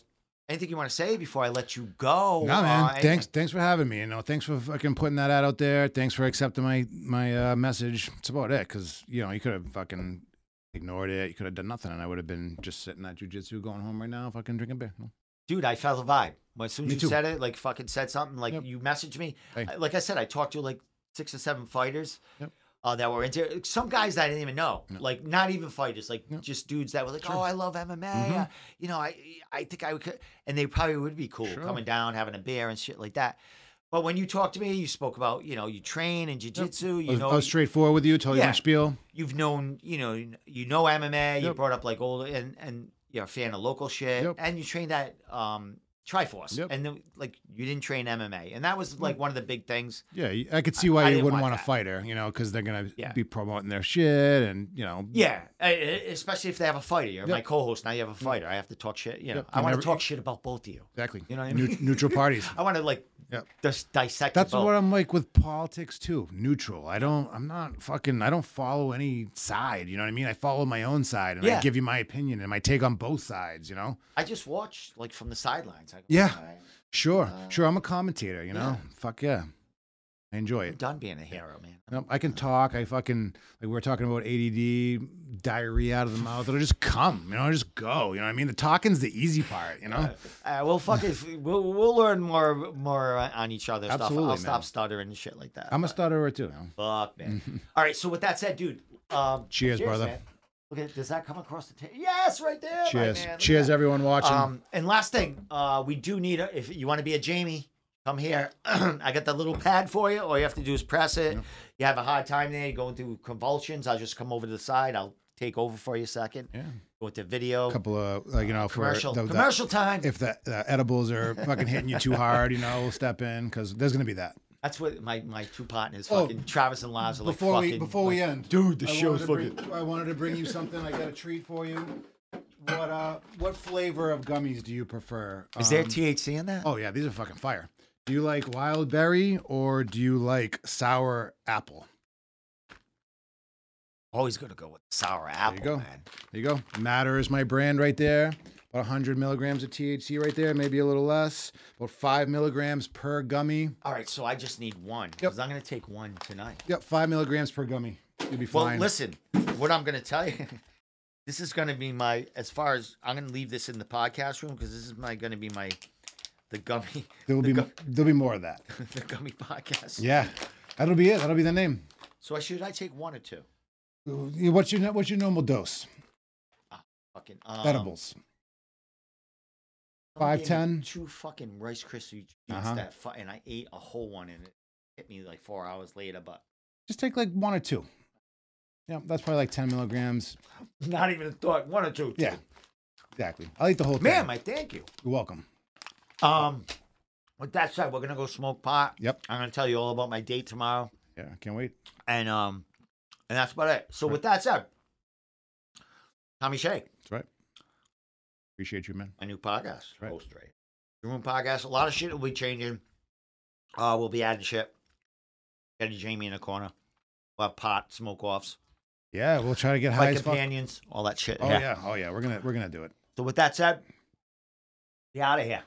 anything you want to say before I let you go?
Nah, man.
Uh, anything-
thanks, thanks for having me. You know, thanks for fucking putting that ad out there. Thanks for accepting my my uh, message. It's about it, because you know you could have fucking ignored it. You could have done nothing, and I would have been just sitting at jujitsu, going home right now, fucking drinking beer. you know?
dude, I felt the vibe. When- As soon as
Me
you
too.
said it, like fucking said something, like
Yep.
you messaged me.
Hey.
I- Like I said, I talked to like six or seven fighters
Yep.
uh, that were into some guys that I didn't even know,
No.
like not even fighters, like
No.
just dudes that were like,
Sure.
oh, I love MMA.
Mhm.
uh, you know, I I think I could, and they probably would be cool
Sure.
coming down, having a beer and shit like that. But when you talk to me, you spoke about you know you train and jujitsu.
I
You
was,
know
I was straightforward with you. Tell you
Yeah.
my spiel.
you've known you know you know MMA. You
Yep.
brought up like old and and you're a fan of local shit,
Yep.
and you trained at um Triforce,
Yep.
and then like you didn't train MMA, and that was like one of the big things.
Yeah, you- I could see
I-
why
I
you
didn't
wouldn't
want
want a
that.
fighter, you know, because they're gonna
Yeah.
be promoting their shit and you know.
Yeah, e- e- especially if they have a fighter. You're my
Yep. Mm.
co-host now. You have a fighter. I have to talk shit. You know,
Yep.
I
You
want to
never-
talk shit about both of you.
exactly.
You know what I
Neu-
mean?
neutral parties.
I want to like
Yep.
just dissect.
That's
both.
what I'm like with politics too. Neutral. I don't. I'm not fucking. I don't follow any side. You know what I mean? I follow my own side, and
Yeah.
I give you my opinion and my take on both sides. You know?
I just watched like from the sidelines. I go,
Yeah.
"All right,
Sure.
Uh,
sure. I'm a commentator. You know? Fuck yeah. I enjoy
I'm
it.
done being a hero, man.
Nope, I can talk. I fucking like we were talking about ADD, diarrhea out of the mouth. It'll just come. You know, It'll just go. You know what I mean? The talking's the easy part. You know?
Uh, we'll fuck it. We'll, we'll learn more more uh, on each other stuff. I'll
Absolutely, man.
stop stuttering and shit like that.
I'm a
but
stutterer too. you know?
fuck, man. All right. So with that said, dude. Um,
Cheers, brother.
man. Look at does that come across the table? Yes, right there. my
Cheers.
man, look at
Cheers,
that.
everyone watching.
Um, and last thing, uh, we do need a, if you want to be a Jamie, come here. I got that little pad for you. All you have to do is press it. You have a hard time there. You're going through convulsions. I'll just come over to the side. I'll take over for you a second.
yeah.
Go into video.
A couple of like you know for
commercial.
the- the-
commercial time.
if the, the edibles are fucking hitting you too hard, you know, we'll step in because there's gonna be that.
That's what my, my two partners,
Oh,
fucking Travis and Laz, are like
Before
fucking.
we before we uh, end,
Dude, the
I
show's
wanted to
fucking.
bring- I wanted to bring you something. I got a treat for you. What uh, what flavor of gummies do you prefer?
Is there
Um,
THC in that?
Oh yeah, these are fucking fire. Do you like wild berry or do you like sour apple?
Always gonna go with sour apple,
go.
man.
There you go. Matter is my brand right there. About 100 milligrams of THC right there, maybe a little less. About five milligrams per gummy.
All right, so I just need one because I'm gonna take one tonight.
Yep, five milligrams per gummy. You'll be
Well,
fine.
listen, what I'm gonna tell you, this is gonna be my as far as I'm gonna leave this in the podcast room because this is my gonna be my the gummy
there will
the
be
gu-
mo- there'll be more of that.
the gummy podcast.
Yeah, that'll be it. That'll be the name. Uh,
So I should I take one or two?
What's your what's your normal dose?
Fucking um,
Edibles.
someone gave me
510?
Two fucking Rice Krispie treats
Uh-huh.
that fu- and I ate a whole one and it hit me like four hours later, but
Just take like one or two. Yeah, that's probably like 10 milligrams.
Not even a thought. One or two.
Yeah, exactly. I'll eat the whole thing.
Ma'am, I thank you.
You're welcome.
Um, with that said, we're gonna go smoke pot.
Yep.
I'm gonna tell you all about my date tomorrow,
Yeah, I can't wait.
and um, and that's about it. So with that said, Tommy Shea,
That's right. Appreciate you, man.
my new podcast
right.
host, right? Room podcast. A lot of shit will be changing. Uh, we'll be adding shit. Getting Jamie in the corner. We'll have pot, smoke offs,
Yeah, we'll try to get high
my
as fuck.
companions, all that shit.
Oh yeah. oh yeah, we're gonna we're gonna do it.
So with that said, be out of here.